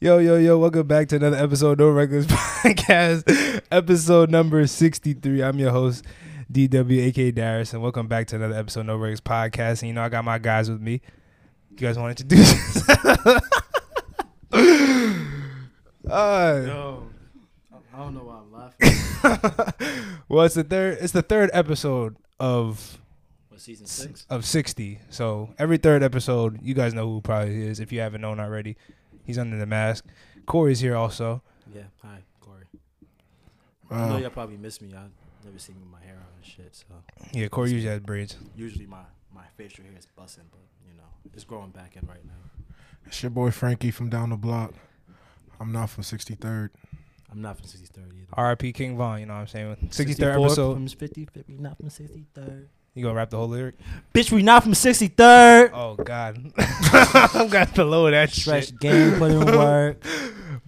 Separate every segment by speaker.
Speaker 1: Yo, yo, yo, welcome back to another episode of No Regulars Podcast, episode number 63. I'm your host, DW, aka Darius, and welcome back to another episode of No Regulars Podcast. And you know, I got my guys with me. You guys want to introduce yourselves? uh,
Speaker 2: Yo, I don't know why I'm laughing.
Speaker 1: well, it's the third it's the third episode of
Speaker 2: What season six?
Speaker 1: of 60. So every third episode, you guys know who probably is if you haven't known already. He's under the mask. Corey's here also.
Speaker 2: Yeah. Hi, Corey.
Speaker 1: Uh,
Speaker 2: I know y'all probably miss me. I never seen me with my hair on and shit. So
Speaker 1: Yeah, Corey usually has braids.
Speaker 2: usually my my facial hair is busting, but you know it's growing back in right now.
Speaker 3: It's your boy Frankie from down the block. I'm not from 63rd.
Speaker 2: I'm not from 63rd either.
Speaker 1: R.I.P. King Von, you know what I'm saying? 63rd
Speaker 2: 64
Speaker 1: episode.
Speaker 2: From 50, but we not from 63rd.
Speaker 1: You gonna rap the whole lyric?
Speaker 2: Bitch, we not from 63rd.
Speaker 1: Oh God, I'm gonna have to lower that
Speaker 2: Stretch
Speaker 1: shit.
Speaker 2: game, put in work.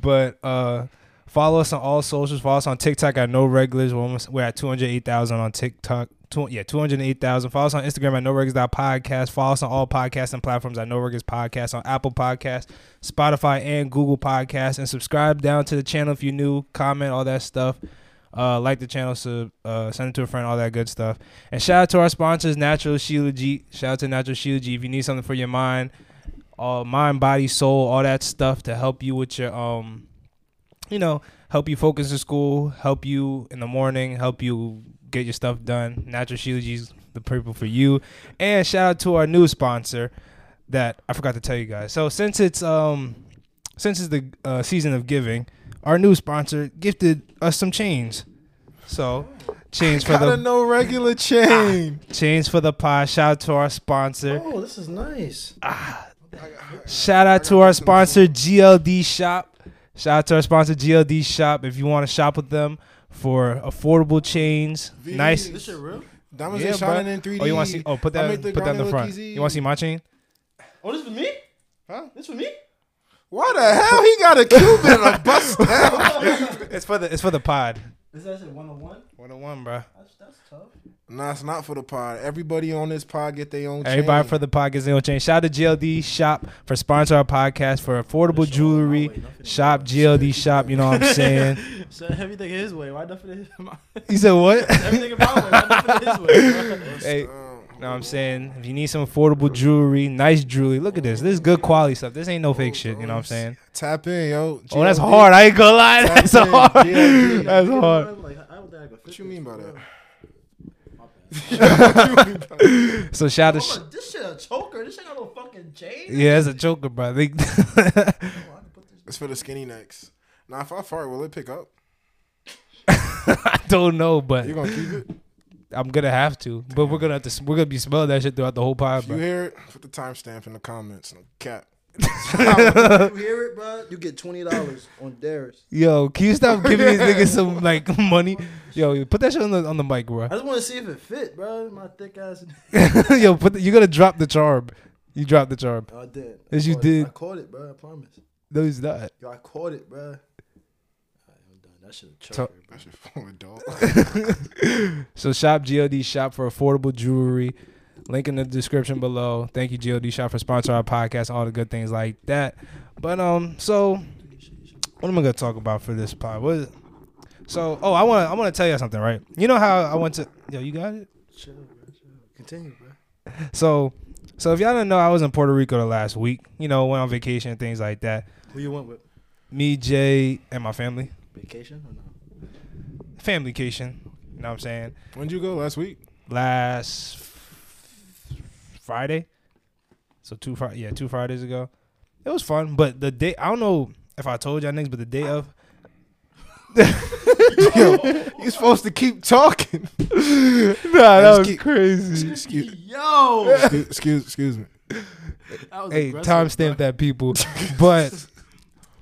Speaker 1: But uh, follow us on all socials. Follow us on TikTok at No Regulars. We're, almost, we're at 208,000 on TikTok. Two, yeah, 208,000. Follow us on Instagram at No Regulars Podcast. Follow us on all podcasts and platforms at No Regulars Podcast on Apple Podcasts, Spotify, and Google Podcasts. And subscribe down to the channel if you're new. Comment all that stuff. Uh, like the channel, sub, uh, send it to a friend, all that good stuff. And shout out to our sponsors, Natural Shilajit. Shout out to Natural Shilajit. If you need something for your mind, all mind, body, soul, all that stuff to help you with your um, you know, help you focus in school, help you in the morning, help you get your stuff done. Natural Shilajit's the purple for you. And shout out to our new sponsor that I forgot to tell you guys. So since it's um, since it's the uh, season of giving, our new sponsor gifted us some chains. So chains for
Speaker 3: Got a
Speaker 1: the
Speaker 3: no
Speaker 1: Ah.
Speaker 3: regular chain.
Speaker 1: chains for the pod. Shout out to our sponsor.
Speaker 2: Oh, this is nice.
Speaker 1: Shout out to our sponsor GLD Shop. Shout out to our sponsor GLD Shop. If you want to shop with them for affordable chains,
Speaker 3: V's.
Speaker 1: nice.
Speaker 2: This shit real?
Speaker 3: Diamonds
Speaker 1: Yeah,
Speaker 3: are shining
Speaker 1: bruh.
Speaker 3: in 3D.
Speaker 1: Oh, you want to see? Oh, put
Speaker 3: I
Speaker 1: that
Speaker 3: make the
Speaker 1: put that in the
Speaker 3: grinding
Speaker 1: front.
Speaker 3: look easy.
Speaker 1: You want to see my chain?
Speaker 2: Oh, this for me?
Speaker 3: Huh?
Speaker 2: This for me?
Speaker 3: Why the hell he got a Cuban and a bust down?
Speaker 1: It's for the it's for the pod.
Speaker 2: Is that shit 101?
Speaker 1: One on one, bro.
Speaker 2: That's, that's tough.
Speaker 3: nah, it's not for the pod. Everybody on this pod get their own
Speaker 1: Everybody
Speaker 3: chain.
Speaker 1: for the pod gets their own chain. Shout out to GLD Shop for sponsor our podcast for affordable
Speaker 2: Oh,
Speaker 1: jewelry. Shop GLD Shop. You know what I'm saying?
Speaker 2: So everything his way. Why nothing his
Speaker 1: He said what?
Speaker 2: Everything in my way. Why nothing his way?
Speaker 1: Hey,
Speaker 3: Um,
Speaker 1: know what I'm saying? If you need some affordable jewelry, nice jewelry, look at this. This is good quality stuff. This ain't no fake shit. You know what I'm saying?
Speaker 3: Tap in, yo.
Speaker 1: Oh, that's
Speaker 3: GLD.
Speaker 1: hard. I ain't gonna lie. That's
Speaker 3: That's it.
Speaker 1: hard.
Speaker 3: GLD.
Speaker 1: That's hard.
Speaker 3: What you mean by that?
Speaker 1: So shout out to. Sh-
Speaker 2: this shit a choker. This shit got no fucking chain.
Speaker 1: yeah, that's a joker, bro. They-
Speaker 3: It's for the skinny necks. Now, if I fart, will it pick up?
Speaker 1: I don't know, but
Speaker 3: You gonna keep it?
Speaker 1: I'm gonna have to. But we're gonna have to. s- We're gonna be smelling that shit throughout the whole pod,
Speaker 3: If you
Speaker 1: bro.
Speaker 3: hear it, put the timestamp in the comments. No cap.
Speaker 2: you hear it, bro? You get twenty dollars on Darius.
Speaker 1: Yo, can you stop giving these niggas some like money? Yo, put that shit on the on the mic, bro.
Speaker 2: I just want to see if it fit, bro. My thick ass.
Speaker 1: Yo, put the, you're gonna drop the charm. You dropped the charm.
Speaker 2: I did. I
Speaker 1: Yes, you
Speaker 2: caught it.
Speaker 1: did.
Speaker 2: I caught it, bro. I promise.
Speaker 1: No, he's not.
Speaker 2: Yo, I caught it, bro. Alright, I'm done. That shit a
Speaker 1: So-
Speaker 2: choker, bro.
Speaker 3: That shit for a dog.
Speaker 1: So shop GLD shop for affordable jewelry. Link in the description below. Thank you GLD shop for sponsoring our podcast, all the good things like that. But um, so what am I gonna talk about for this pod? What? Is, so oh, I want to I want to tell you something, right? You know how I went to yo, you got it.
Speaker 2: Chill, bro. Chill. Continue, bro.
Speaker 1: So so if y'all didn't know, I was in Puerto Rico the last week. You know, went on vacation and things like that.
Speaker 2: Who you went with?
Speaker 1: Me, Jay, and my family,
Speaker 2: Vacation or no?
Speaker 1: familycation. You know what I'm saying?
Speaker 3: When'd you go last week?
Speaker 1: last Friday. So two Fri yeah, two Fridays ago. It was fun, but the day I don't know if I told y'all niggas, but the day of
Speaker 3: Yo, you're supposed to keep talking.
Speaker 1: Nah, that
Speaker 3: was
Speaker 1: crazy.
Speaker 3: Excuse,
Speaker 2: Yo,
Speaker 3: excuse, excuse me.
Speaker 2: that was
Speaker 1: Hey,
Speaker 2: aggressive, bro.
Speaker 1: timestamp that people. But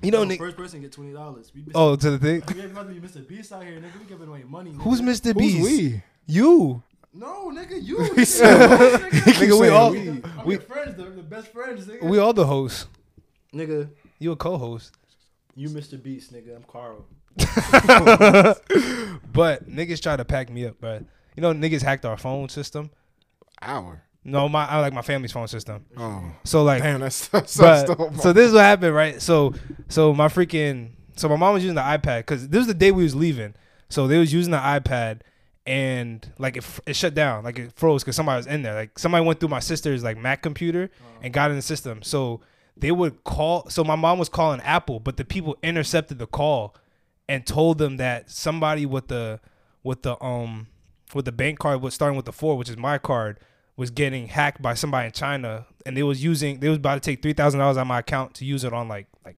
Speaker 1: you know
Speaker 2: Yo,
Speaker 1: Nick
Speaker 2: first person get twenty dollars. We missed,
Speaker 1: Oh, to the thing.
Speaker 2: we about to be Mr. Beast out here, nigga. We giving away money. Nigga.
Speaker 1: Who's Mr.
Speaker 3: Who's
Speaker 1: Beast?
Speaker 3: we?
Speaker 1: You.
Speaker 2: No, nigga, you. nigga.
Speaker 3: Keep
Speaker 1: Nigga, we
Speaker 3: saying
Speaker 1: all-
Speaker 3: we.
Speaker 2: I'm
Speaker 1: we-
Speaker 2: your friends, the, the best friends, nigga.
Speaker 1: We all the hosts.
Speaker 2: nigga,
Speaker 1: You a co host.
Speaker 2: you Mr. Beast, nigga. I'm Carl.
Speaker 1: but niggas try to pack me up, but you know niggas hacked our phone system.
Speaker 3: Hour.
Speaker 1: No, my I like my family's phone system.
Speaker 3: Oh,
Speaker 1: So like,
Speaker 3: damn, that's, that's,
Speaker 1: but,
Speaker 3: that's the whole
Speaker 1: so this is what happened, right? So so my freaking so my mom was using the iPad because this was the day we was leaving. So they was using the iPad and like it, fr- it shut down, like it froze because somebody was in there. Like somebody went through my sister's like Mac computer and got in the system. So they would call. So my mom was calling Apple, but the people intercepted the call and told them that somebody with the with the um with the bank card was starting with the four, which is my card, was getting hacked by somebody in China, and they was using they was about to take three thousand dollars out of my account to use it on like like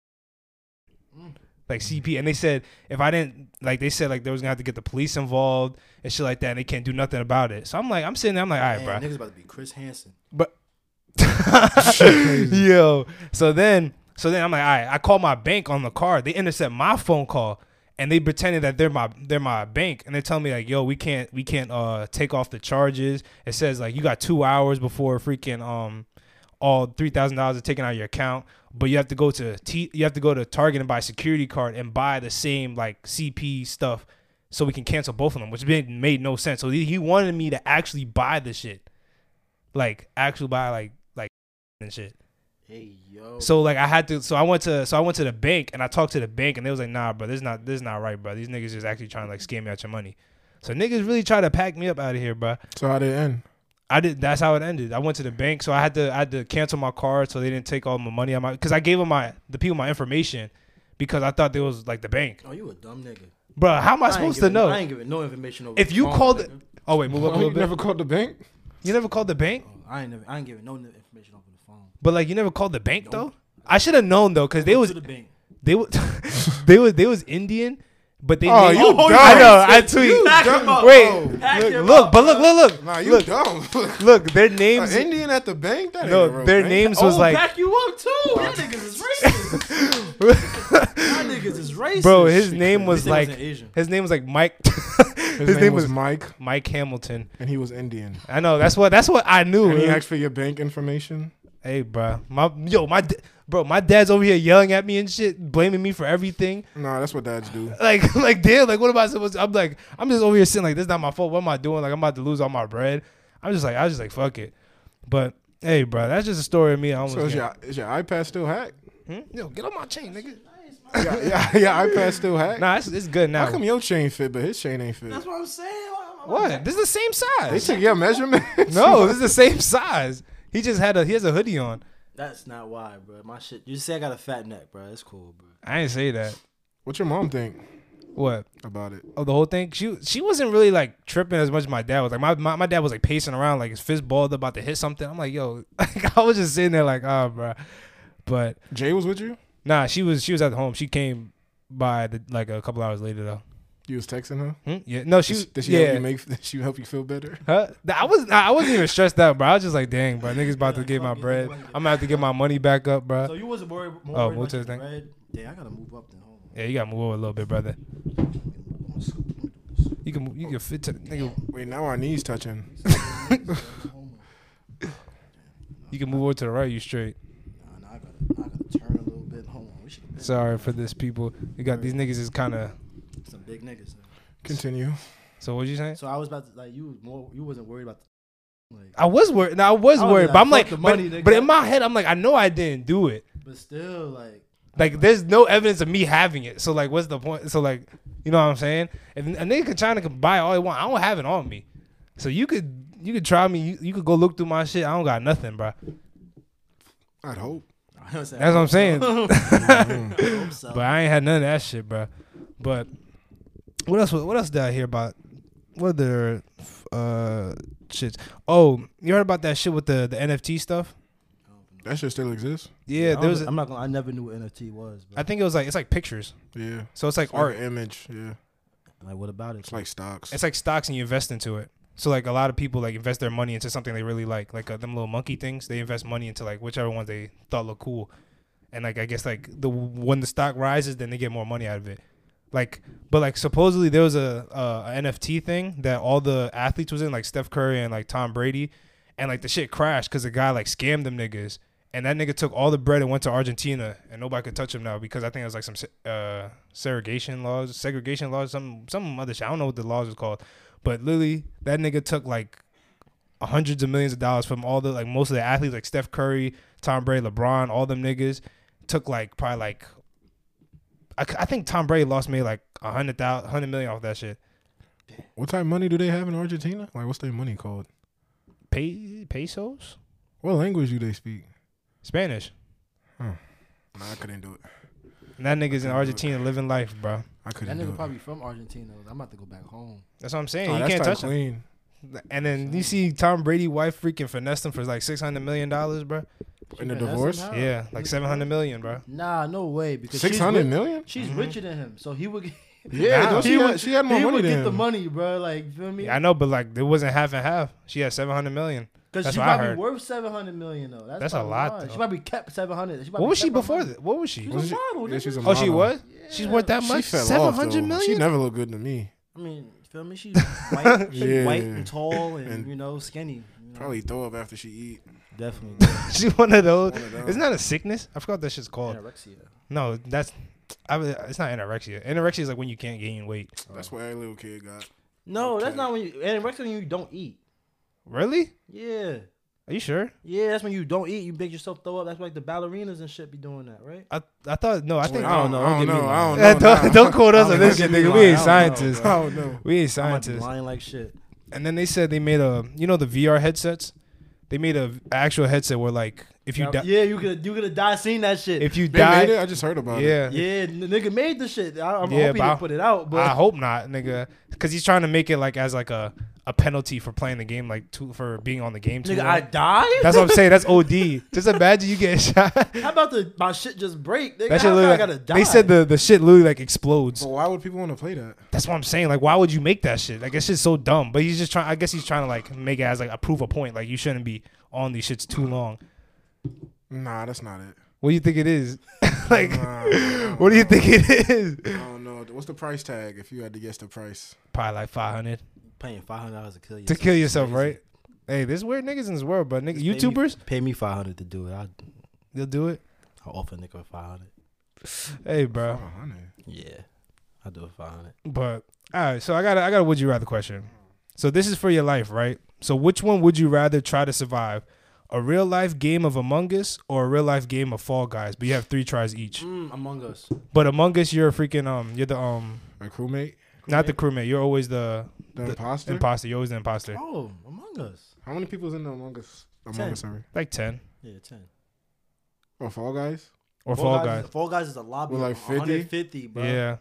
Speaker 1: like CP, and they said if I didn't like they said like they was gonna have to get the police involved and shit like that, and they can't do nothing about it. So I'm like I'm sitting there, I'm like all right,
Speaker 2: Man,
Speaker 1: bro.
Speaker 2: Niggas about to be Chris Hansen.
Speaker 1: Yo. So then, so then I'm like, all right. I call my bank on the card. They intercept my phone call, and they pretended that they're my they're my bank, and they tell me like, yo, we can't we can't uh take off the charges. It says like you got two hours before freaking um all three thousand dollars are taken out of your account, but you have to go to T you have to go to Target and buy a security card and buy the same like CP stuff. So we can cancel both of them, which made, made no sense. So he he wanted me to actually buy the shit, like actually buy like like and shit.
Speaker 2: Hey yo.
Speaker 1: So like I had to, so I went to, so I went to the bank and I talked to the bank and they was like, nah, bro, this is not, this is not right, bro. These niggas is actually trying to like scam me out your money. So niggas really try to pack me up out of here, bro.
Speaker 3: So how did it end?
Speaker 1: I did. That's how it ended. I went to the bank, so I had to, I had to cancel my card so they didn't take all my money out my, because I gave them my, the people my information, because I thought they was like the bank,
Speaker 2: oh, you a dumb nigga.
Speaker 1: bro. How am I,
Speaker 2: ain't
Speaker 1: supposed to
Speaker 2: giving-
Speaker 1: know?
Speaker 2: I ain't giving no information over.
Speaker 1: if
Speaker 2: the
Speaker 1: you
Speaker 2: phone,
Speaker 1: called,
Speaker 2: nigga.
Speaker 1: oh wait, move up a
Speaker 3: Oh,
Speaker 1: little
Speaker 3: you
Speaker 1: bit.
Speaker 3: never called the bank?
Speaker 1: you never called the bank,
Speaker 2: Oh, I ain't never. I ain't giving no n- information over the phone.
Speaker 1: but like you never called the bank
Speaker 2: Nope.
Speaker 1: though. I should have known though, because they
Speaker 2: Go
Speaker 1: was
Speaker 2: to the bank.
Speaker 1: they was they was they was Indian, but they
Speaker 3: Oh,
Speaker 1: named-
Speaker 3: you dumb.
Speaker 1: I know. I tweet.
Speaker 2: You back him up.
Speaker 1: Wait,
Speaker 2: Oh, back
Speaker 1: look,
Speaker 2: him
Speaker 1: look,
Speaker 2: up,
Speaker 1: but look,
Speaker 2: bro.
Speaker 1: look, look,
Speaker 3: Nah, you
Speaker 1: look,
Speaker 3: dumb.
Speaker 1: look. Their
Speaker 3: An
Speaker 1: names,
Speaker 3: Indian at the bank? That ain't a
Speaker 1: no,
Speaker 3: real
Speaker 1: their
Speaker 3: bank.
Speaker 1: names
Speaker 2: oh,
Speaker 1: was like,
Speaker 2: back you up too. That niggas is racist. that niggas is racist.
Speaker 1: bro, his name was
Speaker 2: His name
Speaker 1: like,
Speaker 2: wasn't Asian.
Speaker 1: his name was like Mike.
Speaker 3: His, name, was Mike,
Speaker 1: Mike Hamilton.
Speaker 3: and he was Indian.
Speaker 1: I know. That's what. That's what I knew.
Speaker 3: And he asked for your bank information.
Speaker 1: hey, bro, my yo, my d- bro, my dad's over here yelling at me and shit, blaming me for everything.
Speaker 3: Nah, that's what dads do.
Speaker 1: Like, like, damn, like, what am I supposed to? I'm like, I'm just over here sitting like, this is not my fault. What am I doing? Like, I'm about to lose all my bread. I'm just like, I was just like, fuck it. But hey, bro, that's just a story of me. I almost
Speaker 3: So is
Speaker 1: getting-
Speaker 3: your, is your iPad still hacked?
Speaker 1: Hmm? Yo, get on my chain, nigga.
Speaker 3: Yeah, yeah, yeah iPad still hacked?
Speaker 1: Nah, it's, it's good now.
Speaker 3: How come your chain fit, but his chain ain't fit?
Speaker 2: That's what I'm saying. Why- why-
Speaker 1: what? This is the same
Speaker 3: They
Speaker 1: size.
Speaker 3: took your measurement?
Speaker 1: No, this is the same size. He just had a he has a hoodie on.
Speaker 2: That's not why, bro. My shit. You say I got a fat neck, bro. That's cool, bro.
Speaker 1: I didn't say that.
Speaker 3: What your mom think
Speaker 1: What?
Speaker 3: about it?
Speaker 1: Oh, the whole thing. She she wasn't really like tripping as much as my dad was. Like my my, my dad was like pacing around, like his fist balled about to hit something. I'm like, yo, like, I was just sitting there like, ah, bro. But
Speaker 3: Jay was with you?
Speaker 1: nah, she was she was at home. She came by the, like a couple hours later though.
Speaker 3: You was texting her?
Speaker 1: Hmm? Yeah, no, she
Speaker 3: Did, did she
Speaker 1: yeah.
Speaker 3: help you make? Did she help you feel better?
Speaker 1: Huh? Nah, I was nah, I wasn't even stressed out, bro. I was just like, dang, bro, niggas about to get my
Speaker 2: Fuck it,
Speaker 1: bread.
Speaker 2: fuck
Speaker 1: I'm
Speaker 2: it.
Speaker 1: gonna have to get my money back up,
Speaker 2: So
Speaker 1: bro.
Speaker 2: you wasn't worried. More
Speaker 1: Oh,
Speaker 2: worried
Speaker 1: what's
Speaker 2: about
Speaker 1: his
Speaker 2: your
Speaker 1: name?
Speaker 2: bread? Yeah, I gotta move up then. Hold
Speaker 1: Yeah, you gotta move over a little bit, brother.
Speaker 2: on. Let me do this.
Speaker 1: You can you can fit to nigga.
Speaker 3: Wait, now our knees touching.
Speaker 1: You can move over to the right. You straight.
Speaker 2: Nah, nah, I gotta, I gotta turn a little bit. Hold on. We should have
Speaker 1: Sorry for this, people. You got these niggas is kind of.
Speaker 2: been some big niggas. man.
Speaker 3: Continue.
Speaker 1: So what you saying?
Speaker 2: So I was about to like you was more. You wasn't worried about. The, like,
Speaker 1: I was worried. No, I was
Speaker 2: I was
Speaker 1: worried,
Speaker 2: like,
Speaker 1: but I'm
Speaker 2: fuck
Speaker 1: like,
Speaker 2: the
Speaker 1: but,
Speaker 2: money, nigga.
Speaker 1: but in my head, I'm like, I know I didn't do it.
Speaker 2: but still, like.
Speaker 1: Like, there's no evidence of me having it. So like, what's the point? So like, you know what I'm saying? If a nigga could- China can buy all he want, I don't have it on me. So you could you could try me. You, you could go look through my shit. I don't got nothing, bro.
Speaker 3: I'd hope.
Speaker 2: That's
Speaker 1: That's what I'm saying.
Speaker 2: so.
Speaker 1: But I ain't had none of that shit, bro. But what else? What else did I hear about? What other uh shits? Oh, you heard about that shit with the the NFT stuff?
Speaker 3: That shit still exists.
Speaker 1: Yeah,
Speaker 2: I
Speaker 1: there was. a-
Speaker 2: am not gonna. I never knew what NFT was.
Speaker 1: I
Speaker 2: But,
Speaker 1: think it was like it's like pictures.
Speaker 3: Yeah.
Speaker 1: So it's like
Speaker 3: It's
Speaker 1: art.
Speaker 3: like an image. Yeah.
Speaker 2: like, what about it?
Speaker 3: It's like stocks.
Speaker 1: It's like stocks, and you invest into it. So like a lot of people like invest their money into something they really like, like uh, them little monkey things. They invest money into like whichever ones they thought looked cool, and like I guess like the when the stock rises, then they get more money out of it. Like, but like supposedly there was a, a, a NFT thing that all the athletes was in, like Steph Curry and like Tom Brady, and like the shit crashed because the guy like scammed them niggas, and that nigga took all the bread and went to Argentina, and nobody could touch him now because I think it was like some se- uh, segregation laws, segregation laws, some some other shit. I don't know what the laws is called, but literally that nigga took like hundreds of millions of dollars from all the like most of the athletes like Steph Curry, Tom Brady, LeBron, all them niggas took like probably like I, I think Tom Brady lost me like a hundred thousand, hundred million off that shit.
Speaker 3: What type of money do they have in Argentina? Like, what's their money called?
Speaker 1: Pe- pesos,
Speaker 3: What language do they speak?
Speaker 1: Spanish.
Speaker 3: Nah, I couldn't do it.
Speaker 1: And that niggas in Argentina living life, bro.
Speaker 3: I
Speaker 2: That
Speaker 3: couldn't do
Speaker 2: nigga
Speaker 3: it.
Speaker 2: probably from Argentina. I'm about to go back home.
Speaker 1: That's what I'm saying.
Speaker 3: Nah,
Speaker 1: you
Speaker 3: that's
Speaker 1: can't
Speaker 3: type
Speaker 1: touch him.
Speaker 3: Oh, clean.
Speaker 1: And then you see Tom Brady wife freaking finessed him for like six hundred million dollars, bro.
Speaker 3: In the
Speaker 2: She finessed him
Speaker 3: divorce?
Speaker 2: how?
Speaker 1: Yeah, like seven hundred million, bro.
Speaker 2: Nah, no way. Because
Speaker 3: Six hundred
Speaker 2: she's, ri-
Speaker 3: million?
Speaker 2: she's
Speaker 1: Mm-hmm.
Speaker 2: richer than him, so he would. get-
Speaker 3: Yeah,
Speaker 1: Nah.
Speaker 3: no, she,
Speaker 2: he
Speaker 3: had,
Speaker 2: would-
Speaker 3: she had more
Speaker 2: he
Speaker 3: money
Speaker 2: would
Speaker 3: than
Speaker 2: get the
Speaker 3: him.
Speaker 2: money, bro. Like, feel me?
Speaker 1: Yeah, I know, but like it wasn't half and half. She had seven hundred million.
Speaker 2: Because
Speaker 1: That's
Speaker 2: she
Speaker 1: what I
Speaker 2: probably
Speaker 1: heard.
Speaker 2: worth seven hundred million though. That's,
Speaker 1: That's a
Speaker 2: probably
Speaker 1: lot,
Speaker 2: why.
Speaker 1: though.
Speaker 2: She probably kept seven hundred.
Speaker 1: What was she before that? What was she?
Speaker 2: She was
Speaker 3: Was
Speaker 2: a model,
Speaker 3: yeah,
Speaker 2: nigga.
Speaker 3: she's a
Speaker 1: Oh, she
Speaker 3: model.
Speaker 1: was. She's worth that
Speaker 3: She
Speaker 1: much.
Speaker 3: fell off,
Speaker 1: Seven hundred
Speaker 3: though. She
Speaker 1: million.
Speaker 3: never looked good to me.
Speaker 2: I mean, feel me? She's white, she's
Speaker 3: Yeah.
Speaker 2: white and tall, and,
Speaker 3: And
Speaker 2: you know, skinny. you know?
Speaker 3: Probably throw up after she eat.
Speaker 2: definitely
Speaker 1: She's one of those.
Speaker 3: One of them.
Speaker 1: Isn't that a sickness? I forgot what that shit's called.
Speaker 2: anorexia.
Speaker 1: No, that's. I, was- it's not anorexia. Anorexia is like when you can't gain weight.
Speaker 3: That's what every little kid got.
Speaker 2: No, that's
Speaker 3: Okay.
Speaker 2: not when you anorexia. When you don't eat.
Speaker 1: Really?
Speaker 2: Yeah,
Speaker 1: Are you sure?
Speaker 2: yeah, that's when you don't eat. You make yourself throw up. That's like the ballerinas and shit be doing that, right?
Speaker 1: I I thought no. I think.
Speaker 3: I don't know. I
Speaker 2: Don't
Speaker 3: don't
Speaker 2: get me
Speaker 3: know. I
Speaker 2: wrong.
Speaker 3: don't
Speaker 1: Yeah,
Speaker 3: know.
Speaker 1: don't,
Speaker 3: nah.
Speaker 1: don't quote us on
Speaker 2: don't
Speaker 1: this shit,
Speaker 2: get me
Speaker 1: nigga.
Speaker 2: wrong.
Speaker 1: We ain't
Speaker 2: I don't know,
Speaker 1: scientists.
Speaker 3: I don't know.
Speaker 1: We ain't
Speaker 2: I might be
Speaker 1: scientists.
Speaker 2: lying like shit.
Speaker 1: And then they said they made a, you know, the VR headsets. They made a actual headset where like if you
Speaker 2: Now-
Speaker 1: di-
Speaker 2: yeah, you could you could have died seeing that shit.
Speaker 1: if you
Speaker 3: They made it.
Speaker 1: die,
Speaker 3: I just heard about it.
Speaker 1: yeah.
Speaker 2: yeah, n- nigga made the shit. I, I'm
Speaker 1: Yeah,
Speaker 2: hoping
Speaker 1: but I-
Speaker 2: to put it out, but
Speaker 1: I hope not, nigga, because he's trying to make it like as like a a penalty for playing the game, like too for being on the game too
Speaker 2: nigga,
Speaker 1: long.
Speaker 2: I died.
Speaker 1: That's what I'm saying. That's OD. Just imagine you getting shot.
Speaker 2: How about the my shit just break? Nigga,
Speaker 1: That shit
Speaker 2: How
Speaker 1: literally,
Speaker 2: I gotta die.
Speaker 1: they said the, the shit literally like explodes.
Speaker 3: But why would people want to play that?
Speaker 1: That's what I'm saying. Like, why would you make that shit? Like, it's just so dumb. But he's just trying. I guess he's trying to like make it as like a prove a point. Like, you shouldn't be on these shits too long.
Speaker 3: Nah, that's not it.
Speaker 1: What do you think it is? like,
Speaker 3: Nah, I
Speaker 1: what do you think it is?
Speaker 3: don't know. What's the price tag if you had to guess the price?
Speaker 1: Probably like 500
Speaker 2: paying five hundred dollars to kill you
Speaker 1: to kill yourself, right? Hey, there's weird niggas in this world, but nigga, YouTubers
Speaker 2: Pay me five hundred to do it. I
Speaker 1: they'll do it.
Speaker 2: I offer a nigga five hundred.
Speaker 1: Hey, bro.
Speaker 3: Oh, honey.
Speaker 2: Yeah, I do it five hundred.
Speaker 1: But all right, so I got a, I got a would you rather question. So this is for your life, right? So which one would you rather try to survive? A real life game of Among Us or a real life game of Fall Guys, but you have three tries each.
Speaker 2: Mm, among Us.
Speaker 1: But Among Us, you're a freaking um, you're the um,
Speaker 3: A crewmate?
Speaker 1: not the crewmate. You're always the
Speaker 3: The,
Speaker 1: The
Speaker 3: imposter?
Speaker 1: imposter. You're always the imposter.
Speaker 2: Oh, Among Us.
Speaker 3: How many people's in the Among Us? Among
Speaker 2: Ten.
Speaker 3: Us, sorry.
Speaker 1: Like ten
Speaker 2: Yeah, ten.
Speaker 3: Or Fall Guys?
Speaker 1: or Fall, Guys.
Speaker 2: Is, Fall Guys is a lobby.
Speaker 3: With, like,
Speaker 2: like
Speaker 3: 50?
Speaker 2: 150, bro.
Speaker 1: Yeah.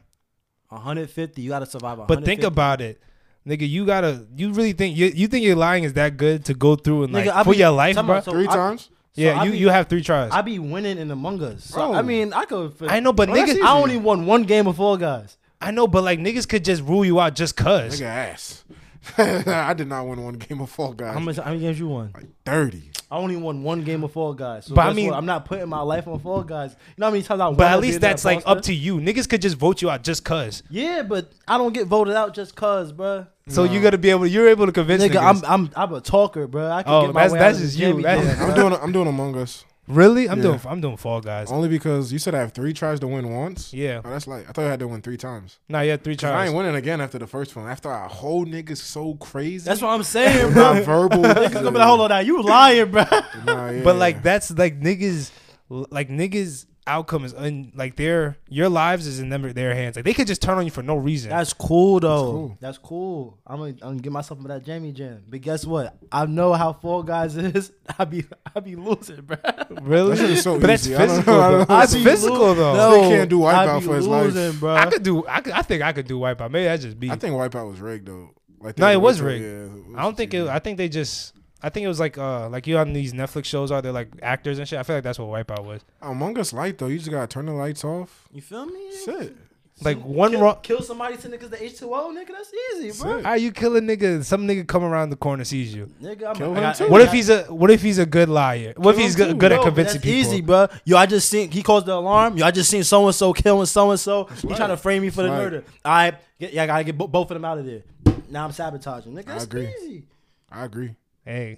Speaker 2: 150. You gotta survive. 150.
Speaker 1: But think about it, nigga. You gotta. You really think you, you think your lying is that good to go through and like
Speaker 2: Nigga, I
Speaker 1: for
Speaker 2: be-
Speaker 1: your life,
Speaker 2: Time
Speaker 1: bro?
Speaker 2: out, so
Speaker 3: Three
Speaker 2: I-
Speaker 3: times?
Speaker 2: so
Speaker 1: yeah.
Speaker 2: I
Speaker 1: you
Speaker 2: be-
Speaker 1: you have three tries.
Speaker 2: I Oh, be winning in Among Us. So,
Speaker 3: Bro.
Speaker 2: I mean, I could.
Speaker 1: I know, but
Speaker 3: Bro, that's
Speaker 1: niggas.
Speaker 3: easy.
Speaker 2: I only won one game of Fall Guys.
Speaker 1: I know, but like niggas could just rule you out just cause.
Speaker 3: Nigga ass. I did not win one game of Fall Guys.
Speaker 2: How many, how many games you won?
Speaker 3: like 30.
Speaker 2: I only won one game of Fall Guys. So
Speaker 1: But I
Speaker 2: guess
Speaker 1: mean-
Speaker 2: what? I'm not putting my life on Fall Guys. You know how many times I
Speaker 1: But at least that's like up to you. Niggas could just vote you out just cause.
Speaker 2: Yeah, but I don't get voted out just cause, bruh.
Speaker 1: So you gotta be able. You're able to convince
Speaker 2: Nigga,
Speaker 1: niggas.
Speaker 2: I'm I'm I'm a talker, bruh. I can
Speaker 1: Oh,
Speaker 2: get my
Speaker 1: that's-
Speaker 2: way
Speaker 1: that's
Speaker 2: out of
Speaker 1: just
Speaker 2: this
Speaker 1: you.
Speaker 2: jammy
Speaker 1: That's-
Speaker 2: jam,
Speaker 3: I'm
Speaker 2: bruh.
Speaker 3: doing I'm doing Among Us.
Speaker 1: really. I'm
Speaker 3: Yeah.
Speaker 1: doing. I'm doing Fall Guys.
Speaker 3: Only because you said I have three tries to win once.
Speaker 1: Yeah.
Speaker 3: Oh, that's like I thought I had to win three times.
Speaker 1: Nah, yeah, three
Speaker 3: 'Cause I
Speaker 1: tries.
Speaker 3: ain't winning again after the first one. After our whole niggas so crazy.
Speaker 2: That's what I'm saying,
Speaker 3: with
Speaker 2: bro.
Speaker 3: my verbal.
Speaker 2: Niggas gonna be like, hold on now, you lying, bruh.
Speaker 3: Nah, yeah,
Speaker 1: But like
Speaker 3: yeah.
Speaker 1: that's like niggas. Like niggas. Outcome is un, like their your lives is in them their hands. Like they could just turn on you for no reason.
Speaker 2: That's cool though.
Speaker 3: cool.
Speaker 2: That's cool. I'm gonna, I'm gonna get myself into that jammy jam. But guess what? I know how Fall Guys is. I be I be losing, bruh.
Speaker 1: really,
Speaker 3: That shit is so
Speaker 1: but
Speaker 3: easy. I
Speaker 1: that's physical.
Speaker 3: don't- I
Speaker 1: though.
Speaker 3: don't-
Speaker 1: That's
Speaker 2: I be
Speaker 1: physical
Speaker 2: lo-
Speaker 1: though.
Speaker 2: No,
Speaker 3: They can't do
Speaker 2: I
Speaker 3: Wipeout
Speaker 2: be
Speaker 3: for his life.
Speaker 2: losing, bruh.
Speaker 1: I could do. I, could, I think I could do wipeout. Maybe that's just beat.
Speaker 3: I think Wipeout was rigged though. Like
Speaker 1: No,
Speaker 3: they-
Speaker 1: it was
Speaker 3: yeah,
Speaker 1: rigged.
Speaker 3: was
Speaker 1: I don't think it. I think they just. I think it was like uh like you on these Netflix shows are they like actors and shit. I feel like that's what Wipeout was.
Speaker 3: Oh, Among Us light though. You just gotta turn the lights off.
Speaker 2: you feel me?
Speaker 3: Sit.
Speaker 1: Like one
Speaker 2: kill,
Speaker 1: wrong.
Speaker 2: kill somebody to niggas the H2O, nigga. That's easy, bro.
Speaker 1: Are you killing nigga? Some nigga come around the corner sees you.
Speaker 2: Nigga, I'm
Speaker 3: Kill
Speaker 2: I
Speaker 3: him
Speaker 2: got-
Speaker 3: too.
Speaker 1: What
Speaker 2: I
Speaker 1: if he's a What if he's a good liar? What if
Speaker 3: Kill
Speaker 1: he's
Speaker 3: him
Speaker 1: good,
Speaker 3: too.
Speaker 1: good
Speaker 2: got-
Speaker 1: at
Speaker 2: No,
Speaker 1: convincing
Speaker 2: that's
Speaker 1: people?
Speaker 2: easy, bro. Yo, I just seen he calls the alarm. Yo, I just seen so and so killing so and so. He
Speaker 3: right.
Speaker 2: trying to frame me for the
Speaker 3: That's right.
Speaker 2: murder. All right, get, yeah, I gotta get bo- both of them out of there. Now I'm sabotaging, nigga. That's
Speaker 3: agree.
Speaker 2: easy.
Speaker 3: I agree.
Speaker 1: Hey,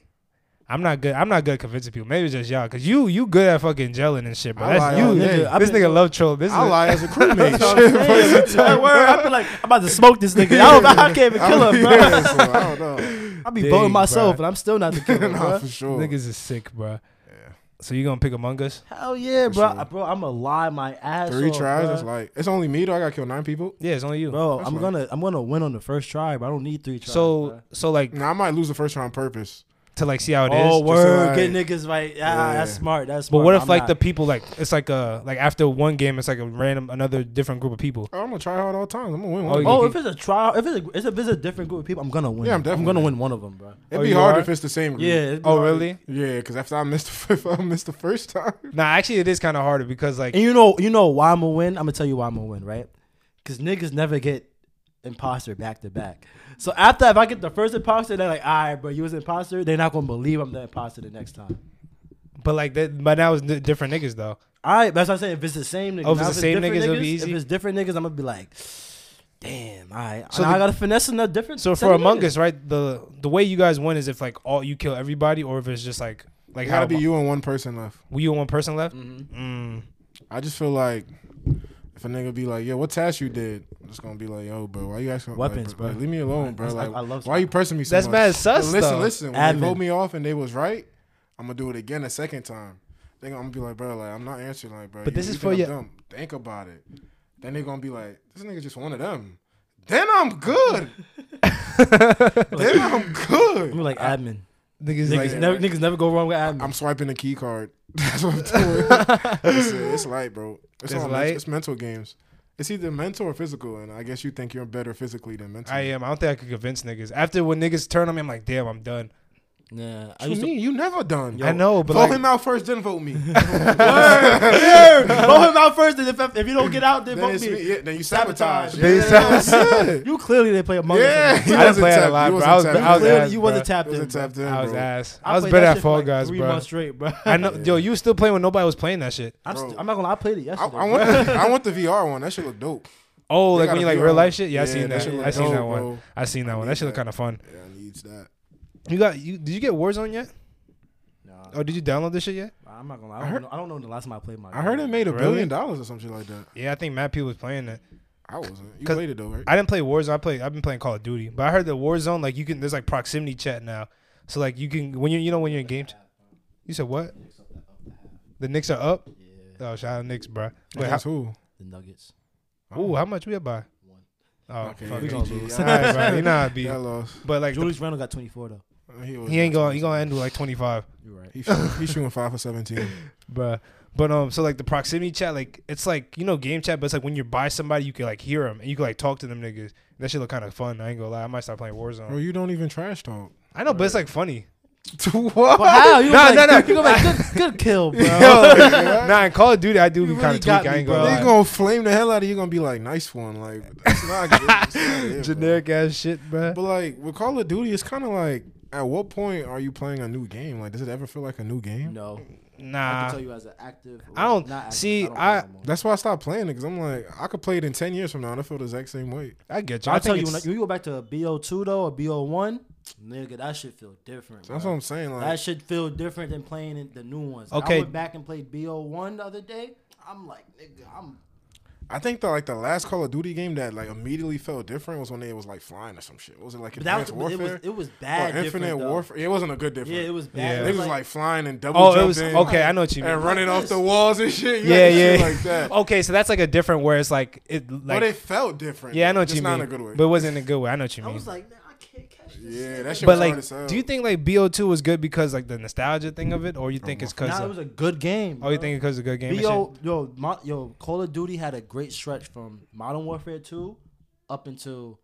Speaker 1: I'm not good. I'm not good at convincing people. Maybe it's just y'all, cause you you good at fucking gelling and shit, bro.
Speaker 3: I
Speaker 1: That's
Speaker 3: lie all
Speaker 1: you.
Speaker 3: day.
Speaker 1: Nigga, this nigga love troll. This is
Speaker 3: I lie as a crewmate.
Speaker 2: Hey, word, I feel like I'm about to smoke this nigga. I, don't, I can't even kill him, bro.
Speaker 3: Yeah, so I don't know.
Speaker 2: I be
Speaker 1: Dang,
Speaker 2: voting myself,
Speaker 1: bruh.
Speaker 2: and I'm still not the killer,
Speaker 3: nah,
Speaker 2: bro.
Speaker 3: for sure.
Speaker 1: Niggas is sick, bro.
Speaker 3: Yeah.
Speaker 1: So you gonna pick Among Us?
Speaker 2: Hell yeah,
Speaker 3: For
Speaker 2: bro.
Speaker 3: sure.
Speaker 2: Bro, I'm gonna lie my ass.
Speaker 3: Three
Speaker 2: off,
Speaker 3: tries.
Speaker 2: bruh.
Speaker 3: It's like it's only me though. I gotta kill nine people.
Speaker 1: Yeah, it's only you.
Speaker 2: bro,
Speaker 3: that's
Speaker 2: I'm
Speaker 3: like-
Speaker 2: gonna I'm gonna win on the first try, but I don't need three tries.
Speaker 1: so
Speaker 2: bruh.
Speaker 1: so like
Speaker 3: Now I might lose the first round on purpose.
Speaker 1: to like see how it is.
Speaker 2: oh
Speaker 3: just to,
Speaker 2: word,
Speaker 3: like-
Speaker 2: get niggas right. Ah,
Speaker 3: Yeah.
Speaker 2: that's smart. That's
Speaker 1: But
Speaker 2: smart.
Speaker 1: what if
Speaker 2: I'm
Speaker 1: like
Speaker 2: not-
Speaker 1: the people like it's like a like after one game it's like a random another different group of people.
Speaker 3: Oh, I'm gonna try hard all times. I'm gonna win.
Speaker 1: Oh,
Speaker 3: One. of
Speaker 1: you-
Speaker 3: them.
Speaker 2: Oh, if it's a trial, if it's a, it's a, if it's a different group of people, I'm gonna win.
Speaker 3: Yeah, I'm
Speaker 2: I'm
Speaker 3: definitely
Speaker 2: gonna
Speaker 3: winning.
Speaker 2: win one of them, bro.
Speaker 3: It'd
Speaker 1: oh,
Speaker 3: be
Speaker 1: you
Speaker 3: hard
Speaker 1: are?
Speaker 3: if it's the same group.
Speaker 2: Yeah. it'd be
Speaker 1: Oh
Speaker 2: hard.
Speaker 1: really?
Speaker 3: Yeah, because after I missed the if I missed the first time.
Speaker 1: Nah, actually it is kind of harder because like
Speaker 2: And you know, you know why I'm gonna win. I'm gonna tell you why I'm gonna win, right? Because niggas never get imposter back to back. So after if I get the first imposter, they're like, all right, bro, you was imposter. They're not gonna believe I'm the imposter the next time.
Speaker 1: but like that but that was di- different niggas though.
Speaker 2: All right, that's what I'm saying. If it's the same niggas,
Speaker 1: Oh, if it's
Speaker 2: Now,
Speaker 1: the same
Speaker 2: different
Speaker 1: niggas, it'll be easy?
Speaker 2: If it's different niggas, I'm gonna be like, damn, all right.
Speaker 1: So
Speaker 2: So now I
Speaker 1: the-
Speaker 2: gotta finesse enough different.
Speaker 1: So
Speaker 2: set
Speaker 1: for
Speaker 2: of
Speaker 1: Among
Speaker 2: niggas.
Speaker 1: Us, right? The the way you guys win is if like all you kill everybody or if it's just like like
Speaker 3: It
Speaker 1: how
Speaker 3: gotta be you and one person left.
Speaker 1: we you and one person left.
Speaker 2: Mhm.
Speaker 1: Mm.
Speaker 3: I just feel like if a nigga be like, "Yo, what task you did?" I'm just gonna be like, "Yo, bro, why you asking? like,
Speaker 2: Weapons,
Speaker 3: bro,
Speaker 2: bro.
Speaker 3: like, leave me alone, bro.
Speaker 2: I-
Speaker 3: Like,
Speaker 2: I love
Speaker 3: why you pressing me? So
Speaker 1: That's
Speaker 3: much?
Speaker 1: mad sus,
Speaker 3: But listen,
Speaker 1: though.
Speaker 3: listen. When
Speaker 2: Admin.
Speaker 3: they vote me off and they was right, I'm gonna do it again a second time. Then I'm gonna be like, "Bro, like, I'm not answering, like, bro.
Speaker 1: But this is
Speaker 3: think
Speaker 1: for
Speaker 3: I'm
Speaker 1: your-
Speaker 3: dumb. Think about it. Then they gonna be like, "This nigga just one of them. Then I'm good. then I'm
Speaker 2: I'm
Speaker 3: good.
Speaker 2: like admin.
Speaker 1: Niggas,
Speaker 2: Niggas,
Speaker 1: like
Speaker 3: yeah,
Speaker 2: never,
Speaker 3: right.
Speaker 2: niggas never go wrong with admin.
Speaker 3: I'm swiping the key card. That's what I'm doing. Listen, it's light, bro. It's,
Speaker 1: It's
Speaker 3: all
Speaker 1: light?
Speaker 3: Mental, it's mental games. It's either mental or physical, and I guess you think you're better physically than mentally.
Speaker 1: I am. I don't think I could convince niggas. After when niggas turn on me, I'm like, damn, I'm done.
Speaker 2: yeah, I
Speaker 3: What you
Speaker 2: used to
Speaker 3: mean? You never done.
Speaker 1: I know,
Speaker 3: Vote
Speaker 1: but like,
Speaker 3: him out first, then vote me.
Speaker 2: vote him out first, and if, if you don't get out, then
Speaker 3: then,
Speaker 2: vote
Speaker 3: it's
Speaker 2: me.
Speaker 3: me. Yeah, then you sabotage.
Speaker 2: Sabotage.
Speaker 3: Yeah,
Speaker 1: They
Speaker 3: that's it.
Speaker 2: You clearly didn't play Among
Speaker 3: Yeah,
Speaker 2: Us.
Speaker 1: I
Speaker 3: he
Speaker 1: didn't
Speaker 3: wasn't
Speaker 1: play it a
Speaker 3: tapped-
Speaker 1: lot,
Speaker 3: he
Speaker 1: bro.
Speaker 3: wasn't
Speaker 1: I was,
Speaker 3: tapped
Speaker 1: I was,
Speaker 3: in.
Speaker 2: Clearly,
Speaker 1: ass,
Speaker 2: you
Speaker 1: bro.
Speaker 2: wasn't tapped in.
Speaker 3: Wasn't
Speaker 2: bro.
Speaker 3: tapped in,
Speaker 1: I was
Speaker 3: bro.
Speaker 1: ass.
Speaker 2: I
Speaker 1: I was
Speaker 2: played
Speaker 1: better
Speaker 2: that
Speaker 1: at
Speaker 2: shit
Speaker 1: Fall
Speaker 2: for like
Speaker 1: Guys,
Speaker 2: three
Speaker 1: bro.
Speaker 2: months straight, bro.
Speaker 1: I know, yo, you was still playing when nobody was playing that shit.
Speaker 2: I'm, st-
Speaker 3: Bro.
Speaker 2: I'm not gonna. lie, I played it
Speaker 3: I,
Speaker 2: yesterday.
Speaker 3: I want the, I want the VR one. That shit look dope.
Speaker 1: Oh,
Speaker 3: They
Speaker 1: like
Speaker 3: got
Speaker 1: when
Speaker 3: a
Speaker 1: you like
Speaker 3: VR
Speaker 1: real
Speaker 3: one.
Speaker 1: life shit. Yeah, I
Speaker 3: Yeah,
Speaker 1: seen
Speaker 3: that
Speaker 1: that.
Speaker 3: shit look
Speaker 1: I seen
Speaker 3: dope,
Speaker 1: that one.
Speaker 3: bro.
Speaker 1: I seen that
Speaker 3: I
Speaker 1: one.
Speaker 3: need
Speaker 1: That shit look
Speaker 3: that.
Speaker 1: kind of fun.
Speaker 3: Yeah, I need that.
Speaker 1: You got you? Did you get Warzone yet?
Speaker 2: Nah,
Speaker 1: Or did you download this shit yet?
Speaker 2: I'm not gonna. Lie. I,
Speaker 3: I
Speaker 2: don't
Speaker 3: heard-
Speaker 2: know, I don't know the last time I played my.
Speaker 3: I heard it made a
Speaker 1: Really?
Speaker 3: billion dollars or something like that.
Speaker 1: Yeah, I think Matt P was playing it.
Speaker 3: I wasn't. You
Speaker 1: 'Cause-
Speaker 3: played it though, right?
Speaker 1: I didn't play Warzone. I play. I've been playing Call of Duty, but I heard that Warzone like you can. There's like proximity chat now, so like you can when you you know when you're in games. You said what? The Knicks are up.
Speaker 2: Yeah,
Speaker 1: Oh, shout out Knicks, bro. Wait, how,
Speaker 3: That's who?
Speaker 2: the Nuggets.
Speaker 1: ooh, how much we up by?
Speaker 2: One.
Speaker 1: Oh,
Speaker 3: Okay,
Speaker 1: fuck
Speaker 2: we
Speaker 1: it.
Speaker 2: gonna lose.
Speaker 1: All right, bro. You know how I be.
Speaker 3: Yeah, I lost.
Speaker 1: But like, the,
Speaker 2: Julius Randle got 24 though.
Speaker 1: he ain't going. He gonna end with like 25.
Speaker 2: You're right.
Speaker 3: He's shooting, he shooting five for seventeen.
Speaker 1: Bruh. But um, so like the proximity chat, like it's like you know game chat, but it's like when you're by somebody, you can like hear them and you can like talk to them niggas. That shit look kind of fun. I ain't gonna lie, I might start playing
Speaker 3: Bro,
Speaker 1: Warzone.
Speaker 3: you don't even trash talk.
Speaker 1: I know, but it's like funny.
Speaker 3: what?
Speaker 2: But how? You
Speaker 1: Nah,
Speaker 2: gonna be like,
Speaker 1: nah, nah.
Speaker 2: You gonna be like, good, good kill, bro.
Speaker 1: nah, in Call of Duty, I do
Speaker 2: You
Speaker 1: be kind
Speaker 2: really
Speaker 1: of
Speaker 2: got
Speaker 1: tweak. I
Speaker 2: me,
Speaker 1: ain't
Speaker 2: bro.
Speaker 1: gonna
Speaker 3: They
Speaker 1: lie.
Speaker 3: gonna flame the hell out of you. Gonna be like, nice one, like that's not good. That's not it, bro.
Speaker 1: Generic ass shit, bruh.
Speaker 3: But like with Call of Duty, it's kind of like, at what point are you playing a new game? Like, does it ever feel like a new game?
Speaker 2: No, I can
Speaker 1: Nah,
Speaker 2: tell you as an active. or
Speaker 1: I don't-
Speaker 2: not active,
Speaker 1: see,
Speaker 2: don't play
Speaker 1: I-
Speaker 2: no more.
Speaker 3: That's why I stopped playing it because I'm like, I could play it in ten years from now and I feel the exact same way.
Speaker 1: I get you.
Speaker 2: I'll
Speaker 1: I
Speaker 2: tell
Speaker 1: think
Speaker 2: you when,
Speaker 1: it's-
Speaker 2: you go back to BO two though or BO one, nigga, that shit feel different.
Speaker 3: That's
Speaker 2: bro.
Speaker 3: what I'm saying. Like,
Speaker 2: That should feel different than playing it- the new ones.
Speaker 1: Okay.
Speaker 2: I went back and played BO1 the other day. I'm like, nigga, I'm.
Speaker 3: I think the like the last Call of Duty game that like immediately felt different was when they was like flying or some shit. What was it like
Speaker 2: But that was,
Speaker 3: Advanced
Speaker 2: it was
Speaker 3: Warfare?
Speaker 2: it was
Speaker 3: or
Speaker 2: bad.
Speaker 3: Infinite
Speaker 2: different, though.
Speaker 3: Warfare? It wasn't a good difference.
Speaker 2: Yeah, it was
Speaker 1: Yeah.
Speaker 2: bad.
Speaker 3: They
Speaker 2: It
Speaker 3: was like, flying and double
Speaker 1: oh,
Speaker 3: jumping.
Speaker 1: it was okay. I know what you mean.
Speaker 3: And running
Speaker 2: Like
Speaker 3: off the
Speaker 2: this.
Speaker 3: walls and shit. You
Speaker 1: Yeah,
Speaker 3: had shit
Speaker 1: yeah.
Speaker 3: Like that.
Speaker 1: Okay, so that's like a different where it's like it
Speaker 3: but it
Speaker 1: like.
Speaker 3: felt different.
Speaker 1: Yeah, I know what
Speaker 3: Just
Speaker 1: you
Speaker 3: not
Speaker 1: mean,
Speaker 3: in a good way.
Speaker 1: but it wasn't in a good way. I know what you
Speaker 2: I
Speaker 1: mean.
Speaker 2: was like, man, I can't catch this.
Speaker 3: yeah,
Speaker 2: nigga.
Speaker 3: that shit
Speaker 1: But
Speaker 3: was hard
Speaker 1: like,
Speaker 3: as hell.
Speaker 1: do you think like BO2 was good because like the nostalgia thing of it, or
Speaker 3: Oh
Speaker 1: you think it's because
Speaker 2: Nah, it was a good game.
Speaker 1: oh, you
Speaker 2: bro.
Speaker 1: think it's because of good game? and shit?
Speaker 2: BO yo mo- yo Call of Duty had a great stretch from Modern Warfare two up until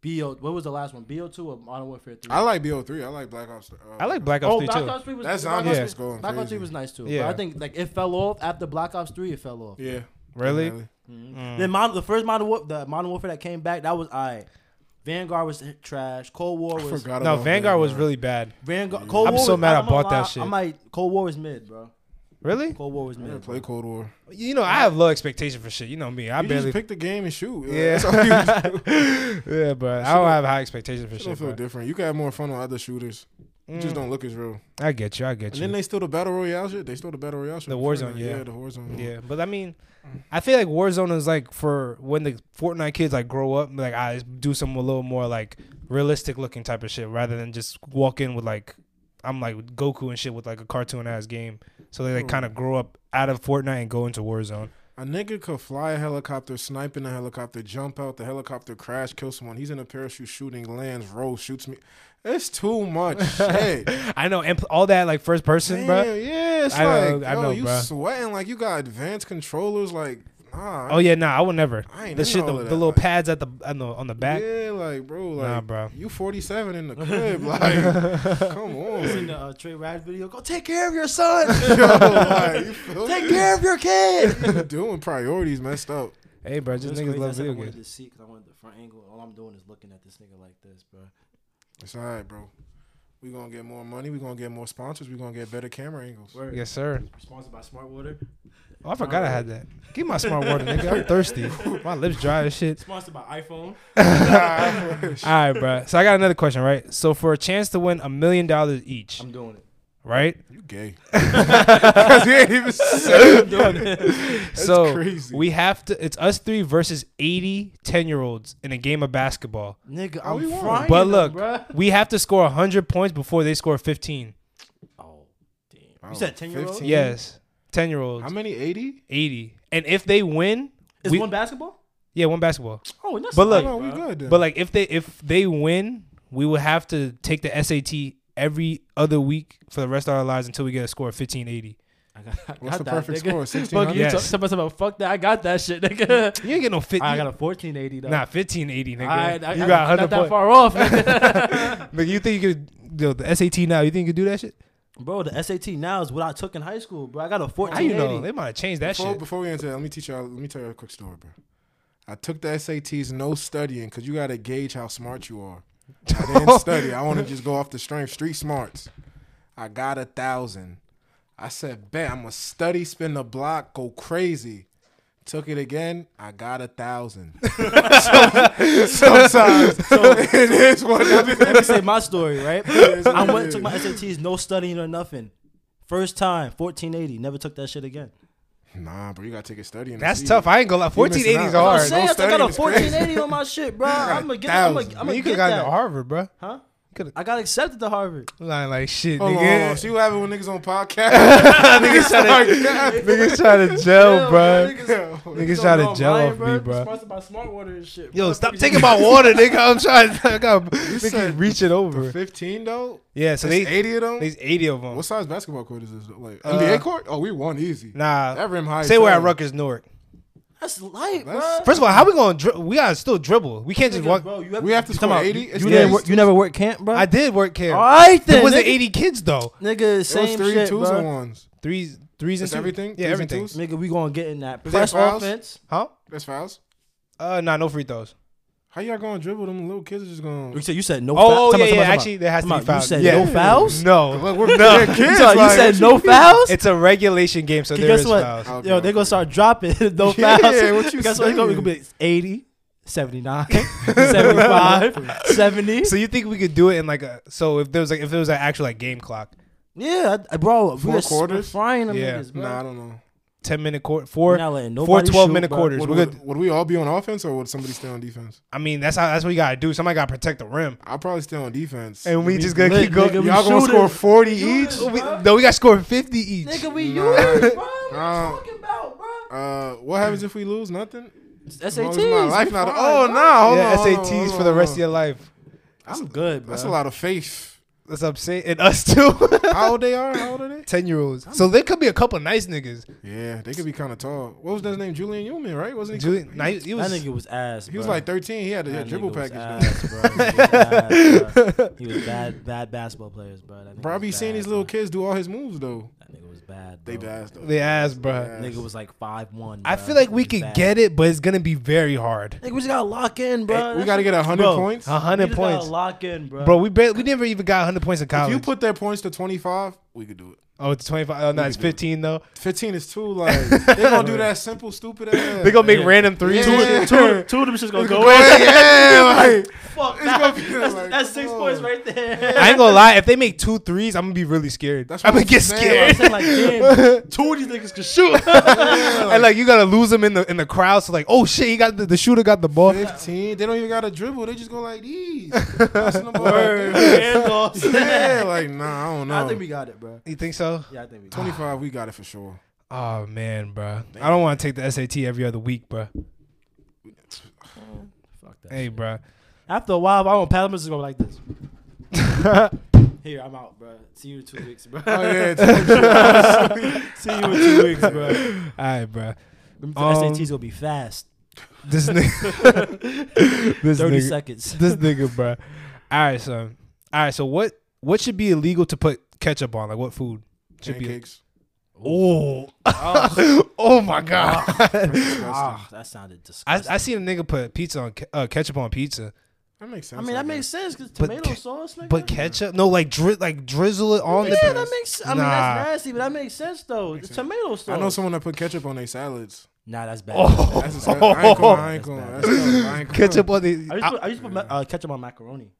Speaker 2: BO. What was the last one? BO two or Modern Warfare three?
Speaker 3: I like BO3. I like Black Ops. Uh,
Speaker 1: I like Black Ops
Speaker 2: Oh,
Speaker 1: 3
Speaker 2: Black
Speaker 1: too.
Speaker 2: Ops 3 was
Speaker 3: That
Speaker 2: Black,
Speaker 3: zombie
Speaker 2: Ops,
Speaker 1: Yeah.
Speaker 3: was going
Speaker 2: Black Ops 3
Speaker 3: crazy.
Speaker 2: was nice too.
Speaker 1: Yeah.
Speaker 2: But I think like it fell off after Black Ops 3 it fell off.
Speaker 3: Yeah.
Speaker 1: Really? Mm.
Speaker 2: Then modern, the first modern war, the modern warfare that came back, that was I. Vanguard was trash. Cold War
Speaker 3: I
Speaker 2: was
Speaker 3: forgot
Speaker 1: No,
Speaker 3: about
Speaker 1: Vanguard was really bad.
Speaker 2: Vanguard. Cold
Speaker 1: Mm. I'm
Speaker 2: War
Speaker 1: so
Speaker 2: was-
Speaker 1: mad I
Speaker 2: I'm not
Speaker 1: bought
Speaker 2: gonna
Speaker 1: that
Speaker 2: lie,
Speaker 1: shit.
Speaker 2: I might Cold War was mid, bro.
Speaker 1: Really?
Speaker 2: Cold War was
Speaker 3: I didn't
Speaker 2: mid.
Speaker 3: play Cold War.
Speaker 1: You know, I have low expectation for shit. You know me. I
Speaker 3: you
Speaker 1: barely.
Speaker 3: just pick the game and shoot.
Speaker 1: yeah.
Speaker 3: That's all you do.
Speaker 1: yeah, but I don't have high expectations for
Speaker 3: It don't
Speaker 1: shit.
Speaker 3: feel
Speaker 1: bro.
Speaker 3: different. You can have more fun on other shooters. You just
Speaker 1: Mm,
Speaker 3: don't look as real.
Speaker 1: I get you. I get
Speaker 3: And
Speaker 1: you.
Speaker 3: then they still the battle royale shit. They still the battle royale shit.
Speaker 1: The
Speaker 3: before
Speaker 1: Warzone,
Speaker 3: that.
Speaker 1: yeah.
Speaker 3: the Warzone. one.
Speaker 1: Yeah, but I mean, I feel like Warzone is like for when the Fortnite kids like grow up, like I do some a little more like realistic looking type of shit rather than just walk in with like I'm like Goku and shit with like a cartoon ass game. So they like kind of grow up out of Fortnite and go into Warzone.
Speaker 3: A nigga could fly a helicopter, snipe in a helicopter, jump out the helicopter, crash, kill someone. He's in a parachute shooting, lands, rolls, shoots me. It's too much shit.
Speaker 1: I know, and pl- all that like first person,
Speaker 3: Damn,
Speaker 1: bro.
Speaker 3: yeah, it's
Speaker 1: I know,
Speaker 3: like,
Speaker 1: I
Speaker 3: yo,
Speaker 1: know,
Speaker 3: you
Speaker 1: bruh.
Speaker 3: sweating like you got advanced controllers. Like, nah.
Speaker 1: Oh yeah, nah, I would never.
Speaker 3: I ain't
Speaker 1: The
Speaker 3: into
Speaker 1: shit,
Speaker 3: all
Speaker 1: the,
Speaker 3: of
Speaker 1: the
Speaker 3: that,
Speaker 1: little
Speaker 3: like-
Speaker 1: pads at the on the on the back.
Speaker 3: Yeah, like, bro, like,
Speaker 1: Nah, bro.
Speaker 3: you 47 in the crib. Like, come
Speaker 2: Seen
Speaker 3: on.
Speaker 2: the uh, Trey Rad video. Go take care of your son.
Speaker 3: Yo, like, you feel
Speaker 2: take
Speaker 3: me?
Speaker 2: care of your kid.
Speaker 3: You doing priorities messed up.
Speaker 1: Hey, bro, just
Speaker 2: That's
Speaker 1: niggas
Speaker 2: crazy.
Speaker 1: love
Speaker 2: That's like
Speaker 1: video
Speaker 2: I wanted
Speaker 1: games.
Speaker 2: to see 'cause I wanted the front angle. All I'm doing is looking at this nigga like this, bro.
Speaker 3: It's all right, bro. we going to get more money. we going to get more sponsors. we going to get better camera angles.
Speaker 2: Word.
Speaker 1: Yes, sir.
Speaker 2: Sponsored by Smart Water.
Speaker 1: Oh, I forgot I had that. Give my smart water, nigga. I'm thirsty. My lips dry as shit.
Speaker 2: Sponsored by iPhone.
Speaker 1: All right, bro. So I got another question, right? So for a chance to win a million dollars each,
Speaker 2: I'm doing it.
Speaker 1: right?
Speaker 3: You gay. 'Cause you ain't even said it.
Speaker 1: so
Speaker 3: crazy.
Speaker 1: we have to. It's us three versus 80 10 year olds in a game of basketball.
Speaker 2: Nigga,
Speaker 3: we
Speaker 2: I'm
Speaker 3: won.
Speaker 2: frying
Speaker 1: But
Speaker 2: them,
Speaker 1: look,
Speaker 2: bruh.
Speaker 1: we have to score 100 points before they score 15.
Speaker 2: Oh, damn.
Speaker 3: Wow,
Speaker 2: You said 10 year old?
Speaker 3: 15?
Speaker 1: Yes, 10 year
Speaker 3: How
Speaker 1: olds,
Speaker 3: many? 80?
Speaker 1: 80. And if they win,
Speaker 2: Is
Speaker 1: we-
Speaker 2: one basketball?
Speaker 1: yeah, one basketball.
Speaker 2: Oh, that's
Speaker 1: But
Speaker 3: Oh,
Speaker 1: look,
Speaker 2: light,
Speaker 3: no, we
Speaker 2: bruh.
Speaker 3: good. Then.
Speaker 1: But like if they if they win, we will have to take the SAT every other week for the rest of our lives until we get a score of 1580.
Speaker 2: I got, I
Speaker 3: What's
Speaker 2: got
Speaker 3: the
Speaker 2: that,
Speaker 3: perfect
Speaker 2: nigga.
Speaker 3: score?
Speaker 2: Fuck
Speaker 3: 1600?
Speaker 2: you.
Speaker 1: Yes.
Speaker 2: Yes. Somebody about fuck that. I got that shit, nigga.
Speaker 1: You ain't get no 50.
Speaker 2: I got a 1480 though.
Speaker 1: Nah, 1580, nigga.
Speaker 2: I, I,
Speaker 1: you
Speaker 2: I,
Speaker 1: got 100
Speaker 2: not that
Speaker 1: points.
Speaker 2: far off, nigga.
Speaker 1: Nigga, you think you could yo, the SAT now? You think you could do that shit?
Speaker 2: bro. The SAT now is what I took in high school, bro. I got a
Speaker 1: How you know?
Speaker 2: 1480.
Speaker 1: They might have changed that
Speaker 3: before,
Speaker 1: shit.
Speaker 3: before we answer that, let me teach y'all. Let me tell you a quick story, bro. I took the SATs, no studying, because you got to gauge how smart you are. I didn't study. I want to just go off the strength, street smarts. I got a thousand. I said, bet I'm gonna study, spin the block, go crazy. Took it again. I got a thousand. So- sometimes it is what it
Speaker 2: Let me
Speaker 3: is.
Speaker 2: say my story, right?
Speaker 3: Yes,
Speaker 2: I
Speaker 3: it
Speaker 2: went
Speaker 3: is.
Speaker 2: took my SATs, no studying or nothing. First time, 1480. Never took that shit again.
Speaker 3: Nah, bro, you gotta take a studying. to
Speaker 1: That's
Speaker 3: see.
Speaker 1: tough. I ain't gonna lie.
Speaker 3: You missing
Speaker 1: 1480 is
Speaker 3: out.
Speaker 2: I'm
Speaker 3: Alright,
Speaker 1: hard.
Speaker 2: saying
Speaker 3: no
Speaker 2: I took out a
Speaker 3: studying is crazy.
Speaker 2: 1480 on my shit, bro. I'm gonna get. I'm
Speaker 3: thousand.
Speaker 2: gonna
Speaker 1: you
Speaker 2: get
Speaker 1: could got
Speaker 2: that.
Speaker 1: into Harvard, bro.
Speaker 2: Huh?
Speaker 1: Coulda-
Speaker 2: I got accepted to Harvard.
Speaker 1: Lying like shit,
Speaker 3: Hold on, hold on.
Speaker 1: nigga.
Speaker 3: See what happened when niggas on podcast. niggas
Speaker 1: Niggas trying to gel, bro.
Speaker 3: Niggas
Speaker 1: Niggas trying to gel off me, bro.
Speaker 2: Sponsored by Smart Water and shit.
Speaker 1: Yo, stop taking my water, nigga. I'm trying to I got niggas
Speaker 3: said
Speaker 1: reaching over.
Speaker 3: 15 though?
Speaker 1: Yeah, so
Speaker 3: So
Speaker 1: they
Speaker 3: they 80 of them?
Speaker 1: there's 80 of them.
Speaker 3: what size basketball court is this? though? Like
Speaker 2: Uh,
Speaker 3: NBA court? Oh, we won easy.
Speaker 1: Nah,
Speaker 3: That rim high.
Speaker 1: say
Speaker 3: as
Speaker 1: we're at
Speaker 3: hell.
Speaker 1: Rutgers Newark.
Speaker 2: That's light, bro.
Speaker 3: That's-
Speaker 1: First of all, how we gonna dri- we gotta still dribble? We can't just walk.
Speaker 2: Bro, you
Speaker 3: We have to score
Speaker 1: about-
Speaker 3: 80. It's
Speaker 2: You
Speaker 1: Yeah.
Speaker 2: never
Speaker 3: threes,
Speaker 2: work, you never work camp, bro.
Speaker 1: I did work
Speaker 2: All
Speaker 1: here.
Speaker 2: right then.
Speaker 1: It wasn't
Speaker 2: Oh, nigga.
Speaker 1: 80 kids though.
Speaker 2: Nigga,
Speaker 3: It was
Speaker 2: same
Speaker 3: three
Speaker 2: shit,
Speaker 3: twos
Speaker 2: bro.
Speaker 3: and ones.
Speaker 1: Threes, threes, and
Speaker 3: It's
Speaker 1: two-
Speaker 3: everything?
Speaker 1: Yeah,
Speaker 3: Threes and
Speaker 1: everything.
Speaker 3: twos?
Speaker 2: Nigga, we gonna get in that
Speaker 3: Is that
Speaker 2: press
Speaker 3: fouls?
Speaker 2: offense.
Speaker 1: Huh?
Speaker 3: That's fouls.
Speaker 1: Uh, nah, no free throws.
Speaker 3: How y'all gonna dribble them little kids? Are just gonna.
Speaker 2: You said you said no.
Speaker 1: Oh,
Speaker 2: fou-
Speaker 1: yeah,
Speaker 2: Time out, time
Speaker 1: yeah.
Speaker 2: out, time
Speaker 1: Actually,
Speaker 2: out.
Speaker 1: there has to
Speaker 2: Time
Speaker 1: be
Speaker 2: out.
Speaker 1: fouls.
Speaker 2: You said
Speaker 1: Yeah.
Speaker 2: no fouls.
Speaker 1: No,
Speaker 3: Look, we're they're kids.
Speaker 2: So you
Speaker 3: like-
Speaker 2: said no fouls.
Speaker 1: it's a regulation game, so
Speaker 2: Okay,
Speaker 1: there
Speaker 2: guess
Speaker 1: is
Speaker 2: what?
Speaker 1: fouls.
Speaker 3: Okay,
Speaker 2: Yo, they gonna
Speaker 3: okay.
Speaker 2: start dropping no
Speaker 3: Yeah,
Speaker 2: fouls.
Speaker 3: what you
Speaker 2: Guess what? It's gonna, it's
Speaker 3: saying?
Speaker 2: gonna be 80, 79, 75, 70.
Speaker 1: So you think we could do it in like a? So if there was like if there was an actual like game clock,
Speaker 2: Yeah, I- bro.
Speaker 3: Four
Speaker 2: we're s-
Speaker 3: quarters?
Speaker 2: We're frying them
Speaker 1: Yeah.
Speaker 2: niggas, bro.
Speaker 3: Nah, I don't know.
Speaker 1: ten minute quarter,
Speaker 2: We're
Speaker 1: four,
Speaker 2: not letting
Speaker 1: four
Speaker 2: nobody
Speaker 1: 12
Speaker 2: shoot,
Speaker 1: minute
Speaker 2: bro.
Speaker 1: quarters.
Speaker 3: Would,
Speaker 1: We're
Speaker 3: would,
Speaker 1: good.
Speaker 3: would we all be on offense or would somebody stay on defense?
Speaker 1: I mean, that's how that's what you gotta do. Somebody gotta protect the rim,
Speaker 3: I'll probably stay on defense.
Speaker 1: and we just
Speaker 2: be
Speaker 1: gotta
Speaker 2: lit,
Speaker 1: keep going.
Speaker 2: nigga. We
Speaker 3: y'all gonna
Speaker 2: shooting.
Speaker 3: score 40 each?
Speaker 2: Shooting.
Speaker 1: We- no, we gotta score fifty each.
Speaker 2: Nigga, we
Speaker 3: Nah.
Speaker 2: yours, bro. What
Speaker 3: Nah.
Speaker 2: you talking about, bro?
Speaker 3: Uh, what happens if we lose? Nothing.
Speaker 2: SATs.
Speaker 3: As long as my life
Speaker 2: we
Speaker 3: not-
Speaker 2: fine,
Speaker 3: Oh no!
Speaker 2: bro.
Speaker 3: Hold
Speaker 1: yeah,
Speaker 3: on, hold on,
Speaker 1: SATs
Speaker 3: hold
Speaker 1: for the
Speaker 3: on,
Speaker 1: rest of
Speaker 3: hold
Speaker 1: your life.
Speaker 2: I'm good,
Speaker 3: on.
Speaker 2: bro.
Speaker 3: That's a lot of faith.
Speaker 1: That's upset, and us too.
Speaker 3: How old they are? How old are they?
Speaker 1: Ten year olds. So there could be a couple nice niggas.
Speaker 3: Yeah, they could be kind of tall. What was his name? Julian Newman, right? Wasn't he?
Speaker 1: Julian, nah, he, he
Speaker 2: That
Speaker 1: was.
Speaker 2: nigga was ass.
Speaker 3: He was
Speaker 2: bro.
Speaker 3: like 13. He had a
Speaker 2: That
Speaker 3: dribble
Speaker 2: nigga was
Speaker 3: package. though.
Speaker 2: ass, bro. He was ass, bro. He was bad, bad basketball players, bro. That nigga
Speaker 3: Bro, I
Speaker 2: was
Speaker 3: be seeing
Speaker 2: bad,
Speaker 3: these little
Speaker 2: bro.
Speaker 3: kids do all his moves though.
Speaker 2: That nigga was bad. Bro.
Speaker 3: They bad though.
Speaker 1: They ass, bruh.
Speaker 3: Yeah.
Speaker 2: Nigga was like five one.
Speaker 1: I feel like we could get it, but it's gonna be very hard.
Speaker 2: Nigga, we just gotta lock in, bro.
Speaker 3: we gotta get hundred
Speaker 2: Bro,
Speaker 3: points.
Speaker 1: A hundred
Speaker 2: We just
Speaker 1: points,
Speaker 2: Gotta lock in, bro.
Speaker 1: bro. We barely, we never even got hundred points in
Speaker 3: If
Speaker 1: college.
Speaker 3: you put their points to 25, we could do it.
Speaker 1: Oh, it's twenty five. Oh, no, it's fifteen though.
Speaker 3: Fifteen is too like they gonna do that simple stupid ass.
Speaker 1: They gonna make
Speaker 4: Yeah.
Speaker 1: random threes.
Speaker 4: Two,
Speaker 3: Yeah.
Speaker 4: two, two of them shit's gonna go
Speaker 3: Go
Speaker 4: in.
Speaker 3: ahead, yeah, like
Speaker 2: Fuck,
Speaker 3: It's gonna be like,
Speaker 2: that's six
Speaker 3: come on.
Speaker 2: points right there.
Speaker 1: I ain't gonna lie. If they make two threes, I'm gonna be really scared.
Speaker 3: That's
Speaker 1: I'm
Speaker 3: what
Speaker 1: gonna
Speaker 3: I'm
Speaker 1: get
Speaker 3: saying,
Speaker 1: scared.
Speaker 2: I'm like, damn,
Speaker 4: Two of these niggas can shoot.
Speaker 1: and like you gotta lose them in the in the crowd. So like, oh shit, he got the, the shooter got the ball.
Speaker 3: Fifteen. They don't even gotta dribble. They just go like these. That's the number
Speaker 2: word,
Speaker 3: right there.
Speaker 2: handoffs.
Speaker 3: Yeah, like nah, I don't know.
Speaker 2: I think we got it, bro.
Speaker 1: You think so?
Speaker 2: Yeah, I think we got it.
Speaker 3: twenty five. We got it for sure.
Speaker 1: Oh man, bro. I don't want to take the SAT every other week, bro.
Speaker 2: Fuck that.
Speaker 1: Hey, bro.
Speaker 2: After a while, I want Palamas to go like this. Here, I'm out, bro. See you in two weeks, bro.
Speaker 3: Oh yeah, it's-
Speaker 2: See you in two weeks, bro.
Speaker 1: All right, bro.
Speaker 2: The
Speaker 1: Um,
Speaker 2: SATs gonna be fast.
Speaker 1: This nigga. this
Speaker 2: Thirty
Speaker 1: nigga.
Speaker 2: seconds.
Speaker 1: This nigga, bro. All right, son. All right, so what what should be illegal to put ketchup on? Like what food should
Speaker 3: pancakes.
Speaker 1: be? Oh. oh my god.
Speaker 2: Ah, that sounded disgusting.
Speaker 1: I, I seen a nigga put pizza on ke- uh, ketchup on pizza,
Speaker 3: That makes sense.
Speaker 2: I mean,
Speaker 3: I
Speaker 2: that
Speaker 3: guess.
Speaker 2: makes sense because
Speaker 1: But
Speaker 2: tomato
Speaker 1: ca-
Speaker 2: sauce, nigga.
Speaker 1: but ketchup no like dri- like drizzle it on
Speaker 2: yeah,
Speaker 1: the.
Speaker 2: that makes. I mean, that's nasty, but that makes sense though. It's tomato sauce.
Speaker 3: I know someone that put ketchup on their salads.
Speaker 2: Nah, that's bad.
Speaker 1: Oh.
Speaker 3: That's disgusting. I ain't going. I ain't
Speaker 2: That's
Speaker 3: going.
Speaker 2: bad.
Speaker 3: That's tough. I ain't going.
Speaker 1: Ketchup on the.
Speaker 2: I used to, put, I used to put ma- uh, ketchup on macaroni.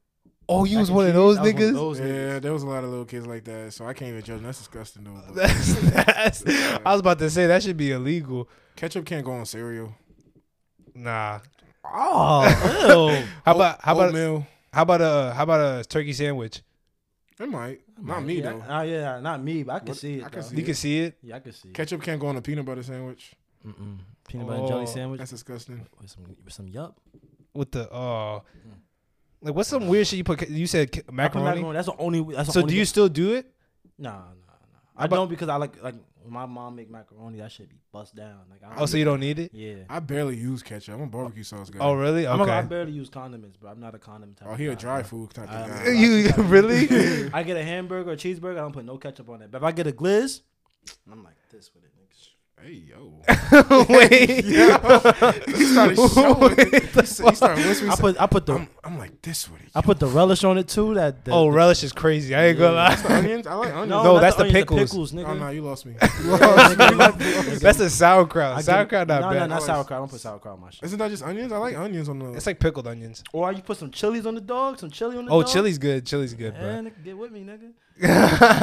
Speaker 1: oh, you
Speaker 2: Mac
Speaker 1: was
Speaker 2: and
Speaker 1: one of
Speaker 2: cheese,
Speaker 1: those
Speaker 2: I was one of
Speaker 1: niggas.
Speaker 2: those niggas.
Speaker 3: Yeah, there was a lot of little kids like that, so I can't even judge. That's disgusting though. but-
Speaker 1: That's, that's, I was about to say that should be illegal.
Speaker 3: Ketchup can't go on cereal.
Speaker 1: Nah.
Speaker 2: Oh, ew.
Speaker 1: How about how about
Speaker 3: Oatmeal.
Speaker 1: how about a how about a turkey sandwich?
Speaker 3: It might. Not me
Speaker 2: yeah,
Speaker 3: though.
Speaker 2: Oh yeah, not me, but I can
Speaker 3: What-
Speaker 2: see it.
Speaker 3: I can
Speaker 2: though.
Speaker 3: see
Speaker 1: You can see it.
Speaker 2: Yeah, I can see. it.
Speaker 3: Ketchup can't go on a peanut butter sandwich.
Speaker 2: Mm-mm. Peanut butter and jelly
Speaker 1: Oh,
Speaker 2: sandwich
Speaker 3: That's disgusting.
Speaker 2: with some with some yup.
Speaker 1: with the oh, like what's some weird shit you put? You said ca-
Speaker 2: Mm. I put
Speaker 1: macaroni.
Speaker 2: macaroni. That's the only. That's the
Speaker 1: So
Speaker 2: only
Speaker 1: do you
Speaker 2: thing-
Speaker 1: still do it?
Speaker 2: Nah, nah, nah. I
Speaker 1: about-
Speaker 2: don't because I like like when my mom make macaroni. That should be bust down. Like I
Speaker 1: Oh, so you don't need it?
Speaker 2: yeah.
Speaker 3: I barely use ketchup. I'm a barbecue sauce guy.
Speaker 1: Oh, really?
Speaker 2: I'm a, I
Speaker 1: Okay.
Speaker 2: barely use condiments, but I'm not a condiment type.
Speaker 3: Oh,
Speaker 2: of
Speaker 3: he a
Speaker 2: guy,
Speaker 3: dry
Speaker 2: bro.
Speaker 3: food type
Speaker 2: I-
Speaker 3: of guy.
Speaker 1: You really?
Speaker 2: I get a hamburger or cheeseburger. I don't put no ketchup on it. But if I get a glizz, I'm like this with it. nigga.
Speaker 3: Hey yo.
Speaker 1: Wait.
Speaker 3: He started showing. He said- he
Speaker 2: I
Speaker 3: started whispering. he said,
Speaker 2: put I put the
Speaker 3: I'm, I'm like this with it.
Speaker 2: I put the relish on it too. That the,
Speaker 1: Oh, relish is crazy. I ain't gonna
Speaker 3: That's
Speaker 1: lie.
Speaker 3: the onions. I like onions.
Speaker 1: No,
Speaker 2: not
Speaker 1: that's the
Speaker 2: onions,
Speaker 1: pickles.
Speaker 2: nigga.
Speaker 3: Oh no, you lost me.
Speaker 1: That's the sauerkraut.
Speaker 2: I get-
Speaker 1: Sauerkraut not
Speaker 2: no,
Speaker 1: bad.
Speaker 2: No, not
Speaker 3: Always-
Speaker 2: sauerkraut. I don't put sauerkraut on my shit.
Speaker 3: Isn't that just onions? I like onions on the.
Speaker 1: It's like pickled onions.
Speaker 2: Or you put some chilies on the dog. Some chili on the
Speaker 1: Oh,
Speaker 2: dog.
Speaker 1: chili's good. Chili's good,
Speaker 2: Yeah,
Speaker 1: bro.
Speaker 2: nigga, get with me, nigga.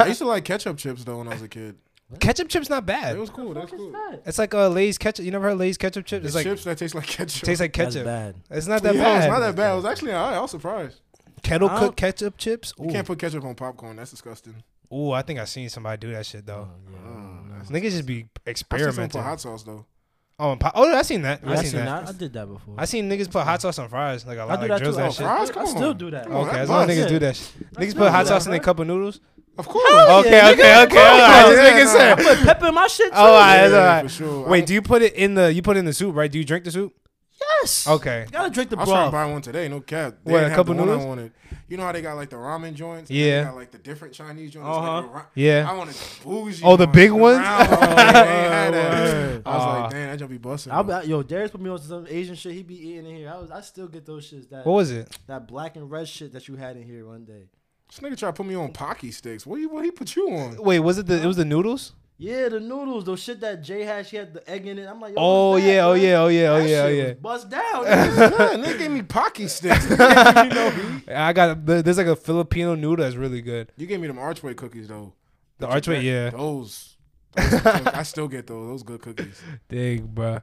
Speaker 3: I used to like ketchup chips though when I was a kid.
Speaker 1: Ketchup chips not
Speaker 3: It
Speaker 1: bad.
Speaker 3: was cool. That's cool.
Speaker 1: It's like a Lay's ketchup. You never heard Lay's ketchup chips? It's
Speaker 3: It's
Speaker 1: like
Speaker 3: chips that taste like ketchup.
Speaker 1: tastes like
Speaker 2: That's
Speaker 1: ketchup.
Speaker 2: bad.
Speaker 1: It's not that
Speaker 3: Yo,
Speaker 1: bad.
Speaker 3: It's not that bad. It was actually all right. I was surprised.
Speaker 1: Kettle
Speaker 2: I
Speaker 1: cooked ketchup chips.
Speaker 3: You
Speaker 1: Ooh.
Speaker 3: can't put ketchup on popcorn. That's disgusting.
Speaker 1: Ooh, I think I seen somebody do that shit
Speaker 2: Oh,
Speaker 1: though.
Speaker 2: Mm-hmm.
Speaker 1: Niggas just be
Speaker 3: I seen someone put
Speaker 1: experimenting.
Speaker 3: hot sauce though.
Speaker 1: Oh, and po- oh, I seen that.
Speaker 2: Yeah,
Speaker 1: I
Speaker 2: I,
Speaker 1: seen, that.
Speaker 2: I did that before.
Speaker 1: I seen niggas put hot sauce on fries. Like a
Speaker 2: I
Speaker 1: lot
Speaker 2: do
Speaker 1: like
Speaker 2: that too.
Speaker 1: drizzle that
Speaker 2: I
Speaker 1: shit.
Speaker 3: fries?
Speaker 2: still-
Speaker 3: Come
Speaker 2: I still
Speaker 3: on.
Speaker 2: do that.
Speaker 3: Come on.
Speaker 1: okay,
Speaker 3: that
Speaker 1: as long as
Speaker 3: bust.
Speaker 1: niggas do that shit. Niggas
Speaker 2: do
Speaker 1: put hot
Speaker 2: that,
Speaker 1: sauce in their
Speaker 2: bro.
Speaker 1: cup of noodles.
Speaker 3: Of course.
Speaker 1: Okay,
Speaker 2: yeah,
Speaker 1: okay, okay, okay. All right, just
Speaker 3: Yeah,
Speaker 1: making
Speaker 3: nah.
Speaker 1: sense.
Speaker 2: Put pepper in my shit too.
Speaker 1: Oh, all right, all
Speaker 3: Yeah,
Speaker 1: right.
Speaker 3: for sure.
Speaker 1: Wait,
Speaker 3: I-
Speaker 1: do you put it in the? You put it in the soup, right? Do you drink the soup?
Speaker 2: yes.
Speaker 1: Okay.
Speaker 2: You gotta drink the
Speaker 3: I was trying to
Speaker 2: broth.
Speaker 3: buy one today. No cap. They
Speaker 1: What,
Speaker 3: didn't
Speaker 1: a
Speaker 3: have
Speaker 1: couple
Speaker 3: the one
Speaker 1: noodles?
Speaker 3: I wanted. You know how they got like the ramen joints?
Speaker 1: Yeah.
Speaker 3: They got like the different Chinese joints.
Speaker 2: Uh-huh.
Speaker 3: Like, the ra-
Speaker 1: Yeah.
Speaker 3: I wanted the bougie.
Speaker 1: Oh, the
Speaker 3: one,
Speaker 1: big ones?
Speaker 3: round one. They ain't had that.
Speaker 2: Word.
Speaker 3: I was
Speaker 1: Ah.
Speaker 3: like, damn, that jump be busting.
Speaker 2: I'll be, yo, Darius put me on some Asian shit. He be eating in here. I was, I still get those shits that
Speaker 1: What was it?
Speaker 2: that black and red shit that you had in here one day.
Speaker 3: This nigga tried to put me on Pocky sticks. What, you, what he put you on?
Speaker 1: Wait, was it the? It was the noodles.
Speaker 2: Yeah, the noodles, those shit that Jay had. She had the egg in it. I'm like, yo,
Speaker 1: Oh
Speaker 2: what's that,
Speaker 1: yeah, oh
Speaker 2: bro?
Speaker 1: yeah, oh yeah, oh
Speaker 2: That
Speaker 1: yeah, oh
Speaker 2: shit
Speaker 1: yeah.
Speaker 2: was Bust down. nigga.
Speaker 3: yeah, nigga gave me Pocky sticks. Nigga gave me no heat.
Speaker 1: I got there- there's like a Filipino noodle that's really good.
Speaker 3: You gave me them Archway cookies though.
Speaker 1: The
Speaker 3: That you
Speaker 1: Archway,
Speaker 3: got-
Speaker 1: yeah.
Speaker 3: Those. those I still get those. Those good cookies
Speaker 1: Dang, bruh.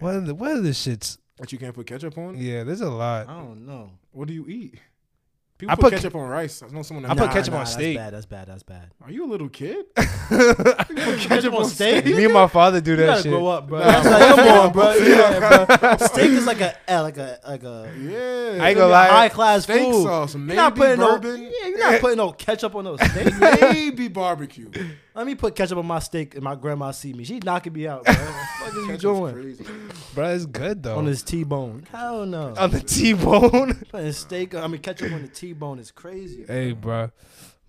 Speaker 1: What are the what are the shits?
Speaker 3: that you can't put ketchup on.
Speaker 1: Yeah, there's a lot.
Speaker 2: I don't know.
Speaker 3: What do you eat? People
Speaker 1: I
Speaker 3: put,
Speaker 1: put
Speaker 3: ketchup on rice. I know someone.
Speaker 1: I
Speaker 3: That
Speaker 1: put ketchup on
Speaker 2: that's
Speaker 1: steak.
Speaker 2: Bad, that's bad. That's bad.
Speaker 3: Are you a little kid?
Speaker 2: Ketchup on steak.
Speaker 1: Me and my father do
Speaker 2: You gotta
Speaker 1: that shit.
Speaker 2: grow up, bro. That's like, come on, bro. Yeah, bro. Steak is like a eh, like a like a
Speaker 3: Yeah.
Speaker 1: I ain't
Speaker 2: like
Speaker 1: gonna
Speaker 2: a
Speaker 1: lie.
Speaker 2: high class
Speaker 3: steak
Speaker 2: food.
Speaker 3: sauce,
Speaker 2: You're
Speaker 3: maybe
Speaker 2: not putting no
Speaker 3: bourbon,
Speaker 2: yeah, you're not putting no ketchup on no steak.
Speaker 3: maybe barbecue.
Speaker 2: Let me put ketchup on my steak, and my grandma see me. She knocking me out, bro. What the fuck is you
Speaker 3: Ketchup's
Speaker 2: doing
Speaker 3: crazy.
Speaker 1: Bruh, it's good though.
Speaker 2: on this T-bone? Hell no.
Speaker 1: On the T-bone.
Speaker 2: Putting steak, I mean ketchup on the T-bone is crazy.
Speaker 1: hey, bruh.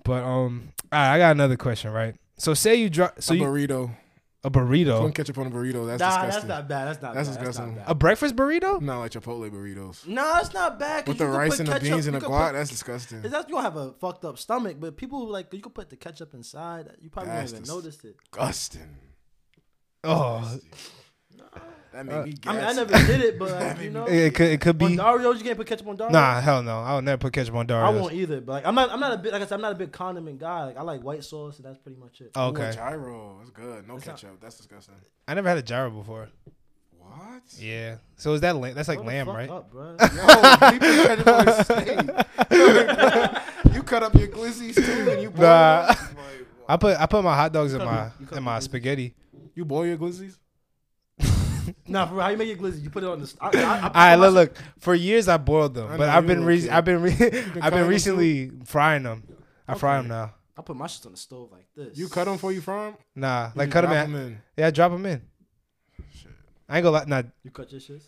Speaker 1: But um, all right, I got another question, right? So say you drop. So
Speaker 3: a
Speaker 1: you
Speaker 3: burrito.
Speaker 1: A
Speaker 3: Putting
Speaker 1: burrito.
Speaker 3: ketchup on a burrito, that's
Speaker 2: nah, that's
Speaker 3: disgusting.
Speaker 2: not bad. That's not
Speaker 3: That's
Speaker 2: bad.
Speaker 3: disgusting.
Speaker 2: That's
Speaker 1: A
Speaker 2: not bad.
Speaker 1: breakfast burrito?
Speaker 3: Not like Chipotle burritos.
Speaker 2: Nah, it's not bad. 'cause
Speaker 3: With
Speaker 2: you
Speaker 3: the
Speaker 2: can
Speaker 3: rice
Speaker 2: put
Speaker 3: and the
Speaker 2: ketchup-
Speaker 3: beans and
Speaker 2: you
Speaker 3: the
Speaker 2: can
Speaker 3: guac,
Speaker 2: put-
Speaker 3: that's disgusting.
Speaker 2: Is that you don't have a fucked up stomach, but people like you could put the ketchup inside. You probably won't
Speaker 3: That's
Speaker 2: even
Speaker 3: dis-
Speaker 2: notice it.
Speaker 3: disgusting.
Speaker 1: Oh,
Speaker 3: That made me
Speaker 2: Uh, I mean, I
Speaker 3: gassy.
Speaker 2: never did it, but like, you know,
Speaker 1: it, it could it could
Speaker 2: on
Speaker 1: be.
Speaker 2: Doritos you can't put ketchup on Doritos.
Speaker 1: Nah, hell no. I would never put ketchup on
Speaker 2: I
Speaker 1: Doritos.
Speaker 2: won't either. But like, I'm not, I'm not a big, like I said, I'm not a big condiment guy. Like I like white sauce, and that's pretty much it.
Speaker 1: Oh,
Speaker 3: Ooh, a
Speaker 1: okay.
Speaker 3: gyro. That's good. No
Speaker 2: That's not-
Speaker 3: ketchup. That's disgusting.
Speaker 1: I never had a gyro before.
Speaker 3: What?
Speaker 1: Yeah. So is that lamb? That's like
Speaker 2: Grow the
Speaker 1: lamb,
Speaker 2: fuck
Speaker 1: right?
Speaker 2: Up, bro.
Speaker 3: Yo, he put ketchup on his steak. you cut up your glizzies too, and you boil
Speaker 1: Nah.
Speaker 3: them? Like,
Speaker 1: I put I put my hot dogs in
Speaker 2: cut
Speaker 1: my
Speaker 2: the- you cut
Speaker 1: in
Speaker 2: the
Speaker 1: my
Speaker 2: glizzy.
Speaker 1: spaghetti.
Speaker 3: you boil your glizzies?
Speaker 2: nah, for real, how you make your glizzy? You put it on the. I, I, I,
Speaker 1: All right, look, look. For years I boiled them,
Speaker 3: I
Speaker 1: but
Speaker 3: know
Speaker 1: I've
Speaker 3: you
Speaker 1: been
Speaker 3: were a
Speaker 1: re-
Speaker 3: kid.
Speaker 1: I've been re- I've
Speaker 3: cutting
Speaker 1: been
Speaker 3: them
Speaker 1: recently frying them. I fry them now.
Speaker 2: I put my shit on the stove like this.
Speaker 3: You cut them before you fry them?
Speaker 1: Nah, like cut them
Speaker 3: Drop
Speaker 1: at.
Speaker 3: 'em in.
Speaker 1: Yeah, drop them in.
Speaker 3: Shit.
Speaker 1: I ain't gonna lie. Nah,
Speaker 2: You cut your shits.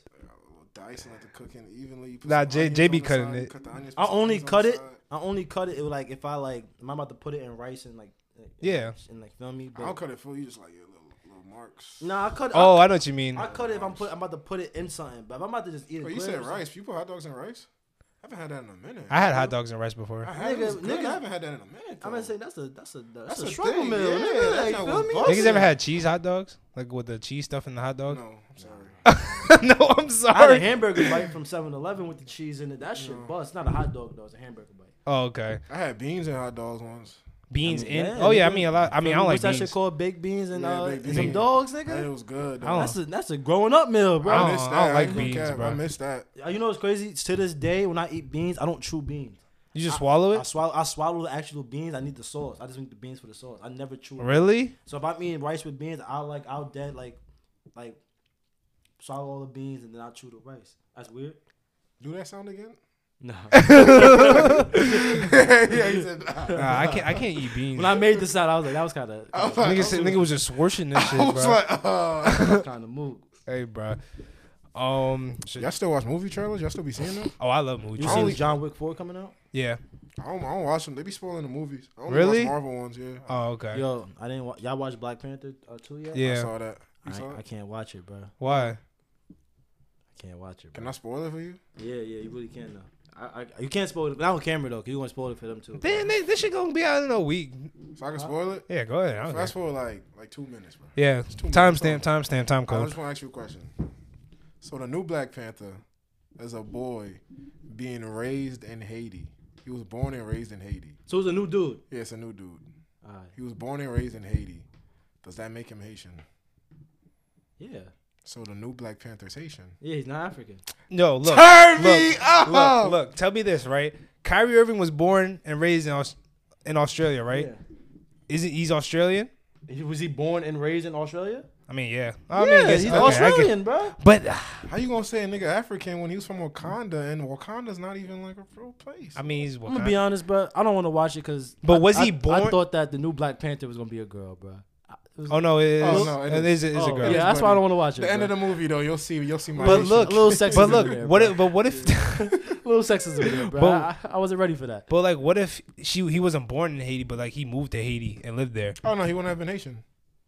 Speaker 3: Dice and let the cooking evenly. You put
Speaker 1: Nah,
Speaker 3: some
Speaker 1: J-
Speaker 3: onions
Speaker 1: J
Speaker 3: on
Speaker 1: be
Speaker 3: the
Speaker 1: cutting
Speaker 3: side, you
Speaker 1: it.
Speaker 3: cut the onions,
Speaker 2: I
Speaker 3: put some
Speaker 2: only
Speaker 3: onions on
Speaker 2: cut
Speaker 3: the
Speaker 2: it.
Speaker 3: side.
Speaker 2: I only cut it. It was like if I like, I'm about to put it in rice and like. and-
Speaker 1: Yeah.
Speaker 2: And like, feel me?
Speaker 3: I
Speaker 2: But,
Speaker 3: don't cut it full. You just like your little, little marks.
Speaker 2: Nah, I cut. it.
Speaker 1: oh, I know what you mean.
Speaker 2: I cut it if I'm put. I'm about to put it in something, but if I'm about to just eat it.
Speaker 3: Wait,
Speaker 2: grilled
Speaker 3: you
Speaker 2: or
Speaker 3: said
Speaker 2: something-
Speaker 3: rice. You put hot dogs in rice? I haven't had that in a minute.
Speaker 1: I had hot dogs and rice before.
Speaker 3: I, had
Speaker 2: Nigga-
Speaker 3: it was good.
Speaker 2: niggas-
Speaker 3: I haven't had that in a minute.
Speaker 2: I'm
Speaker 3: though.
Speaker 2: gonna say that's a that's a that's,
Speaker 3: That's
Speaker 2: a,
Speaker 3: a
Speaker 2: struggle
Speaker 3: thing,
Speaker 2: meal.
Speaker 3: yeah,
Speaker 2: nigga.
Speaker 3: that's
Speaker 2: Like,
Speaker 3: not
Speaker 2: feel
Speaker 3: what
Speaker 2: me?
Speaker 3: bust
Speaker 1: Niggas ever had cheese hot dogs? Like with the cheese stuff in the hot dog?
Speaker 3: No, I'm sorry.
Speaker 1: No, I'm
Speaker 2: I had a
Speaker 1: sorry.
Speaker 2: hamburger bite from 7-Eleven with the cheese in it. That shit bust. Not a hot dog though. It's a hamburger bite.
Speaker 1: Oh, okay.
Speaker 3: I had beans and hot dogs once.
Speaker 1: Beans
Speaker 2: I mean,
Speaker 1: in.
Speaker 2: yeah,
Speaker 1: Oh yeah, I
Speaker 2: nigga.
Speaker 1: mean a lot. I mean I don't like
Speaker 2: What's that shit
Speaker 1: beans.
Speaker 2: called? Baked beans and,
Speaker 3: Yeah,
Speaker 2: uh,
Speaker 3: baked
Speaker 2: and some
Speaker 3: beans.
Speaker 2: dogs,
Speaker 3: That shit
Speaker 2: nigga.
Speaker 3: was good. Though.
Speaker 1: I don't-
Speaker 2: That's a that's a growing up meal, bro.
Speaker 1: I
Speaker 3: I
Speaker 1: don't-
Speaker 3: missed
Speaker 1: I
Speaker 3: that.
Speaker 1: don't like
Speaker 3: ain't
Speaker 1: beans,
Speaker 3: gonna cap.
Speaker 1: bro.
Speaker 3: I missed that.
Speaker 2: Uh, You know what's crazy? To this day, when I eat beans, I don't chew beans.
Speaker 1: You just swallow
Speaker 2: I
Speaker 1: it?
Speaker 2: swallow I swallow the actual beans. I need the sauce. I just need the beans for the sauce. I never chew. it.
Speaker 1: Really?
Speaker 2: So if I'm eating rice with beans, I'll like I'll dead like like swallow all the beans and then I'll chew the rice. That's weird.
Speaker 3: Do that sound again?
Speaker 2: No.
Speaker 3: yeah, he said. Nah.
Speaker 1: Nah, I can't. I can't eat beans.
Speaker 2: when I made this out, I was like, that was kind of
Speaker 3: I was like, oh,
Speaker 1: Nigga, said- nigga was just swishing this shit,
Speaker 3: I was
Speaker 1: bro.
Speaker 3: like, uh.
Speaker 2: kind of move.
Speaker 1: Hey, bro. Um. shit.
Speaker 3: y'all still watch movie trailers? Y'all still be seeing them?
Speaker 1: Oh, I love movies.
Speaker 2: You
Speaker 3: I
Speaker 2: seen
Speaker 3: only-
Speaker 2: John Wick Four coming out?
Speaker 1: Yeah.
Speaker 3: I don't, I don't watch them. They be spoiling the movies. I only
Speaker 1: Really?
Speaker 3: watch Marvel ones. Yeah,
Speaker 1: Oh, okay.
Speaker 2: Yo, I didn't. Wa- y'all watch Black Panther uh, two yet?
Speaker 3: I
Speaker 1: Yeah.
Speaker 3: saw that. You saw
Speaker 2: I, I
Speaker 3: it?
Speaker 2: can't watch it, bro. I
Speaker 1: Why?
Speaker 2: can't watch it. Bro.
Speaker 3: Can I spoil it for you?
Speaker 2: Yeah, yeah, you really can't though. I, I, you can't spoil it. Not on camera though, cause you gonna spoil it for them too.
Speaker 1: Then they, this shit gonna be out in a week.
Speaker 3: So I can spoil it.
Speaker 1: Yeah, go ahead. I don't care.
Speaker 3: Fast forward like like two minutes, bro.
Speaker 1: Uh, Yeah.
Speaker 3: too much.
Speaker 1: Timestamp. Timestamp. Time
Speaker 3: I
Speaker 1: code.
Speaker 3: just want to ask you a question. So the new Black Panther is a boy being raised in Haiti. He was born and raised in Haiti.
Speaker 2: So it's a new dude.
Speaker 3: Yeah, it's a new dude.
Speaker 2: All right.
Speaker 3: He was born and raised in Haiti. Does that make him Haitian?
Speaker 2: Yeah.
Speaker 3: So the new Black Panther's Haitian.
Speaker 2: Yeah, he's not African.
Speaker 1: No, look.
Speaker 3: Turn
Speaker 1: look,
Speaker 3: me up!
Speaker 1: Look, look, tell me this, right? Kyrie Irving was born and raised in, Aus- in Australia, right? Isn't he's Australian?
Speaker 2: Yeah. Was he born and raised in Australia?
Speaker 1: I mean, yeah. I
Speaker 2: yeah,
Speaker 1: mean, I guess-
Speaker 2: he's
Speaker 1: okay, I guess-
Speaker 2: Australian, bro.
Speaker 1: But uh,
Speaker 3: How you gonna say a nigga African when he was from Wakanda and Wakanda's not even like a real place?
Speaker 1: I mean, he's
Speaker 2: I'm gonna be honest, bro. I don't want to watch it because.
Speaker 1: But was he
Speaker 2: I
Speaker 1: born-
Speaker 2: thought that the new Black Panther was gonna be a girl, bro. I- it was-
Speaker 1: Oh no, it is.
Speaker 3: Oh, no, it
Speaker 1: it is.
Speaker 3: is.
Speaker 1: It is a
Speaker 2: Oh,
Speaker 1: girl.
Speaker 2: Yeah, that's why I don't want to watch it.
Speaker 3: the end
Speaker 2: bro.
Speaker 3: of the movie though, you'll see you'll see my
Speaker 1: But
Speaker 3: Haitian.
Speaker 1: look,
Speaker 2: A little sexism
Speaker 1: but
Speaker 2: in there,
Speaker 1: look, what?
Speaker 2: bro.
Speaker 1: If, but what if?
Speaker 2: little sexism there, bro.
Speaker 1: But-
Speaker 2: I, I wasn't ready for that.
Speaker 1: But like, what if she he wasn't born in Haiti, but like he moved to Haiti and lived there?
Speaker 3: Oh no, he wouldn't have been Haitian.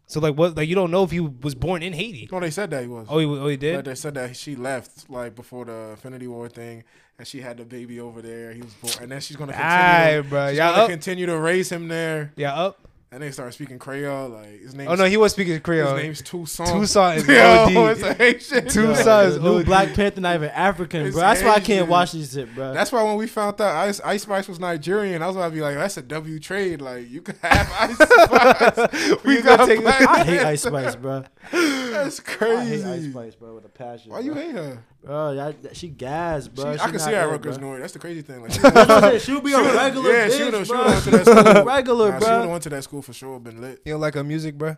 Speaker 1: So like, what? Like you don't know if he was born in Haiti.
Speaker 3: No, they said that he was.
Speaker 1: Oh, he, oh, he
Speaker 3: But
Speaker 1: did.
Speaker 3: they said that she left like before the Infinity War thing, and she had the baby over there. He was born, and then she's gonna continue.
Speaker 1: Aye, bro.
Speaker 3: she's
Speaker 1: Y'all
Speaker 3: gonna
Speaker 1: up?
Speaker 3: continue to raise him there.
Speaker 1: Yeah, up.
Speaker 3: And they start speaking Creole. Like his name.
Speaker 1: Oh no, he was speaking
Speaker 3: his
Speaker 1: Creole.
Speaker 3: name's Tucson.
Speaker 1: Tucson is
Speaker 3: Yo,
Speaker 1: OD.
Speaker 3: it's a Haitian.
Speaker 1: Tucson.
Speaker 2: Bro,
Speaker 1: size
Speaker 2: the new
Speaker 1: OD.
Speaker 2: Black Panther not even African,
Speaker 3: It's
Speaker 2: bro. That's why I
Speaker 3: Asian.
Speaker 2: can't watch this shit, bro.
Speaker 3: That's why when we found out Ice, Ice Spice was Nigerian, I was about to be like, "That's a W trade. Like you could have Ice Spice.
Speaker 1: We gonna take-
Speaker 2: I hate Ice Spice, bro.
Speaker 3: That's
Speaker 2: I hate Ice
Speaker 3: crazy.
Speaker 2: Spice, bro, with a passion.
Speaker 3: Why you
Speaker 2: bro.
Speaker 3: hate her?
Speaker 2: Bro, that, that- she gas,
Speaker 3: She,
Speaker 2: bro.
Speaker 3: I
Speaker 2: She
Speaker 3: can
Speaker 2: not
Speaker 3: see her at
Speaker 2: it,
Speaker 3: Rutgers
Speaker 2: bro.
Speaker 3: Norwood. That's the crazy thing. Like, she would've-
Speaker 2: That's what I'm saying. She'll be a
Speaker 3: would've-
Speaker 2: regular
Speaker 3: yeah, she
Speaker 2: bitch,
Speaker 3: would've- she
Speaker 2: bro.
Speaker 3: would've went to that school.
Speaker 2: regular,
Speaker 3: Nah, she would have
Speaker 2: bro.
Speaker 3: went to that school for sure. Been lit.
Speaker 1: You don't like her music, bro?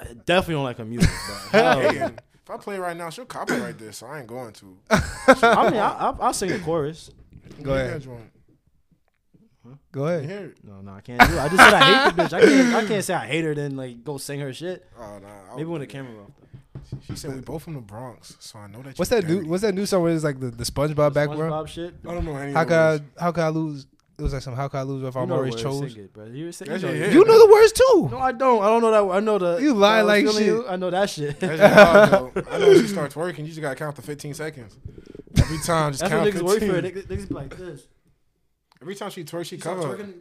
Speaker 2: I definitely don't like her music, bro. Hell
Speaker 3: Hey,
Speaker 2: no.
Speaker 3: and if I play right now, she'll copyright this. So I ain't going to.
Speaker 2: I mean, I, I, I'll sing the chorus.
Speaker 1: Go
Speaker 3: Yeah,
Speaker 1: ahead.
Speaker 3: joint.
Speaker 1: Go
Speaker 3: You
Speaker 1: ahead.
Speaker 3: hear it?
Speaker 2: No, no, I can't do it. I just said I hate the bitch. I can't, I can't say I hate her, then like go sing her shit.
Speaker 3: Oh, nah, I-
Speaker 2: Maybe when the camera off. Though.
Speaker 3: She said we both from the Bronx, so I know that.
Speaker 1: What's
Speaker 3: you
Speaker 1: that new?
Speaker 3: dirty.
Speaker 1: What's that new song where it's like the, the SpongeBob background?
Speaker 2: SpongeBob shit.
Speaker 3: I don't know any
Speaker 1: How
Speaker 3: of those.
Speaker 1: could I, how could I lose? It was like some how could I lose if
Speaker 2: You
Speaker 1: I'm
Speaker 2: know the
Speaker 1: always
Speaker 2: words,
Speaker 1: chose.
Speaker 2: sing it, bro. You, sing,
Speaker 3: That
Speaker 2: you know,
Speaker 3: shit
Speaker 2: it.
Speaker 3: hit.
Speaker 1: You know the words too.
Speaker 2: No, I don't. I don't know that. I know the.
Speaker 1: You lie
Speaker 2: I was
Speaker 1: like
Speaker 2: feeling
Speaker 1: shit.
Speaker 2: you. I know that shit.
Speaker 3: That's your job, though. I know she starts working. You just gotta count to 15 seconds every time. Just
Speaker 2: That's what
Speaker 3: count
Speaker 2: niggas work
Speaker 3: 15.
Speaker 2: for. Niggas, niggas be like this.
Speaker 3: Every time she twerks, she
Speaker 2: You start
Speaker 3: cover.
Speaker 2: twerking,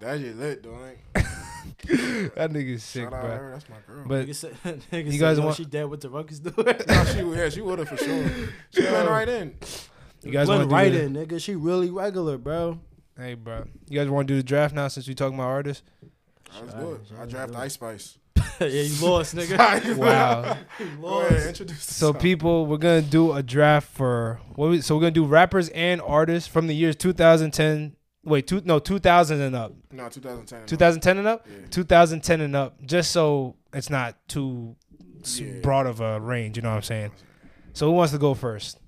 Speaker 3: That shit lit, though. ain't it?
Speaker 1: That nigga's sick,
Speaker 3: Shout out to
Speaker 1: bro.
Speaker 3: her. That's my girl.
Speaker 1: But
Speaker 2: Niggas said, niggas
Speaker 1: You
Speaker 2: you
Speaker 1: guys
Speaker 2: guys said, want
Speaker 1: want-
Speaker 2: she dead with the ruckus doing.
Speaker 3: No, she, yeah, she would have for sure. She went right in.
Speaker 1: you guys want to
Speaker 2: went
Speaker 1: do
Speaker 2: right
Speaker 1: the-
Speaker 2: in, nigga. She really regular, bro.
Speaker 1: Hey, bro. You guys want to do the draft now since we talking about artists?
Speaker 3: Let's do it. I draft Ice Spice.
Speaker 2: yeah, you lost, nigga.
Speaker 1: Wow.
Speaker 2: You
Speaker 3: Go
Speaker 2: lost.
Speaker 3: ahead, introduce
Speaker 1: So,
Speaker 3: yourself.
Speaker 1: people, we're gonna do a draft for what? We, so we're gonna do rappers and artists from the years 2010. Wait, two, no, 2000 and up.
Speaker 3: No, 2010.
Speaker 1: 2010 and up.
Speaker 3: Yeah.
Speaker 1: 2010 and up. Just so it's not too s-
Speaker 3: Yeah.
Speaker 1: broad of a range. You know what I'm saying? So who wants to go first?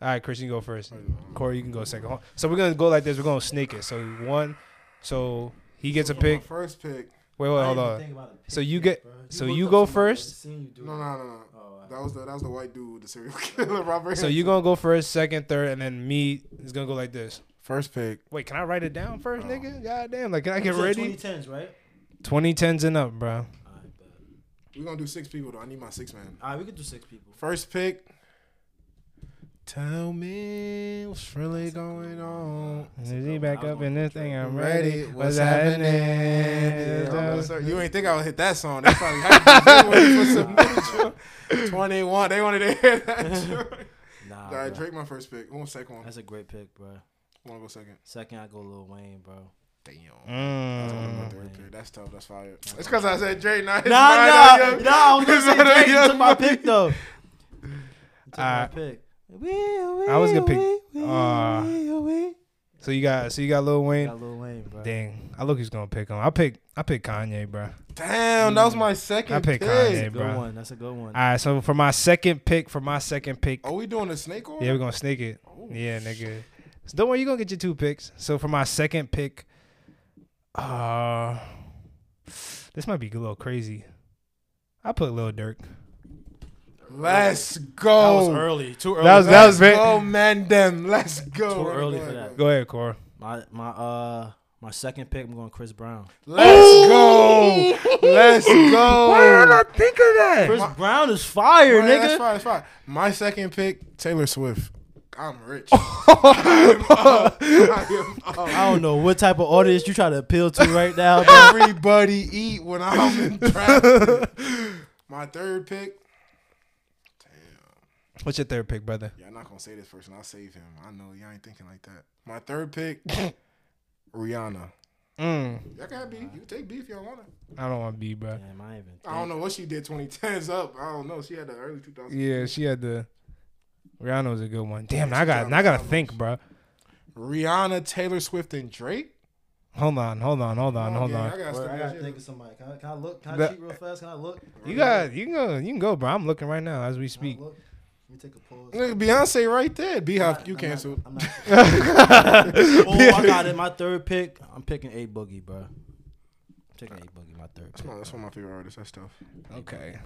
Speaker 1: All right, Chris, you can go first. Corey, you can go second. Hold- So we're gonna go like this. We're gonna sneak it. So one, so he gets a pick.
Speaker 3: My first pick.
Speaker 1: Wait, wait, hold on. So you get- so you go first?
Speaker 3: No, no, no, no.
Speaker 2: Oh, I-
Speaker 3: That was the that was the white dude, the serial killer, Robert.
Speaker 1: So
Speaker 3: Hanson.
Speaker 1: you're gonna go first, second, third, and then me is gonna go like this.
Speaker 3: first pick.
Speaker 1: Wait, can I write it down first,
Speaker 3: Oh.
Speaker 1: nigga? God damn, like can I get ready?
Speaker 2: 2010s, right?
Speaker 1: Twenty tens and up, bro.
Speaker 2: All right, bet.
Speaker 3: We're gonna do six people though. I need my six man.
Speaker 2: All right, we could do six people.
Speaker 3: First pick. Tell me what's really going on.
Speaker 1: Is he back up in this thing? I'm ready.
Speaker 3: What's
Speaker 1: What's
Speaker 3: happening?
Speaker 1: happening?
Speaker 3: you ain't think I would hit that song. That's probably hype. They wanted to submit. 21. They wanted to hear that. joint.
Speaker 2: Nah,
Speaker 3: All right,
Speaker 2: bro.
Speaker 3: Drake, my first pick. Who wants second one?
Speaker 2: that's a great pick, bro.
Speaker 3: Want to go second?
Speaker 2: Second, I go Lil Wayne, bro.
Speaker 3: Damn. That's, one of my
Speaker 1: Mm.
Speaker 3: third pick. that's tough. That's fire. It's because I said Drake. Nah, it's mine,
Speaker 2: Nah,
Speaker 3: not
Speaker 2: nah,
Speaker 3: yours.
Speaker 2: nah. I was gonna say
Speaker 3: It's not
Speaker 2: Drake. You
Speaker 3: yours.
Speaker 2: took my pick though. You took my
Speaker 1: Alright.
Speaker 2: pick.
Speaker 1: I was gonna pick-
Speaker 2: We,
Speaker 1: uh, So you got, so you got Lil Wayne.
Speaker 2: Got Lil Wayne, bro.
Speaker 1: Dang, I look who's gonna pick him. I pick, I pick Kanye, bro.
Speaker 3: Damn, that was my second
Speaker 1: I pick
Speaker 3: pick.
Speaker 1: Kanye,
Speaker 2: Good
Speaker 1: bro.
Speaker 2: one. That's a good one.
Speaker 1: All right, so for my second pick, for my second pick,
Speaker 3: Are we doing a snake oil?
Speaker 1: Yeah, we're gonna sneak it. Yeah, nigga. So don't worry, you're gonna get your two picks. So for my second pick, uh this might be a little crazy. I put Lil Durk.
Speaker 3: Let's
Speaker 2: that was
Speaker 3: go.
Speaker 2: early. Too early.
Speaker 1: That was that was very
Speaker 3: Let's go, man. Them. Let's go.
Speaker 2: Too
Speaker 3: Right,
Speaker 2: early
Speaker 3: go
Speaker 2: for
Speaker 3: ahead,
Speaker 2: that.
Speaker 3: go
Speaker 1: Go ahead, Core.
Speaker 2: my my uh my second pick. I'm going Chris Brown.
Speaker 3: ahead. Let's go. Let's go.
Speaker 1: think of that?
Speaker 2: Chris Brown is fire,
Speaker 3: Alright, That's
Speaker 2: nigga.
Speaker 3: fine. That's fine. My second pick, Taylor Swift. I'm rich. I am up.
Speaker 2: I don't know what type of audience you try to appeal to right now, bro.
Speaker 3: Everybody eat when I'm in traffic. My third pick.
Speaker 1: What's your third pick, brother?
Speaker 3: Y'all not gonna say this person. I'll save him. I know y'all ain't thinking like that. My third pick, Rihanna.
Speaker 1: Mm,
Speaker 3: Y'all can have beef. You can take beef if y'all want it.
Speaker 1: I don't want to be, bro.
Speaker 2: Damn, I ain't even.
Speaker 3: I don't know what she did 2010s up. I don't know. She had the early 2000s.
Speaker 1: Yeah, she had the Rihanna was a good one. Damn, now I got now I gotta think, bro.
Speaker 3: Rihanna, Taylor Swift, and Drake.
Speaker 1: Hold on, hold on, hold on, hold
Speaker 3: Yeah,
Speaker 1: on.
Speaker 3: I gotta
Speaker 2: Word,
Speaker 3: step
Speaker 2: I
Speaker 3: that
Speaker 2: gotta
Speaker 3: shit
Speaker 2: think of somebody. Can I, can I look? Can I
Speaker 1: That-
Speaker 2: cheat real fast? Can I look?
Speaker 1: You got you can go you can go, bro. I'm looking right now as we
Speaker 2: Can I
Speaker 1: speak.
Speaker 2: look? Let me take a pause.
Speaker 3: up. Nigga, Beyonce right there. Beehive,
Speaker 2: Not-
Speaker 3: you
Speaker 2: I'm
Speaker 3: canceled.
Speaker 2: Not, I'm not, oh, I got it. My third pick. I'm picking a boogie, bro. I'm taking a boogie. My third. Pick.
Speaker 3: Come on, that's one of my favorite artists. That's tough.
Speaker 1: Okay.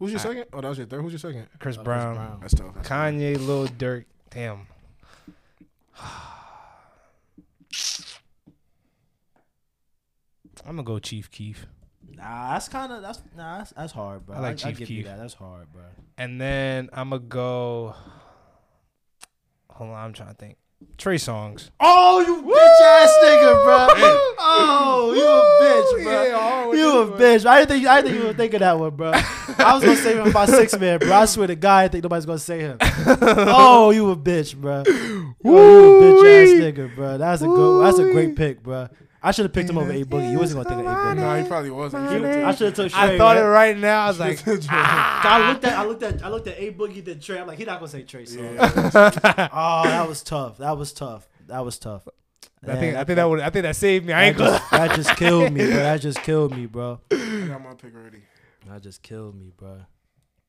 Speaker 3: Who's your second? Oh, that was your third. Who's your second?
Speaker 1: Chris
Speaker 2: Uh, Chris
Speaker 1: Brown.
Speaker 2: Brown.
Speaker 3: That's tough. That's tough.
Speaker 1: Kanye, Lil Durk. Damn. I'm gonna go Chief Keef,
Speaker 2: Nah, that's kind of that's nah, that's, that's hard, bro.
Speaker 1: I like
Speaker 2: I
Speaker 1: Chief
Speaker 2: give
Speaker 1: Keef.
Speaker 2: you that. That's hard, bro.
Speaker 1: and then I'm gonna go. Hold on, I'm trying to think. Trey Songs.
Speaker 2: Oh, you bitch ass nigga, bro. Oh, you a bitch, bro. You a bitch. I didn't think I didn't think you would think of that one, bro. I was gonna save him by six man, bro. I swear to God, I think nobody's gonna say him. Oh, you a bitch, bro. Oh, you a bitch ass
Speaker 1: Woo-wee.
Speaker 2: nigga, bro. That's a good. That's a
Speaker 1: Woo-wee.
Speaker 2: great pick, bro. I should have picked him over A Boogie. You wasn't gonna think of A Boogie.
Speaker 3: No, he probably wasn't. You
Speaker 2: I should have took. Shay,
Speaker 1: I thought
Speaker 2: right?
Speaker 1: it right now. I was like, ah.
Speaker 3: should've-
Speaker 2: I looked at I looked at I looked at A Boogie then Trey. I'm like, he not gonna say Trey. So.
Speaker 3: Yeah.
Speaker 2: Oh, that was tough. That was tough. That was tough.
Speaker 1: I
Speaker 2: Man,
Speaker 1: think I think that would I think that saved me. I ain't
Speaker 2: that
Speaker 1: gonna.
Speaker 2: just, that just killed me, bro. That just killed me, bro.
Speaker 3: I got my pick already.
Speaker 2: That just killed me, bro.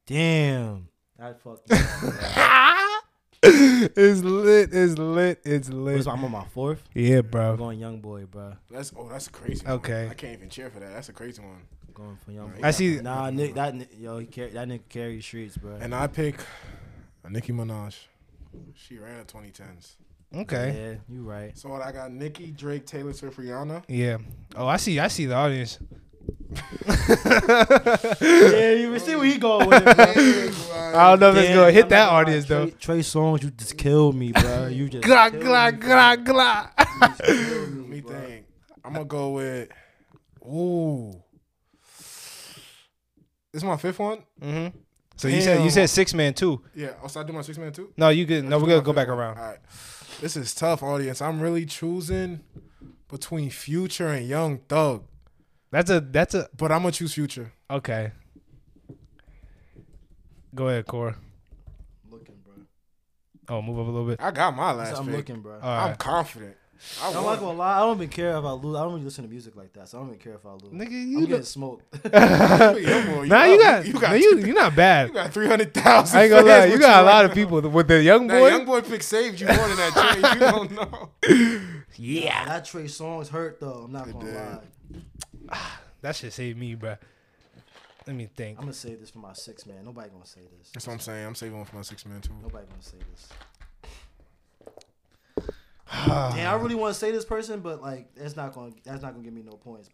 Speaker 2: Damn. That fucked me.
Speaker 1: it's lit. It's lit. It's lit.
Speaker 2: What's- I'm on my fourth.
Speaker 1: Yeah,
Speaker 2: I'm
Speaker 1: bro.
Speaker 2: going young boy, bro.
Speaker 3: That's oh, that's a crazy. one.
Speaker 1: Okay.
Speaker 3: I can't even cheer for that. That's a crazy one.
Speaker 2: Going for young
Speaker 3: Nah,
Speaker 2: boy.
Speaker 3: he
Speaker 1: I
Speaker 3: got
Speaker 1: see-
Speaker 3: that.
Speaker 2: Nah, Nick, that ni- yo, he carry, that nigga carry the streets, bro.
Speaker 3: And I pick Nicki Minaj. She ran the 2010s.
Speaker 1: Okay.
Speaker 2: Yeah, you right.
Speaker 3: So what I got Nicki, Drake, Taylor Swift, Rihanna.
Speaker 1: Yeah. Oh, I see. I see the audience.
Speaker 2: yeah, you see where he going with it. Bro.
Speaker 1: I don't know if it's
Speaker 2: Damn,
Speaker 1: gonna hit that
Speaker 2: I'm not gonna lie,
Speaker 1: audience though.
Speaker 2: Trey, Trey Songs, you just killed me, bro. You just
Speaker 1: Gla
Speaker 2: killed
Speaker 1: gla
Speaker 2: me.
Speaker 1: gla gla.
Speaker 3: Let me think. I'm gonna go with. Ooh. This is my fifth one.
Speaker 1: hmm So you said you
Speaker 3: Damn.
Speaker 1: said six man too.
Speaker 3: Yeah. Oh, so I do my six man too.
Speaker 1: No, you good. No, we're gonna go back
Speaker 3: All
Speaker 1: around.
Speaker 3: right. This is tough, audience. I'm really choosing between Future and Young Thug,
Speaker 1: That's a that's a
Speaker 3: but I'm gonna choose Future.
Speaker 1: okay. Go ahead, Core.
Speaker 2: Looking, bro.
Speaker 1: Oh, move up a little bit.
Speaker 3: I got my last
Speaker 2: I'm
Speaker 3: pick.
Speaker 2: looking, bro.
Speaker 1: All
Speaker 3: I'm
Speaker 1: right,
Speaker 3: confident. I
Speaker 2: I'm
Speaker 3: won.
Speaker 2: not gonna lie. I don't even care if I lose. I don't even listen to music like that, so I don't even care if I lose.
Speaker 1: nigga,
Speaker 2: I'm
Speaker 1: you.
Speaker 2: getting
Speaker 1: Look,
Speaker 2: smoked.
Speaker 3: Young boy,
Speaker 1: nah, you
Speaker 3: up.
Speaker 1: got.
Speaker 3: you got
Speaker 1: nah, you. You're not bad.
Speaker 3: You got three hundred thousand.
Speaker 1: I ain't gonna lie. You got a lot of people with the young
Speaker 3: That
Speaker 1: boy.
Speaker 3: young boy pick saved you more than that trade. You don't know.
Speaker 1: yeah,
Speaker 2: that Trey Songs hurt though. I'm not gonna
Speaker 3: did.
Speaker 2: lie.
Speaker 1: that should save me, bruh. Let me think.
Speaker 2: I'm gonna say this for my six man. Nobody gonna say this.
Speaker 3: That's what I'm saying. I'm saving one for my six man too.
Speaker 1: Oh.
Speaker 2: Nobody gonna say this.
Speaker 1: Ah.
Speaker 2: Damn, I really want to say this person, but like, that's not gonna that's not gonna give me no points,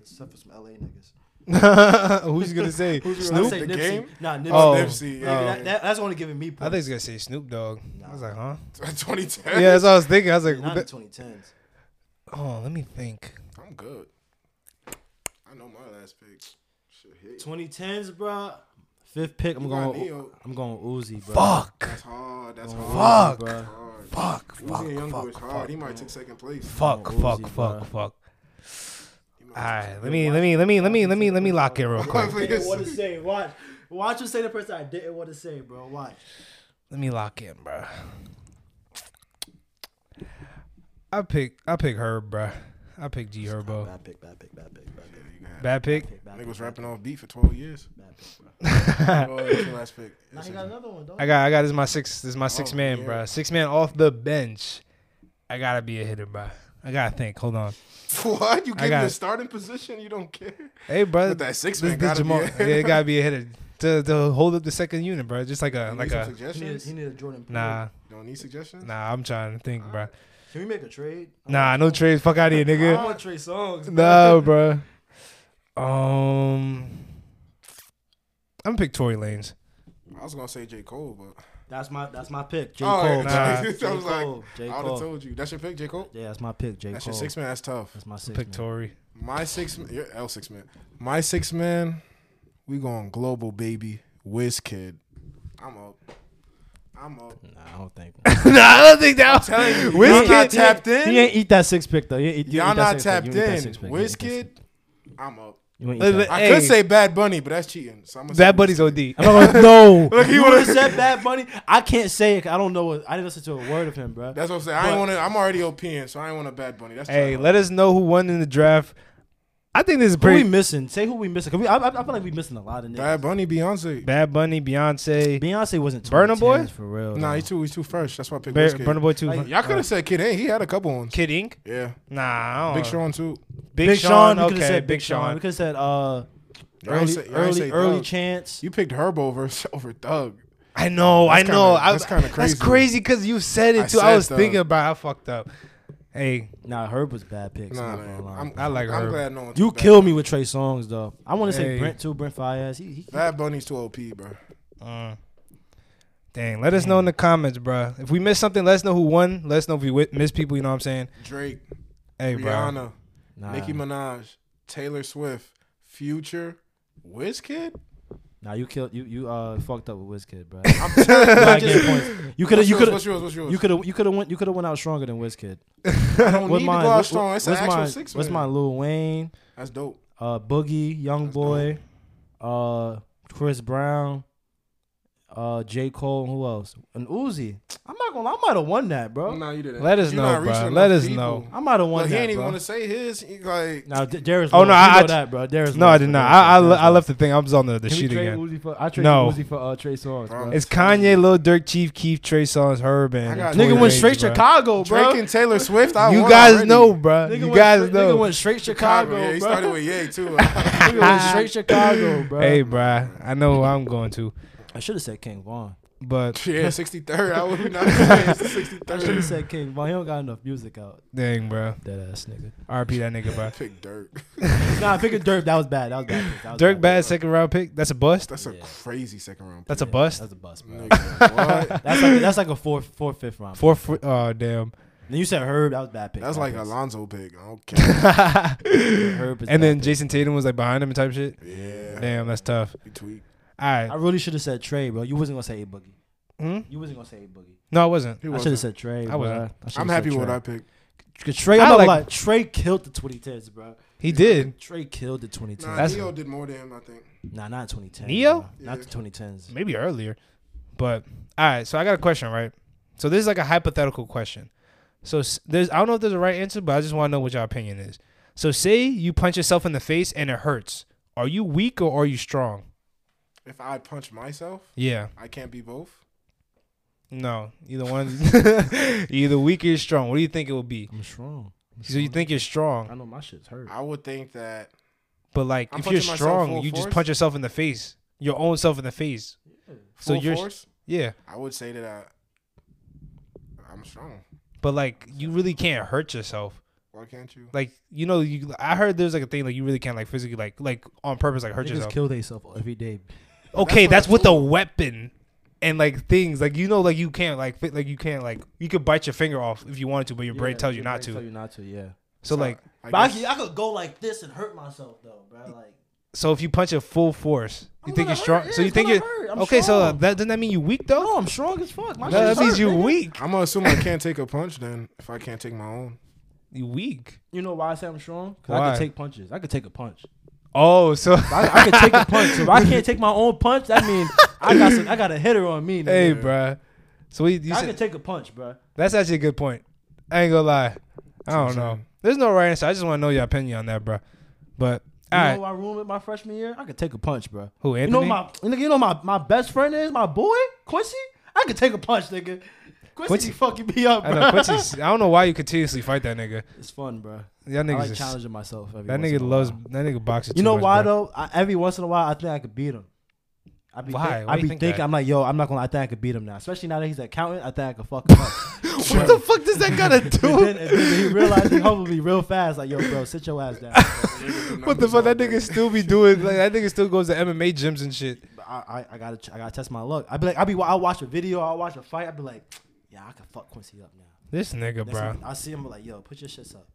Speaker 2: except for some LA niggas.
Speaker 1: Who's you gonna say?
Speaker 2: I
Speaker 1: Snoop.
Speaker 2: say
Speaker 3: The
Speaker 2: Nipsey.
Speaker 3: Game?
Speaker 2: Nah, Nipsey.
Speaker 1: Oh,
Speaker 3: Nipsey,
Speaker 2: Nigga,
Speaker 3: yeah.
Speaker 2: that, that, that's gonna give me
Speaker 1: I
Speaker 2: points.
Speaker 1: think he's gonna say Snoop Dogg. I was like, huh?
Speaker 3: 2010.
Speaker 1: Yeah, that's what I was thinking. I was like,
Speaker 2: not
Speaker 1: what the-
Speaker 2: the 2010s.
Speaker 1: oh, let me think.
Speaker 3: I'm good. I know my last pick. Shit hit.
Speaker 2: 2010s, bro. Fifth pick, I'm
Speaker 3: You got
Speaker 2: going.
Speaker 3: Neo.
Speaker 2: I'm going Uzi, bro.
Speaker 1: Fuck.
Speaker 3: That's hard. That's hard.
Speaker 1: Fuck.
Speaker 2: Bro.
Speaker 3: Hard.
Speaker 1: Fuck. Fuck.
Speaker 3: Uzi and Youngboy
Speaker 1: Fuck.
Speaker 3: is
Speaker 1: Fuck.
Speaker 3: hard. He might take second place.
Speaker 1: Fuck.
Speaker 2: Come on,
Speaker 1: Fuck.
Speaker 2: Uzi,
Speaker 1: Fuck.
Speaker 2: bruh.
Speaker 1: Fuck.
Speaker 3: He might
Speaker 1: All
Speaker 3: take
Speaker 1: right.
Speaker 3: second
Speaker 1: Let me. Let me. Let me. Let me. Let me. Let me lock it real quick.
Speaker 3: place.
Speaker 2: Didn't want to say. Watch, watch him say the person I didn't want to say, bro. Watch.
Speaker 1: Let me lock in, bruh. I pick. I pick Herb, bruh. I pick G Herbo.
Speaker 2: Bad pick, bad pick, bad pick, bad pick,
Speaker 1: Bad pick.
Speaker 2: pick, bad
Speaker 3: Nigga
Speaker 2: pick,
Speaker 3: was rapping off beat for 12 years.
Speaker 2: bad pick, bro.
Speaker 3: Oh, that's your last pick.
Speaker 2: Now he got another one, dog.
Speaker 1: I got. I got. This is my six. This is my six
Speaker 3: Oh,
Speaker 1: man,
Speaker 3: yeah.
Speaker 1: bruh. Six man off the bench. I gotta be a hitter, bruh. I gotta think. Hold on.
Speaker 3: What? You
Speaker 1: I
Speaker 3: give
Speaker 1: got
Speaker 3: him the
Speaker 1: it.
Speaker 3: starting position? You don't care?
Speaker 1: Hey, brother.
Speaker 3: But that six
Speaker 1: This,
Speaker 3: man
Speaker 1: this
Speaker 3: got to be
Speaker 1: Jamal,
Speaker 3: it.
Speaker 1: yeah, it gotta be a hitter to, to hold up the second unit, bro. Just like a
Speaker 3: You need
Speaker 1: like
Speaker 3: some
Speaker 1: a
Speaker 2: He need,
Speaker 3: suggestions?
Speaker 2: he need a Jordan. Poole.
Speaker 1: nah
Speaker 3: You don't need suggestions?
Speaker 1: nah. I'm trying to think, bro.
Speaker 2: Can we make a trade?
Speaker 1: Nah, no trades. Fuck out of here,
Speaker 2: I
Speaker 1: nigga.
Speaker 2: want Trey Songs.
Speaker 1: No, bro. Um, I'm gonna pick Tory Lanes.
Speaker 3: I was going to say J. Cole, but.
Speaker 2: That's my that's my pick. J.
Speaker 3: Oh,
Speaker 2: Cole.
Speaker 1: yeah.
Speaker 2: bro.
Speaker 3: Nah.
Speaker 2: J.
Speaker 3: I was like,
Speaker 2: Cole. J.
Speaker 3: I would have
Speaker 2: Cole.
Speaker 3: told you. That's your pick, J. Cole?
Speaker 2: Yeah, that's my pick. J.
Speaker 3: That's
Speaker 2: Cole.
Speaker 3: your six man. That's tough.
Speaker 2: That's my six.
Speaker 1: Pick
Speaker 2: man.
Speaker 1: Tory.
Speaker 3: My six, man, yeah, L six man. My six man, we going global, baby. Whiz kid, I'm up. I'm up.
Speaker 2: Nah, I don't think.
Speaker 1: nah, I don't think that. Was,
Speaker 3: telling you,
Speaker 1: Wizkid-
Speaker 3: y'all not tapped
Speaker 2: He
Speaker 3: in.
Speaker 2: ain't eat that six pick though. He ain't eat, he ain't
Speaker 3: Y'all
Speaker 2: eat that
Speaker 3: not
Speaker 2: six pick.
Speaker 3: tapped
Speaker 2: You
Speaker 3: in.
Speaker 2: ain't eat that six pick. You ain't eat that
Speaker 3: Whiz
Speaker 2: six
Speaker 3: kid,
Speaker 2: pick.
Speaker 3: I'm up.
Speaker 2: You ain't eat
Speaker 1: Let-
Speaker 2: that.
Speaker 1: let-
Speaker 3: I could
Speaker 1: Hey.
Speaker 3: say Bad Bunny, but that's cheating. So I'm gonna
Speaker 1: Bad
Speaker 3: say
Speaker 1: Buddy's OD.
Speaker 2: I'm not gonna, no.
Speaker 3: Look, he
Speaker 2: you
Speaker 3: would've-
Speaker 2: would've said Bad Bunny. I can't say it. 'cause I don't know. What, I didn't listen to a word of him, bro.
Speaker 3: That's what I'm saying. I ain't want to. I'm already OPing, so I ain't want a Bad Bunny. That's
Speaker 1: hey,
Speaker 3: trash.
Speaker 1: let us know who won in the draft. I think this is
Speaker 2: Who we
Speaker 1: pretty.
Speaker 2: missing? Say who we missing. 'Cause we, I, I I feel like we missing a lot of niggas.
Speaker 3: Bad Bunny, Beyonce.
Speaker 1: Bad Bunny, Beyonce,
Speaker 2: Beyonce wasn't.
Speaker 1: Burna Boy?
Speaker 2: 2010s for real.
Speaker 3: Nah,
Speaker 2: though.
Speaker 3: he's too. He's too fresh. That's why I picked
Speaker 1: Bear,
Speaker 3: Whiz kid.
Speaker 1: Burner Boy Two,
Speaker 2: Like,
Speaker 3: Y'all could have said Kid Ain't. He had a couple ones.
Speaker 1: Kid Ink.
Speaker 3: Yeah,
Speaker 1: Nah, I don't
Speaker 3: Big
Speaker 2: Uh,
Speaker 1: know.
Speaker 3: Sean too.
Speaker 1: Big,
Speaker 2: Big
Speaker 1: Sean.
Speaker 2: Sean. we could
Speaker 1: okay,
Speaker 2: have said
Speaker 1: Big Sean.
Speaker 2: We could have said uh,
Speaker 3: Y'all ain't
Speaker 2: early,
Speaker 3: say- y'all ain't say
Speaker 2: early, early
Speaker 3: Thug.
Speaker 2: chance.
Speaker 3: You picked Herbo versus over Thug.
Speaker 1: I know, I
Speaker 3: That's kinda-
Speaker 1: know. I,
Speaker 3: that's kinda
Speaker 1: That's
Speaker 3: crazy.
Speaker 1: crazy because you said it
Speaker 3: I
Speaker 1: too. I,
Speaker 3: said
Speaker 1: was
Speaker 3: that.
Speaker 1: thinking about. I fucked up. Hey,
Speaker 2: Nah, Herb was bad picks.
Speaker 3: Nah,
Speaker 2: I'm not gonna
Speaker 3: man.
Speaker 2: lie.
Speaker 3: I'm,
Speaker 1: I like
Speaker 3: I'm
Speaker 1: Herb.
Speaker 3: glad no one.
Speaker 2: you
Speaker 3: took Bad
Speaker 2: killed me with Trey Songs though. I want to
Speaker 1: Hey.
Speaker 2: say Brent too. Brent Fires. He, he
Speaker 3: Bad Bunny's too OP, bro.
Speaker 1: uh, dang. Let us know in the comments, bruh. If we missed something, let us know who won. Let us know if we wi- missed people. You know what I'm saying?
Speaker 3: Drake,
Speaker 1: Hey, bro.
Speaker 3: Rihanna,
Speaker 2: nah,
Speaker 3: Nicki Minaj, Taylor Swift, Future, Wizkid.
Speaker 2: nah, you killed you you uh fucked up with Wizkid, bro.
Speaker 3: I'm telling you,
Speaker 2: Nah, I
Speaker 3: I
Speaker 2: get
Speaker 3: just-
Speaker 2: points. You could have
Speaker 3: What's
Speaker 2: you
Speaker 3: yours,
Speaker 2: could have
Speaker 3: What's yours? What's yours?
Speaker 2: you could have you could have went you could have went out stronger than Wizkid.
Speaker 3: I don't need
Speaker 2: What's
Speaker 3: to
Speaker 2: mine?
Speaker 3: go out
Speaker 2: What-
Speaker 3: strong. It's an
Speaker 2: what's
Speaker 3: actual
Speaker 2: mine?
Speaker 3: six.
Speaker 2: What's
Speaker 3: man.
Speaker 2: mine? Lil Wayne,
Speaker 3: That's dope.
Speaker 2: uh, Boogie, Young
Speaker 3: That's
Speaker 2: Boy, uh, Chris Brown, uh, J Cole, and who else? And Uzi. I'm not gonna. lie, I might have won that, bro.
Speaker 3: Nah, you did
Speaker 1: Let us know, bruh. Let us know.
Speaker 2: I might have won
Speaker 3: Like, he
Speaker 2: that,
Speaker 3: ain't even
Speaker 2: bro.
Speaker 3: want to say his. He like,
Speaker 2: Now, D- Darius.
Speaker 1: Oh,
Speaker 2: Oh
Speaker 1: no,
Speaker 2: no, you
Speaker 1: I-
Speaker 2: know
Speaker 1: I-
Speaker 2: that, bro. Darius.
Speaker 1: No, I
Speaker 2: Lewis,
Speaker 1: did
Speaker 2: bro.
Speaker 1: not.
Speaker 2: Darius
Speaker 1: I I, le-
Speaker 2: Lewis.
Speaker 1: I left the thing. I was on the, the
Speaker 2: Can we
Speaker 1: sheet
Speaker 2: trade
Speaker 1: again.
Speaker 2: Uzi for? I traded
Speaker 1: No.
Speaker 2: Uzi for uh, Trey Songz, bro.
Speaker 3: Bro,
Speaker 1: It's Kanye, Lil Dirk, Chief Keef, Trey Songz, Herb,
Speaker 3: I
Speaker 1: and
Speaker 3: got-
Speaker 1: Tory
Speaker 2: Nigga went
Speaker 1: Lanez,
Speaker 2: straight
Speaker 1: bruh.
Speaker 2: Chicago, bro.
Speaker 3: Drake and Taylor Swift. I
Speaker 1: You
Speaker 3: won
Speaker 1: guys
Speaker 3: already.
Speaker 1: know, bro.
Speaker 2: Nigga
Speaker 1: You
Speaker 2: went
Speaker 1: guys
Speaker 2: straight- Nigga
Speaker 1: know.
Speaker 2: went straight
Speaker 3: Chicago.
Speaker 2: Chicago,
Speaker 3: yeah, he
Speaker 2: bro.
Speaker 3: started with Ye too.
Speaker 2: Nigga went straight Chicago, bro.
Speaker 1: Hey, bruh. I know who I'm going to.
Speaker 2: I should have said King Vaughn.
Speaker 1: But
Speaker 3: Yeah, 63rd. I would not saying it's the
Speaker 2: I should have
Speaker 3: 63rd.
Speaker 2: said King, but he don't got enough music out.
Speaker 1: dang, bro.
Speaker 2: That ass nigga.
Speaker 1: RP that nigga, bro.
Speaker 3: Pick Dirk.
Speaker 2: Nah, picking Dirk, that was bad. That was bad. pick. That was
Speaker 1: Dirk bad
Speaker 2: pick.
Speaker 1: second round pick. That's a bust.
Speaker 3: That's a
Speaker 2: Yeah.
Speaker 3: crazy second round.
Speaker 1: That's a
Speaker 2: Yeah,
Speaker 1: bust.
Speaker 2: That's a bust, bro.
Speaker 3: Nigga, what?
Speaker 2: That's like, that's like a four, four, fifth round.
Speaker 1: Four foot. Oh damn.
Speaker 2: Then you said Herb, that was a bad pick.
Speaker 3: That's
Speaker 2: Bad
Speaker 3: like
Speaker 2: picks.
Speaker 3: Alonzo pick. I don't care.
Speaker 2: Herb is
Speaker 1: And
Speaker 2: bad
Speaker 1: then
Speaker 2: pick.
Speaker 1: Jason Tatum was like behind him and type shit.
Speaker 3: Yeah.
Speaker 1: Damn, that's tough.
Speaker 3: You tweak.
Speaker 1: All
Speaker 2: I
Speaker 1: right.
Speaker 2: really should have said Trey, bro. You wasn't gonna say A Boogie.
Speaker 1: Hmm?
Speaker 2: You wasn't gonna say A Boogie.
Speaker 1: No, I wasn't.
Speaker 3: He
Speaker 2: I should
Speaker 3: wasn't.
Speaker 2: have said Trey.
Speaker 1: I wasn't.
Speaker 2: bruh. I should've
Speaker 3: I'm
Speaker 2: said
Speaker 3: happy with
Speaker 2: Trey.
Speaker 3: what I picked.
Speaker 2: Cause Trey, I'm
Speaker 1: I
Speaker 2: not
Speaker 1: like-
Speaker 2: gonna lie. Trey killed the 2010s, bro.
Speaker 1: He did.
Speaker 2: Trey killed the 2010s.
Speaker 3: Nah,
Speaker 1: That's-
Speaker 3: Neo did more than him, I think.
Speaker 2: nah not 2010.
Speaker 1: Neo?
Speaker 2: bro. Not the 2010s.
Speaker 1: Maybe earlier. But all right. So I got a question, right? So this is like a hypothetical question. So s- there's I don't know if there's a right answer, but I just want to know what your opinion is. So say you punch yourself in the face and it hurts. Are you weak or are you strong?
Speaker 3: If I punch myself,
Speaker 1: Yeah.
Speaker 3: I can't be both.
Speaker 1: No. Either one. either weak or you're strong. What do you think it would be?
Speaker 2: I'm strong.
Speaker 1: So you think you're strong,
Speaker 2: I know my shit's hurt.
Speaker 3: I would think that
Speaker 1: but like
Speaker 3: I'm
Speaker 1: if you're
Speaker 3: punching myself
Speaker 1: strong,
Speaker 3: full
Speaker 1: you just
Speaker 3: force?
Speaker 1: punch yourself in the face, your own self in the face. So
Speaker 3: full
Speaker 1: you're-
Speaker 3: force,
Speaker 1: Yeah,
Speaker 3: I would say that I, I'm strong.
Speaker 1: but like you really can't hurt yourself.
Speaker 3: Why can't you?
Speaker 1: Like you know, you I heard there's like a thing like you really can't like physically like like on purpose like hurt
Speaker 2: Niggas
Speaker 1: yourself.
Speaker 2: kill themselves every day.
Speaker 1: okay,
Speaker 3: That's
Speaker 1: that's
Speaker 3: what
Speaker 1: with a weapon and like things like you know like you can't like fit, like you can't like you could bite your finger off if you wanted to, but your brain
Speaker 2: Yeah,
Speaker 1: tells you
Speaker 2: your
Speaker 1: not
Speaker 2: brain
Speaker 1: to.
Speaker 2: Tell you not to, yeah.
Speaker 1: so like
Speaker 3: I
Speaker 2: But I,
Speaker 3: guess-
Speaker 2: could, I could go like this and hurt myself though, bro. Like
Speaker 1: so if you punch at full force, you
Speaker 2: I'm
Speaker 1: think you're
Speaker 2: gonna
Speaker 1: strong.
Speaker 2: hurt,
Speaker 1: so
Speaker 2: yeah,
Speaker 1: you
Speaker 2: it's
Speaker 1: think
Speaker 2: gonna
Speaker 1: you're
Speaker 2: hurt, I'm
Speaker 1: okay. So
Speaker 2: strong.
Speaker 1: that doesn't that mean you weak though?
Speaker 2: no, I'm strong as fuck. My
Speaker 1: No, that
Speaker 2: shit's
Speaker 1: means
Speaker 2: hurt,
Speaker 1: you
Speaker 2: nigga.
Speaker 1: weak.
Speaker 3: I'm gonna assume I can't take a punch then if I can't take my own.
Speaker 1: You weak.
Speaker 2: You know why I say I'm strong? Cause I
Speaker 1: Why?
Speaker 2: can take punches. I could take a punch.
Speaker 1: Oh, so
Speaker 2: I, I can take a punch. So if I can't take my own punch, that means I got some, I got a hitter on me.
Speaker 1: hey,
Speaker 2: Nigga.
Speaker 1: bruh. So we, you
Speaker 2: I
Speaker 1: said,
Speaker 2: can take a punch, bro.
Speaker 1: that's actually a good point. I ain't gonna lie. I
Speaker 3: what
Speaker 1: don't
Speaker 3: I'm
Speaker 1: know.
Speaker 3: saying.
Speaker 1: There's no right answer. I just want to know your opinion on that, bruh. But all
Speaker 2: You
Speaker 1: right,
Speaker 2: know who I room with my freshman year? I could take a punch, bro.
Speaker 1: who
Speaker 2: You
Speaker 1: Anthony?
Speaker 2: know my nigga, you know my, my best friend is my boy Quincy. I could take a punch, nigga. Quincy,
Speaker 1: Quincy-
Speaker 2: be fucking me up,
Speaker 1: I
Speaker 2: bro.
Speaker 1: know Quincy's. I don't know why you continuously fight that nigga.
Speaker 2: It's fun, bro.
Speaker 1: That
Speaker 2: I
Speaker 1: nigga's
Speaker 2: like
Speaker 1: just-
Speaker 2: challenging myself. Every
Speaker 1: that
Speaker 2: once
Speaker 1: nigga
Speaker 2: in a
Speaker 1: loves
Speaker 2: while.
Speaker 1: that nigga boxes.
Speaker 2: You
Speaker 1: too
Speaker 2: know
Speaker 1: much,
Speaker 2: why
Speaker 1: bruh.
Speaker 2: though? I, every once in a while, I think I could beat him. I be
Speaker 1: Why?
Speaker 2: Think,
Speaker 1: Why
Speaker 2: I
Speaker 1: you
Speaker 2: be
Speaker 1: think
Speaker 2: thinking,
Speaker 1: that?
Speaker 2: I'm like, yo, I'm not gonna. I think I could beat him now, especially now that he's an accountant. I think I could fuck him up.
Speaker 1: What the fuck does that gotta
Speaker 2: And
Speaker 1: do?
Speaker 2: then, and then he realized he humbled me real fast. Like, yo, bro, sit your ass down. bro.
Speaker 1: what the fuck? That nigga still be doing. Like, that nigga still goes to MMA gyms and shit.
Speaker 2: But I, I, I gotta, ch- I gotta test my luck. I'd be like, I'd be, I'll watch a video, I'll watch a fight. I'd be like, yeah, I can fuck Quincy up now.
Speaker 1: This nigga,
Speaker 2: Next
Speaker 1: bro.
Speaker 2: time I see him, I'm like, yo, put your shits up.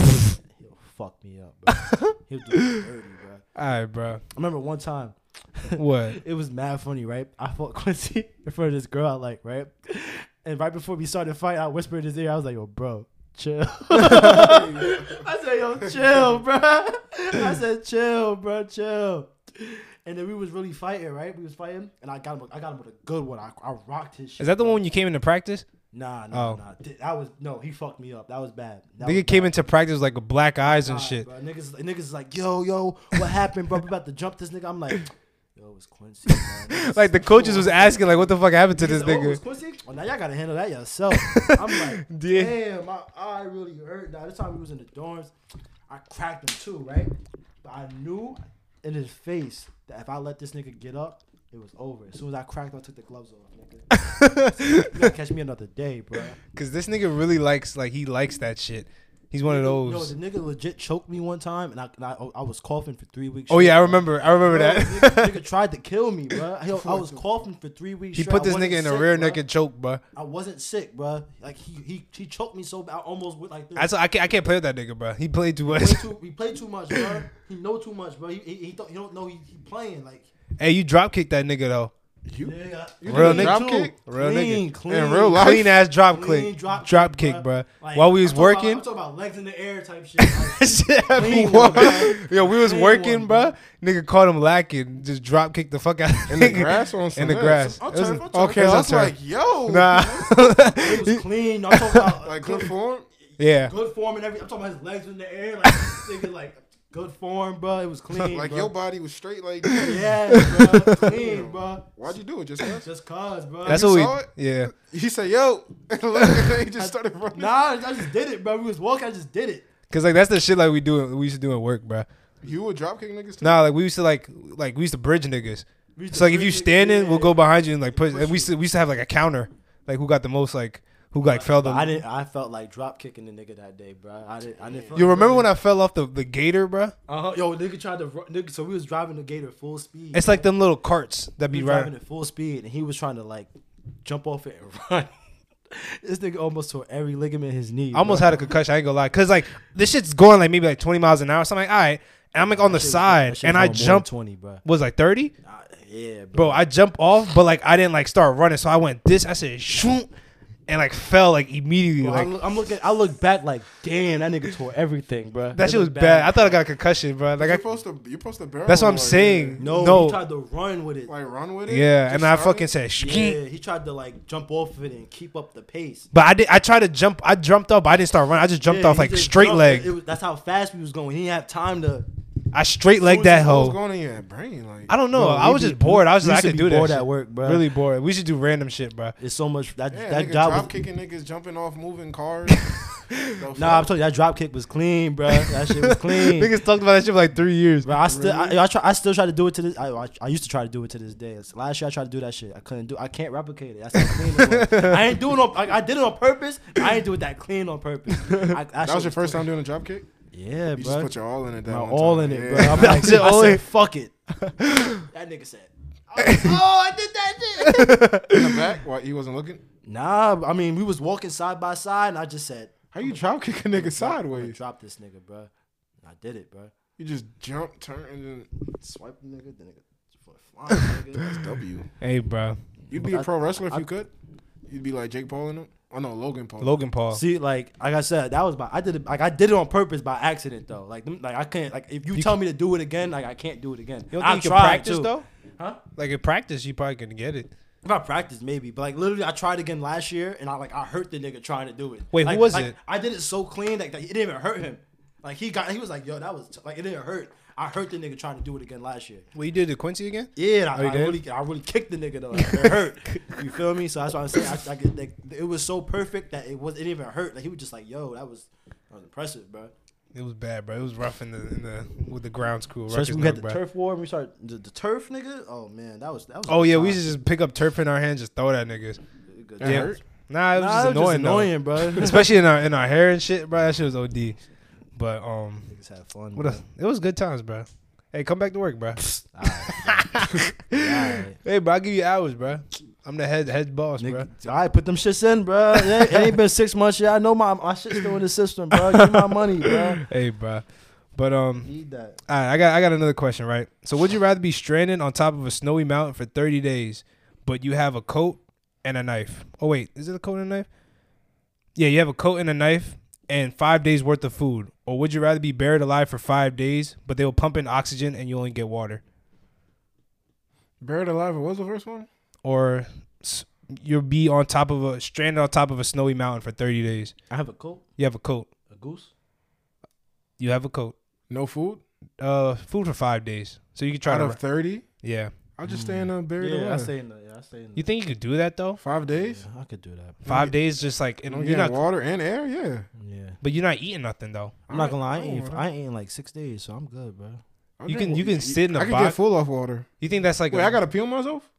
Speaker 2: He'll fuck me up, bro. He'll do me dirty, bro. I
Speaker 1: All right, bro.
Speaker 2: remember one time,
Speaker 1: What?
Speaker 2: it was mad funny, right? I fought Quincy in front of this girl I like, right? And right before we started fighting, I whispered in his ear, I was like, yo, bro, chill. I said, yo, chill, bro. I said, chill, bro, chill. And then we was really fighting, right? We was fighting, and I got him. I got him with a good one. I, I rocked his shit.
Speaker 1: Is that the
Speaker 2: bro.
Speaker 1: one when you came into practice?
Speaker 2: Nah, nah,
Speaker 1: Oh.
Speaker 2: nah. Th- That was no. He fucked me up. That was bad. That was
Speaker 1: Nigga
Speaker 2: bad.
Speaker 1: came into practice with, like with black eyes and
Speaker 2: Nah,
Speaker 1: shit.
Speaker 2: Bro. Niggas, niggas is like, yo, yo, what happened, bro? We about to jump this nigga. I'm like, yo, it was Quincy. bro. Niggas-
Speaker 1: Like the coaches was asking, like, what the fuck happened to this
Speaker 2: Niggas, Oh, it was
Speaker 1: nigga?
Speaker 2: Quincy? Well, now y'all gotta handle that yourself. I'm like,
Speaker 1: Yeah.
Speaker 2: damn, my eye really hurt. Now this time we was in the dorms, I cracked him too, right? But I knew in his face that if I let this nigga get up, it was over. As soon as I cracked, him, I took the gloves off. Nigga. you gotta catch me another day, bro.
Speaker 1: Cause this nigga really likes, like, he likes that shit. He's one of
Speaker 2: Yo,
Speaker 1: those.
Speaker 2: the nigga legit choked me one time, and I and I, I was coughing for three weeks.
Speaker 1: Oh
Speaker 2: straight.
Speaker 1: yeah, I remember. I remember
Speaker 2: Bro,
Speaker 1: that.
Speaker 2: nigga, nigga tried to kill me, bro. Yo, I was coughing for three weeks.
Speaker 1: He
Speaker 2: straight.
Speaker 1: put
Speaker 2: I
Speaker 1: this
Speaker 2: wasn't
Speaker 1: nigga in a
Speaker 2: sick,
Speaker 1: rear
Speaker 2: bro.
Speaker 1: naked choke, bro.
Speaker 2: I wasn't sick, bro. Like he he he choked me so bad, I almost went like this.
Speaker 1: That's I can't. I can't play with that nigga, bro. He played too much.
Speaker 2: Way too, he played too much, bro. He know too much, bro. He he, he, don't, he don't know he, he playing like.
Speaker 1: hey, you drop kick that nigga though.
Speaker 3: You?
Speaker 2: Yeah,
Speaker 1: Real
Speaker 3: did
Speaker 1: nigga.
Speaker 3: a drop
Speaker 2: too.
Speaker 3: kick?
Speaker 1: Real
Speaker 2: clean,
Speaker 1: nigga.
Speaker 2: clean,
Speaker 3: In real life?
Speaker 1: Clean ass drop
Speaker 2: clean
Speaker 1: kick. Drop, kick, bro.
Speaker 2: Like,
Speaker 1: While we was
Speaker 2: I'm talking about-
Speaker 1: working,
Speaker 2: I'm talking about legs in the air type shit. Like,
Speaker 1: Shit, I mean,
Speaker 2: Clean
Speaker 1: what?
Speaker 2: one, bruh.
Speaker 1: Yo, we was
Speaker 2: Clean
Speaker 1: working,
Speaker 2: one,
Speaker 1: bro. Nigga caught him lacking. Just drop kick the fuck out of
Speaker 3: In the
Speaker 1: nigga.
Speaker 3: grass or on
Speaker 1: In
Speaker 3: some
Speaker 1: the
Speaker 3: ass?
Speaker 1: grass.
Speaker 3: I'll
Speaker 1: It was-
Speaker 3: turn- I'll turn-
Speaker 1: okay,
Speaker 3: I
Speaker 1: it was
Speaker 3: was
Speaker 1: on
Speaker 3: like, yo.
Speaker 1: Nah.
Speaker 2: it was clean. I'm talking about
Speaker 3: Like, good form?
Speaker 1: yeah.
Speaker 2: good form and everything. I'm talking about his legs in the air, like thinking like good form, bro. It was clean,
Speaker 3: Like,
Speaker 2: bro.
Speaker 3: your body was straight like that.
Speaker 2: yeah, bro. clean, bro.
Speaker 3: Why'd you do it just now?
Speaker 2: Just cause, bro.
Speaker 1: That's
Speaker 3: You
Speaker 1: what we.
Speaker 3: saw it?
Speaker 1: Yeah.
Speaker 3: He said, yo. And look, and he just started running.
Speaker 2: nah, I just did it, bro. We was walking, I just did it.
Speaker 1: Cause like that's the shit like we do. We used to do at work, bro.
Speaker 3: You would drop kick niggas too?
Speaker 1: Nah, like we used to like like we used to bridge niggas. It's like if you standing, we'll go behind you and like push. And we used to, we used to have like a counter, like who got the most, like who like fell the.
Speaker 2: But I didn't. I felt like drop kicking the nigga that day, bro. I didn't. I didn't. Feel
Speaker 1: you remember when I fell off the the gator, bruh?
Speaker 2: Uh-huh. Yo, nigga tried to. ru- Nigga, so we was driving the gator full speed.
Speaker 1: It's like them little carts that
Speaker 2: we
Speaker 1: be
Speaker 2: was driving
Speaker 1: right.
Speaker 2: at full speed, and he was trying to like jump off it and run. this nigga almost tore every ligament in his knee.
Speaker 1: I almost
Speaker 2: bro.
Speaker 1: had a concussion. I ain't gonna lie, cause like this shit's going like maybe like twenty miles an hour. So I'm like, all right, and I'm like on the
Speaker 2: That shit was-
Speaker 1: side,
Speaker 2: that shit
Speaker 1: and
Speaker 2: was
Speaker 1: I
Speaker 2: going more than
Speaker 1: jumped.
Speaker 2: twenty, bro.
Speaker 1: Was like thirty,
Speaker 2: I- yeah, bro.
Speaker 1: bro. I jumped off, but like I didn't like start running, so I went this. I said shoot, and like fell like immediately.
Speaker 2: Bro, I
Speaker 1: Like
Speaker 2: look, I'm looking. I look back like, damn, that nigga tore everything, bro.
Speaker 1: that shit was bad. I thought I got a concussion, bro.
Speaker 3: You're
Speaker 1: Like I,
Speaker 3: supposed to. You're supposed to barrel.
Speaker 1: that's what I'm
Speaker 3: like,
Speaker 1: saying.
Speaker 2: no,
Speaker 1: No,
Speaker 2: he tried to run with it.
Speaker 3: Like run with it.
Speaker 1: yeah,
Speaker 3: Just
Speaker 1: and I
Speaker 3: start it?
Speaker 1: fucking said shit.
Speaker 2: yeah, he tried to like jump off of it and keep up the pace.
Speaker 1: But I did. I tried to jump. I jumped up. I didn't start running. I just jumped
Speaker 2: Yeah,
Speaker 1: off
Speaker 2: he
Speaker 1: like
Speaker 2: just
Speaker 1: straight
Speaker 2: jumped.
Speaker 1: leg.
Speaker 2: It was, that's how fast we was going. He didn't have time to.
Speaker 1: I straight
Speaker 3: What
Speaker 1: leg
Speaker 3: was-
Speaker 1: that
Speaker 3: what was
Speaker 1: hoe.
Speaker 3: going in your brain? Like
Speaker 1: I don't know.
Speaker 2: Bro,
Speaker 1: I
Speaker 2: we
Speaker 1: was
Speaker 2: be-
Speaker 1: just bored. I was
Speaker 2: we
Speaker 1: just
Speaker 2: used
Speaker 1: I
Speaker 2: to
Speaker 1: could do
Speaker 2: be
Speaker 1: that.
Speaker 2: bored at
Speaker 1: shit.
Speaker 2: work, bro.
Speaker 1: Really bored. We should do random shit, bro.
Speaker 2: It's so much that
Speaker 3: yeah,
Speaker 2: that
Speaker 3: nigga,
Speaker 2: job
Speaker 3: drop
Speaker 2: was
Speaker 3: kicking niggas, jumping off moving cars. The
Speaker 2: Nah, I'm
Speaker 3: fuck?
Speaker 2: telling you, that drop kick was clean, bro. That shit was clean.
Speaker 1: Niggas talked about that shit for like three years.
Speaker 2: Bro, I still, I, I, try, I still try to do it to this. I, I, I used to try to do it to this day. It's- last year, I tried to do that shit. I couldn't do. I can't replicate it. That's how clean it was. I ain't doing on. I, I did it on purpose. I ain't do it that clean on purpose. I,
Speaker 3: that was your first time doing a drop kick.
Speaker 2: Yeah,
Speaker 3: You just
Speaker 2: bro.
Speaker 3: put your all in it. That
Speaker 2: My
Speaker 3: one
Speaker 2: all in
Speaker 3: time.
Speaker 2: it,
Speaker 3: Yeah.
Speaker 2: bro. I'm like, I
Speaker 1: That's it, all in.
Speaker 2: said, fuck it. That nigga said, I was like, oh, I did that shit.
Speaker 3: in the back while he wasn't looking.
Speaker 2: Nah, I mean, we was walking side by side, and I just said,
Speaker 3: How you drop kick a nigga sideways?
Speaker 2: drop this nigga, bro. I did it, bro.
Speaker 3: You just jump, turn, and
Speaker 2: Swipe the nigga, the nigga. fly, nigga.
Speaker 3: then W.
Speaker 1: Hey, bro.
Speaker 3: You'd be a pro wrestler if
Speaker 2: I-
Speaker 3: you could. You'd be like Jake Paul and them. Oh no, Logan Paul.
Speaker 1: Logan Paul.
Speaker 2: See, like, like I said, that was by I did it like I did it on purpose by accident though. Like, them- like I can't like if you, tell me to do it again, like I can't do it again.
Speaker 1: you don't
Speaker 2: I
Speaker 1: think you
Speaker 2: tried
Speaker 1: can practice
Speaker 2: to.
Speaker 1: though?
Speaker 2: Huh?
Speaker 1: Like in practice, you probably gonna get it.
Speaker 2: If I practice, maybe, but like literally, I tried again last year, and I like I hurt the nigga trying to do it.
Speaker 1: Wait, who
Speaker 2: Like-
Speaker 1: was
Speaker 2: like,
Speaker 1: it?
Speaker 2: I did it so clean that, that it didn't even hurt him. Like he got, he was like, "Yo, that was t-. like it didn't hurt." I hurt the nigga trying to do it again last year.
Speaker 1: Well, you did the Quincy again.
Speaker 2: Yeah, and I,
Speaker 1: Oh, you
Speaker 2: I
Speaker 1: did?
Speaker 2: really, I really kicked the nigga though. Like, it hurt. you feel me? So that's why I'm saying. I, I get, like, it was so perfect that it was, it didn't even hurt. Like he was just like, "Yo, that was, that was impressive, bro."
Speaker 1: It was bad, bro. It was rough in the in the with the grounds crew. Ruckus
Speaker 2: Especially when we had
Speaker 1: Nook,
Speaker 2: the
Speaker 1: bro.
Speaker 2: turf war and we started the, the turf nigga. Oh man, that was that was. a
Speaker 1: Oh
Speaker 2: good
Speaker 1: yeah, we
Speaker 2: time.
Speaker 1: should just pick up turf in our hands, just throw it at niggas.
Speaker 2: Good
Speaker 3: That
Speaker 2: time.
Speaker 1: Yeah.
Speaker 3: hurt?
Speaker 1: Nah, it was
Speaker 2: Nah,
Speaker 1: just
Speaker 2: it was
Speaker 1: annoying. though.
Speaker 2: bro.
Speaker 1: Especially in our in our hair and shit, bro. That shit was OD. But um,
Speaker 2: Niggas had fun.
Speaker 1: what? A, it was good times, bro. Hey, come back to work, bro.
Speaker 2: Alright.
Speaker 1: Hey, bro, I give you hours, bro. I'm the head head boss, bro.
Speaker 2: Nigga, all right, put them shits in, bro. It ain't, it ain't been six months yet. I know my my shit's still in the system, bro. Give me my money, bro.
Speaker 1: Hey, bro. But um,
Speaker 2: Need that.
Speaker 1: all right, I got I got another question, right? So, would you rather be stranded on top of a snowy mountain for 30 days, but you have a coat and a knife? Oh wait, is it a coat and a knife? Yeah, you have a coat and a knife and five days worth of food. Or would you rather be buried alive for five days, but they will pump in oxygen and you only get water?
Speaker 3: Buried alive. What was the first one?
Speaker 1: Or s- you'll be on top of a stranded on top of a snowy mountain for 30 days.
Speaker 2: I have a coat,
Speaker 1: You have a coat.
Speaker 2: a goose.
Speaker 1: You have a coat.
Speaker 3: No food.
Speaker 1: Uh, food for five days, so you can try
Speaker 3: Out
Speaker 1: to.
Speaker 3: of thirty,
Speaker 1: yeah,
Speaker 3: I'll just stay in a buried
Speaker 2: Mm. Yeah, I
Speaker 3: alive.
Speaker 2: stay in the. Yeah, I stay in the.
Speaker 1: you think you could do that though?
Speaker 3: Five days.
Speaker 2: Yeah, I could do that.
Speaker 1: Five days, just like
Speaker 3: You
Speaker 1: and
Speaker 3: know,
Speaker 1: you're
Speaker 3: getting
Speaker 1: not
Speaker 3: water and air. Yeah.
Speaker 2: Yeah.
Speaker 1: But you're not eating nothing though.
Speaker 2: I'm not gonna lie, I
Speaker 3: Alright,
Speaker 2: ain't,
Speaker 3: cool,
Speaker 2: I ain't eating like six days, so I'm good, bro.
Speaker 3: I'll
Speaker 1: You
Speaker 3: drink
Speaker 1: can-
Speaker 3: wa-
Speaker 1: you can sit in a
Speaker 3: I can
Speaker 1: box-
Speaker 3: get full off water.
Speaker 1: You think that's like
Speaker 3: Wait,
Speaker 1: I
Speaker 3: I gotta peel myself.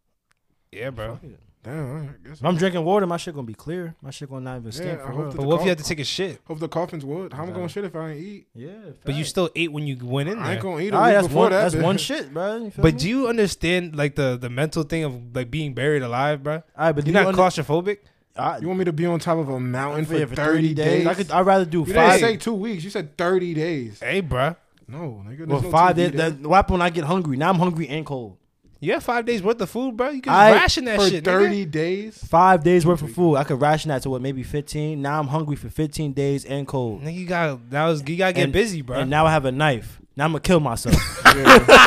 Speaker 1: yeah, bro.
Speaker 2: Fuck it.
Speaker 3: Damn. all right, I guess.
Speaker 2: If I'm drinking water, my shit gonna be clear. My shit gonna not even stink for
Speaker 3: I hope
Speaker 2: real.
Speaker 3: that-
Speaker 1: But what if you had to take a shit?
Speaker 3: Hope the coffin's wood. How am I
Speaker 2: Nah.
Speaker 3: gonna shit if I ain't eat?
Speaker 2: Yeah,
Speaker 1: But you
Speaker 2: facts.
Speaker 1: still ate when you went in
Speaker 3: I
Speaker 1: there.
Speaker 3: ain't gonna eat a
Speaker 2: Alright,
Speaker 3: week
Speaker 2: that's
Speaker 3: before
Speaker 2: one.
Speaker 3: that.
Speaker 2: that's
Speaker 3: bitch.
Speaker 2: one shit, bro. You feel
Speaker 1: But
Speaker 2: me?
Speaker 1: do you understand like the the mental thing of like being buried alive, bro?
Speaker 2: All right, but do
Speaker 1: You're not
Speaker 2: under-
Speaker 1: claustrophobic.
Speaker 2: I,
Speaker 3: You want me to be on top of a mountain
Speaker 2: I'm
Speaker 3: for,
Speaker 2: here
Speaker 3: thirty, days?
Speaker 2: I could. I'd rather do
Speaker 3: you didn't
Speaker 2: five.
Speaker 3: say two weeks. You said thirty days.
Speaker 1: Hey, bro,
Speaker 3: No, nigga. there's
Speaker 2: well,
Speaker 3: no
Speaker 2: five days.
Speaker 3: TV there.
Speaker 2: That, what happened when I get hungry? Now I'm hungry and cold.
Speaker 1: you have five days worth of food, bro. You can
Speaker 2: I-
Speaker 1: ration that
Speaker 3: for
Speaker 1: shit. Nigga.
Speaker 3: thirty days.
Speaker 2: Five days worth of food. I could ration that to what maybe 15. Now I'm hungry for 15 days and
Speaker 3: Mm,
Speaker 2: cold.
Speaker 1: Nigga, you got that was you gotta get
Speaker 2: And-
Speaker 1: busy, bro.
Speaker 2: And now I have a knife. Now I'm gonna kill myself.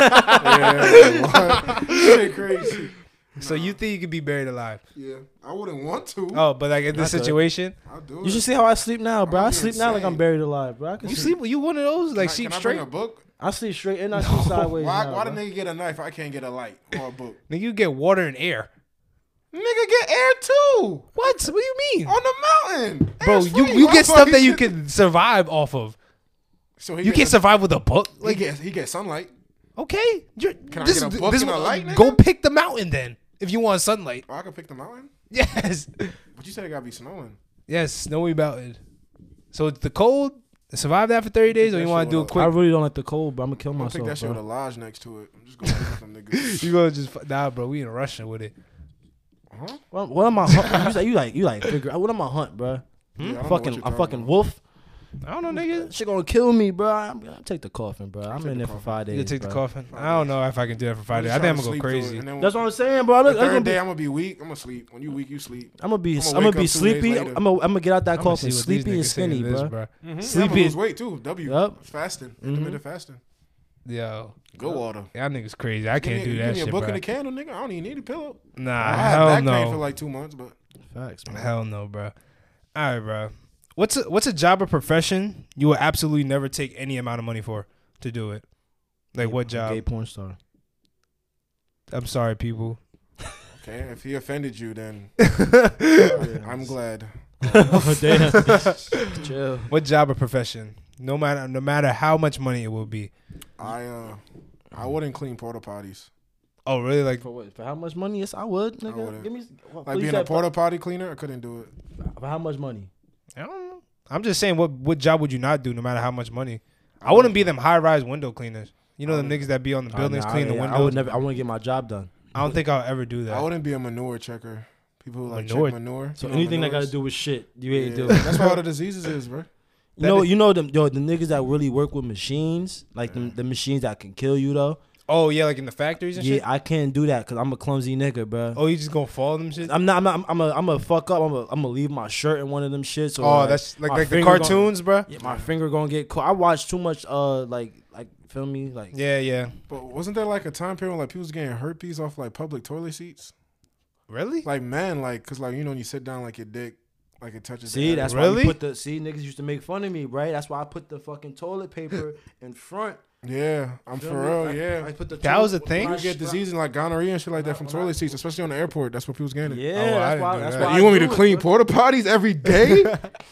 Speaker 3: yeah, what? Shit crazy.
Speaker 1: so you think you could be buried alive?
Speaker 3: Yeah, I wouldn't want to.
Speaker 1: Oh, but like in this
Speaker 2: could.
Speaker 1: situation,
Speaker 3: I'll do it.
Speaker 2: you should see how I sleep now, bro. I
Speaker 3: I'm
Speaker 2: sleep now like I'm
Speaker 3: insane.
Speaker 2: buried alive, bro. I, can
Speaker 1: you
Speaker 2: sleep.
Speaker 1: sleep. You one of those
Speaker 3: Can I-
Speaker 1: like sleep
Speaker 3: can I
Speaker 1: straight.
Speaker 3: bring a book?
Speaker 2: I sleep straight and I sleep sideways.
Speaker 3: Why?
Speaker 2: now,
Speaker 3: why the
Speaker 2: bro.
Speaker 3: nigga get a knife? I can't get a light or a book.
Speaker 1: Nigga, you get water and air.
Speaker 3: nigga get air too
Speaker 1: What? What do you mean?
Speaker 3: on the mountain.
Speaker 1: Bro,
Speaker 3: Air's
Speaker 1: you,
Speaker 3: free.
Speaker 1: you
Speaker 3: Why
Speaker 1: get
Speaker 3: the
Speaker 1: stuff
Speaker 3: fuck
Speaker 1: that
Speaker 3: he
Speaker 1: you
Speaker 3: get-
Speaker 1: can survive off of.
Speaker 3: So he
Speaker 1: You
Speaker 3: get
Speaker 1: can't survive with a book.
Speaker 3: He gets he gets sunlight.
Speaker 1: Okay, you're,
Speaker 3: Can I
Speaker 1: this,
Speaker 3: get a
Speaker 1: is-
Speaker 3: book
Speaker 1: this
Speaker 3: and a
Speaker 1: is-
Speaker 3: light,
Speaker 1: Go
Speaker 3: nigga?
Speaker 1: pick the mountain then, if you want sunlight.
Speaker 3: Oh, I can pick the mountain.
Speaker 1: Yes,
Speaker 3: But you said it gotta be snowing.
Speaker 1: yes, snowy mountain. So it's the cold. Survive that for thirty days, or
Speaker 3: that
Speaker 1: you want
Speaker 3: shit
Speaker 1: to do a
Speaker 3: with a-
Speaker 1: quick?
Speaker 2: I really don't like the cold, but I'm gonna kill
Speaker 3: I'm gonna pick
Speaker 2: myself.
Speaker 3: that shit with a
Speaker 2: bro.
Speaker 3: lodge next to it. I'm just gonna pick some
Speaker 1: You
Speaker 3: niggas.
Speaker 1: gonna just fu- nah, bro? We in Russia with it.
Speaker 3: Huh?
Speaker 2: What, what am I? Hunt? you, say, you like you like figure out what am I hunt, bro?
Speaker 3: Hmm? Yeah, I don't know what
Speaker 2: Fucking
Speaker 3: you're
Speaker 2: a
Speaker 3: talking
Speaker 2: fucking
Speaker 3: about.
Speaker 2: wolf.
Speaker 1: I don't know, nigga.
Speaker 2: Shit gonna kill me, bro. I'm, I'll take the coffin, bro. I'm in there for five days.
Speaker 1: You gonna take the
Speaker 2: bro.
Speaker 1: coffin? I don't know if I can do that for five days. I
Speaker 3: just
Speaker 1: think I'm gonna
Speaker 3: trying
Speaker 1: go
Speaker 3: to sleep through it,
Speaker 1: crazy.
Speaker 3: and then
Speaker 2: That's what I'm saying, bro. Look, that's
Speaker 3: the
Speaker 2: gonna
Speaker 3: third
Speaker 2: be,
Speaker 3: day I'm gonna be weak. I'm gonna sleep. When you weak, you sleep.
Speaker 2: I'm gonna be, I'm
Speaker 3: I'ma
Speaker 2: gonna
Speaker 3: wake
Speaker 2: be
Speaker 3: up two days
Speaker 2: sleepy.
Speaker 3: later.
Speaker 2: I'm gonna, I'm gonna get out that
Speaker 1: I'ma
Speaker 2: coffin,
Speaker 1: see what these
Speaker 2: sleepy and
Speaker 1: niggas say to
Speaker 2: skinny,
Speaker 1: this,
Speaker 2: bro.
Speaker 3: Yeah, I'ma
Speaker 2: Sleepy.
Speaker 3: lose weight too. W.
Speaker 2: Yup.
Speaker 3: Fasting. Intermittent fasting.
Speaker 1: Yo,
Speaker 3: Go water.
Speaker 1: y'all niggas crazy. I
Speaker 3: Give
Speaker 1: can't
Speaker 3: me,
Speaker 1: do
Speaker 3: give
Speaker 1: that
Speaker 3: me
Speaker 1: shit,
Speaker 3: a book
Speaker 1: bro.
Speaker 3: and a candle, nigga. I don't even need a pillow.
Speaker 1: Nah,
Speaker 3: I
Speaker 1: hell
Speaker 3: had back pain for
Speaker 1: no,
Speaker 3: like two months, but
Speaker 2: Facts, man.
Speaker 1: hell no, bro. All right, bro. What's a, what's a job or profession you will absolutely never take any amount of money for to do it? Like what
Speaker 2: Gay
Speaker 1: job?
Speaker 2: porn star.
Speaker 1: I'm sorry, people.
Speaker 3: okay. If he offended you, then I'm glad.
Speaker 2: Damn. Chill.
Speaker 1: What job or profession? No matter no matter how much money it will be.
Speaker 3: I uh, I wouldn't clean porta potties.
Speaker 1: Oh, really? Like
Speaker 2: For what? For how much money? Yes, I would,
Speaker 3: I
Speaker 2: nigga.
Speaker 3: wouldn't.
Speaker 2: Give me what,
Speaker 3: Like
Speaker 2: you
Speaker 3: being a
Speaker 2: said
Speaker 3: porta potty cleaner, I couldn't do it.
Speaker 2: For, for how much money?
Speaker 1: I don't know. I'm just saying, what what job would you not do, no matter how much money? I wouldn't be them high rise window cleaners. You know, the niggas that be on the buildings
Speaker 2: Nah,
Speaker 1: cleaning
Speaker 2: I,
Speaker 1: the
Speaker 2: I would
Speaker 1: windows.
Speaker 2: never. I want to get my job done.
Speaker 1: I don't think I'll ever do
Speaker 3: I
Speaker 1: that.
Speaker 3: wouldn't be a manure checker. People who like
Speaker 1: Manure?
Speaker 3: check manure.
Speaker 2: So
Speaker 3: You know
Speaker 2: anything that got
Speaker 3: manures?
Speaker 2: to do with shit, you ain't
Speaker 3: Yeah,
Speaker 2: do.
Speaker 3: That's why all the diseases is, bro.
Speaker 2: You know, you know them, yo, the niggas that really work with machines, like them, the machines that can kill you though.
Speaker 1: Oh yeah, like in the factories and
Speaker 2: Yeah,
Speaker 1: shit.
Speaker 2: I can't do that because I'm a clumsy nigga, bro.
Speaker 1: Oh, you just gonna fall in them shit?
Speaker 2: I'm not. I'm not. I'm a. I'm a fuck up. I'm a. I'm gonna leave my shirt in one of them shits. Or
Speaker 1: Oh, that's like
Speaker 2: my
Speaker 1: like the
Speaker 2: finger gonna-
Speaker 1: cartoons, bro.
Speaker 2: yeah, my finger gonna get caught. I watch too much. Uh, like like feel me like.
Speaker 1: Yeah, yeah.
Speaker 3: But wasn't there like a time period when like people was getting herpes off like public toilet seats?
Speaker 1: Really?
Speaker 3: Like man, like cause like you know when you sit down like your dick, like it touches. the
Speaker 2: See,
Speaker 3: area.
Speaker 2: that's why
Speaker 1: Really?
Speaker 2: we put the see niggas used to make fun of me, right? That's why I put the fucking toilet paper in front.
Speaker 3: yeah. I'm
Speaker 2: feel
Speaker 3: for
Speaker 2: me?
Speaker 3: real.
Speaker 2: I-
Speaker 3: yeah.
Speaker 2: I put the
Speaker 1: That was a
Speaker 2: toilet-
Speaker 1: thing?
Speaker 2: when I
Speaker 3: you get
Speaker 2: strap-
Speaker 3: diseases like gonorrhea and shit like that from toilet seats, especially on the airport. That's what people was getting.
Speaker 2: Yeah,
Speaker 1: Oh, I
Speaker 2: that's
Speaker 1: didn't
Speaker 2: why.
Speaker 1: do
Speaker 2: That's
Speaker 1: that.
Speaker 2: why
Speaker 3: Like,
Speaker 2: I
Speaker 3: you want me
Speaker 2: do
Speaker 3: to
Speaker 2: it,
Speaker 3: clean
Speaker 2: bro.
Speaker 3: porta potties every day?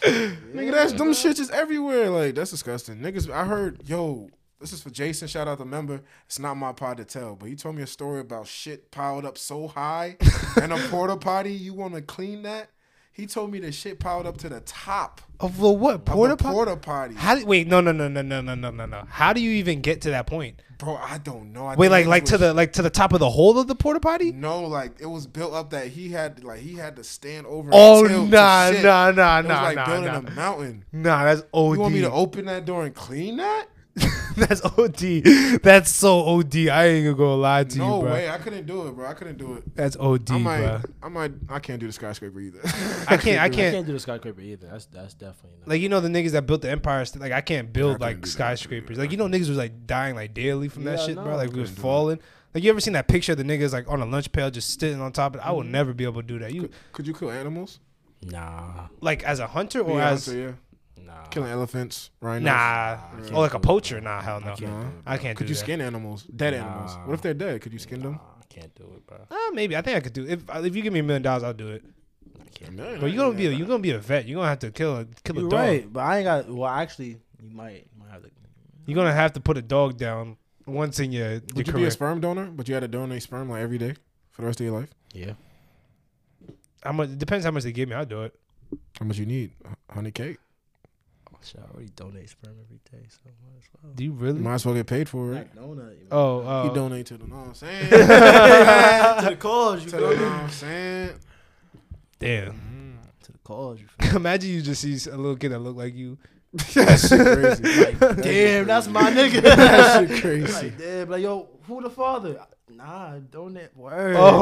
Speaker 3: Nigga, that's them shits is everywhere. Like that's disgusting. Niggas, I heard yo. This is for Jason. Shout out the member. It's not my pod to tell, but he told me a story about shit piled up so high and a porta potty. You want to clean that? He told me the shit piled up to the top
Speaker 1: Of the what? Porta
Speaker 3: of the
Speaker 1: potty?
Speaker 3: porta potty.
Speaker 1: How do, wait, no, no, no, no, no, no, no, no, no. How do you even get to that point?
Speaker 3: Bro, I don't know. I
Speaker 1: Wait, like
Speaker 3: think niggas
Speaker 1: like to
Speaker 3: was-
Speaker 1: the like to the top of the hole of the porta potty?
Speaker 3: no, like it was built up that he had like he had to stand over. and
Speaker 1: Oh
Speaker 3: tilt to
Speaker 1: nah,
Speaker 3: shit.
Speaker 1: nah, nah,
Speaker 3: It was
Speaker 1: nah,
Speaker 3: like
Speaker 1: nah,
Speaker 3: building
Speaker 1: nah.
Speaker 3: a mountain.
Speaker 1: Nah, that's OD.
Speaker 3: You want me to open that door and clean that?
Speaker 1: that's OD. That's so OD. I ain't gonna go lie to
Speaker 3: No
Speaker 1: you, bro.
Speaker 3: way. I couldn't do it, bro. I couldn't do it.
Speaker 1: That's OD,
Speaker 3: I might,
Speaker 1: bro.
Speaker 3: I might, I can't do the skyscraper either.
Speaker 1: I can't. I
Speaker 3: do
Speaker 2: I
Speaker 1: can't.
Speaker 2: can't do the skyscraper either. That's that's definitely. Not.
Speaker 1: Like you know the niggas that built the empire, State- like I can't build
Speaker 3: couldn't do
Speaker 1: like
Speaker 3: that.
Speaker 1: skyscrapers. Like you know niggas was like dying like daily from that
Speaker 2: Yeah, I
Speaker 1: shit, bro.
Speaker 2: know.
Speaker 1: Like we was falling. Like you ever seen that picture of the niggas like on a lunch pail just sitting on top of? It? I will never be able to do that. You
Speaker 3: Mm-hmm. Could, could you kill animals?
Speaker 2: nah,
Speaker 1: like as a hunter or
Speaker 3: Be
Speaker 1: Oh, as
Speaker 3: honest with you.
Speaker 2: nah.
Speaker 3: killing elephants, rhinos.
Speaker 1: Nah.
Speaker 2: Nah, I
Speaker 1: Or like a
Speaker 2: can't do
Speaker 1: poacher. Nah, hell no. I can't,
Speaker 3: Nah.
Speaker 1: do
Speaker 3: Could you
Speaker 1: that.
Speaker 3: skin animals? Dead
Speaker 2: Nah.
Speaker 3: animals. What if they're dead? Could you skin them?
Speaker 2: I can't do it, bro.
Speaker 1: Uh, maybe I think I could do. If if you give me a million dollars, I'll do it.
Speaker 2: I can't.
Speaker 3: No,
Speaker 1: But you gonna be a, you gonna be a vet. You are gonna have to kill a kill a
Speaker 2: You're
Speaker 1: dog.
Speaker 2: right, but I ain't got. Well, actually, you might. You might have to.
Speaker 1: You're gonna have to put a dog down once in your, your
Speaker 3: Would you be
Speaker 1: career.
Speaker 3: a sperm donor? But you had to donate sperm like every day for the rest of your life.
Speaker 2: Yeah.
Speaker 1: how much it depends how much they give me. I'll do it.
Speaker 3: How much you need? Honey
Speaker 1: Mm-hmm.
Speaker 3: cake.
Speaker 2: Shit, I already donate sperm every day, so might as well.
Speaker 1: Do you really?
Speaker 3: You might as well get paid for
Speaker 2: Black
Speaker 3: it.
Speaker 2: donut. you know.
Speaker 1: oh,
Speaker 3: You
Speaker 1: uh,
Speaker 3: donate to the. Know what I'm saying? to
Speaker 2: to the cause, you
Speaker 3: the.
Speaker 2: feel
Speaker 3: Know what
Speaker 2: me?
Speaker 3: I'm saying?
Speaker 1: damn.
Speaker 2: To the cause, you feel me?
Speaker 1: Imagine you just see a little kid that look like you.
Speaker 3: That shit crazy. Like, that shit
Speaker 2: Damn, that's
Speaker 3: crazy.
Speaker 2: my nigga.
Speaker 3: That shit crazy.
Speaker 2: Like, damn, like, yo, who the father? Nah, donate Oh,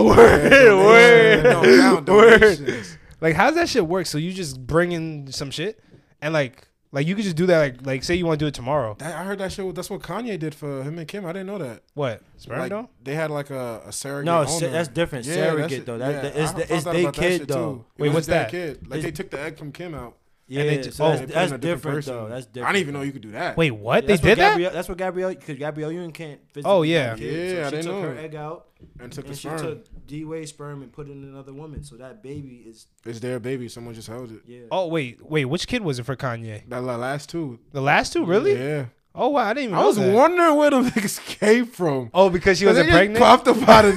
Speaker 2: word.
Speaker 1: word,
Speaker 3: Don't count donations.
Speaker 1: Like, how's that shit work? So you just bring in some shit, and like, like you could just do that. Like, like say you want to do it tomorrow.
Speaker 3: That, I heard that shit. That's what Kanye did for him and Kim. I didn't know that.
Speaker 1: What? Sperm
Speaker 3: like
Speaker 1: donor?
Speaker 3: they had like a, a surrogate.
Speaker 2: No,
Speaker 3: owner.
Speaker 2: sa- that's different.
Speaker 3: Yeah,
Speaker 2: Surrogate
Speaker 3: shit-
Speaker 2: though. That,
Speaker 3: yeah,
Speaker 2: that- it's
Speaker 3: I
Speaker 2: the-
Speaker 3: thought
Speaker 2: it's
Speaker 3: about
Speaker 2: they
Speaker 3: that
Speaker 2: kid
Speaker 3: shit,
Speaker 2: though.
Speaker 3: too. It
Speaker 1: Wait,
Speaker 3: was
Speaker 1: what's
Speaker 3: their
Speaker 1: that?
Speaker 3: Kid. Like
Speaker 2: It's-
Speaker 3: they took the egg from Kim out.
Speaker 2: Yeah,
Speaker 1: they ju-
Speaker 2: so
Speaker 1: oh.
Speaker 2: that's,
Speaker 3: They put
Speaker 2: that's
Speaker 3: in a different
Speaker 2: different
Speaker 3: person.
Speaker 2: though. That's different.
Speaker 3: I didn't even know you could do that.
Speaker 1: Wait, what?
Speaker 2: Yeah,
Speaker 1: they
Speaker 2: that's what
Speaker 1: did that?
Speaker 2: Gabrielle, That's what Gabrielle, because Gabrielle Union can't. Physically
Speaker 1: Oh, yeah.
Speaker 2: have kids, so
Speaker 3: Yeah, I
Speaker 2: she
Speaker 3: didn't
Speaker 2: took
Speaker 3: know.
Speaker 2: her egg out
Speaker 3: and took the
Speaker 2: and she
Speaker 3: sperm.
Speaker 2: took D Wade sperm and put it in another woman. So that baby is
Speaker 3: it's their baby. Someone just held it.
Speaker 2: yeah.
Speaker 1: Oh wait, wait. Which kid was it for Kanye?
Speaker 3: That la- last two.
Speaker 1: The last two, really?
Speaker 3: Yeah.
Speaker 1: Oh wow, I didn't even.
Speaker 3: I
Speaker 1: know
Speaker 3: was
Speaker 1: that.
Speaker 3: wondering where the niggas came from.
Speaker 1: Oh, because she
Speaker 3: They
Speaker 1: wasn't
Speaker 3: just
Speaker 1: pregnant.
Speaker 3: Popped up out of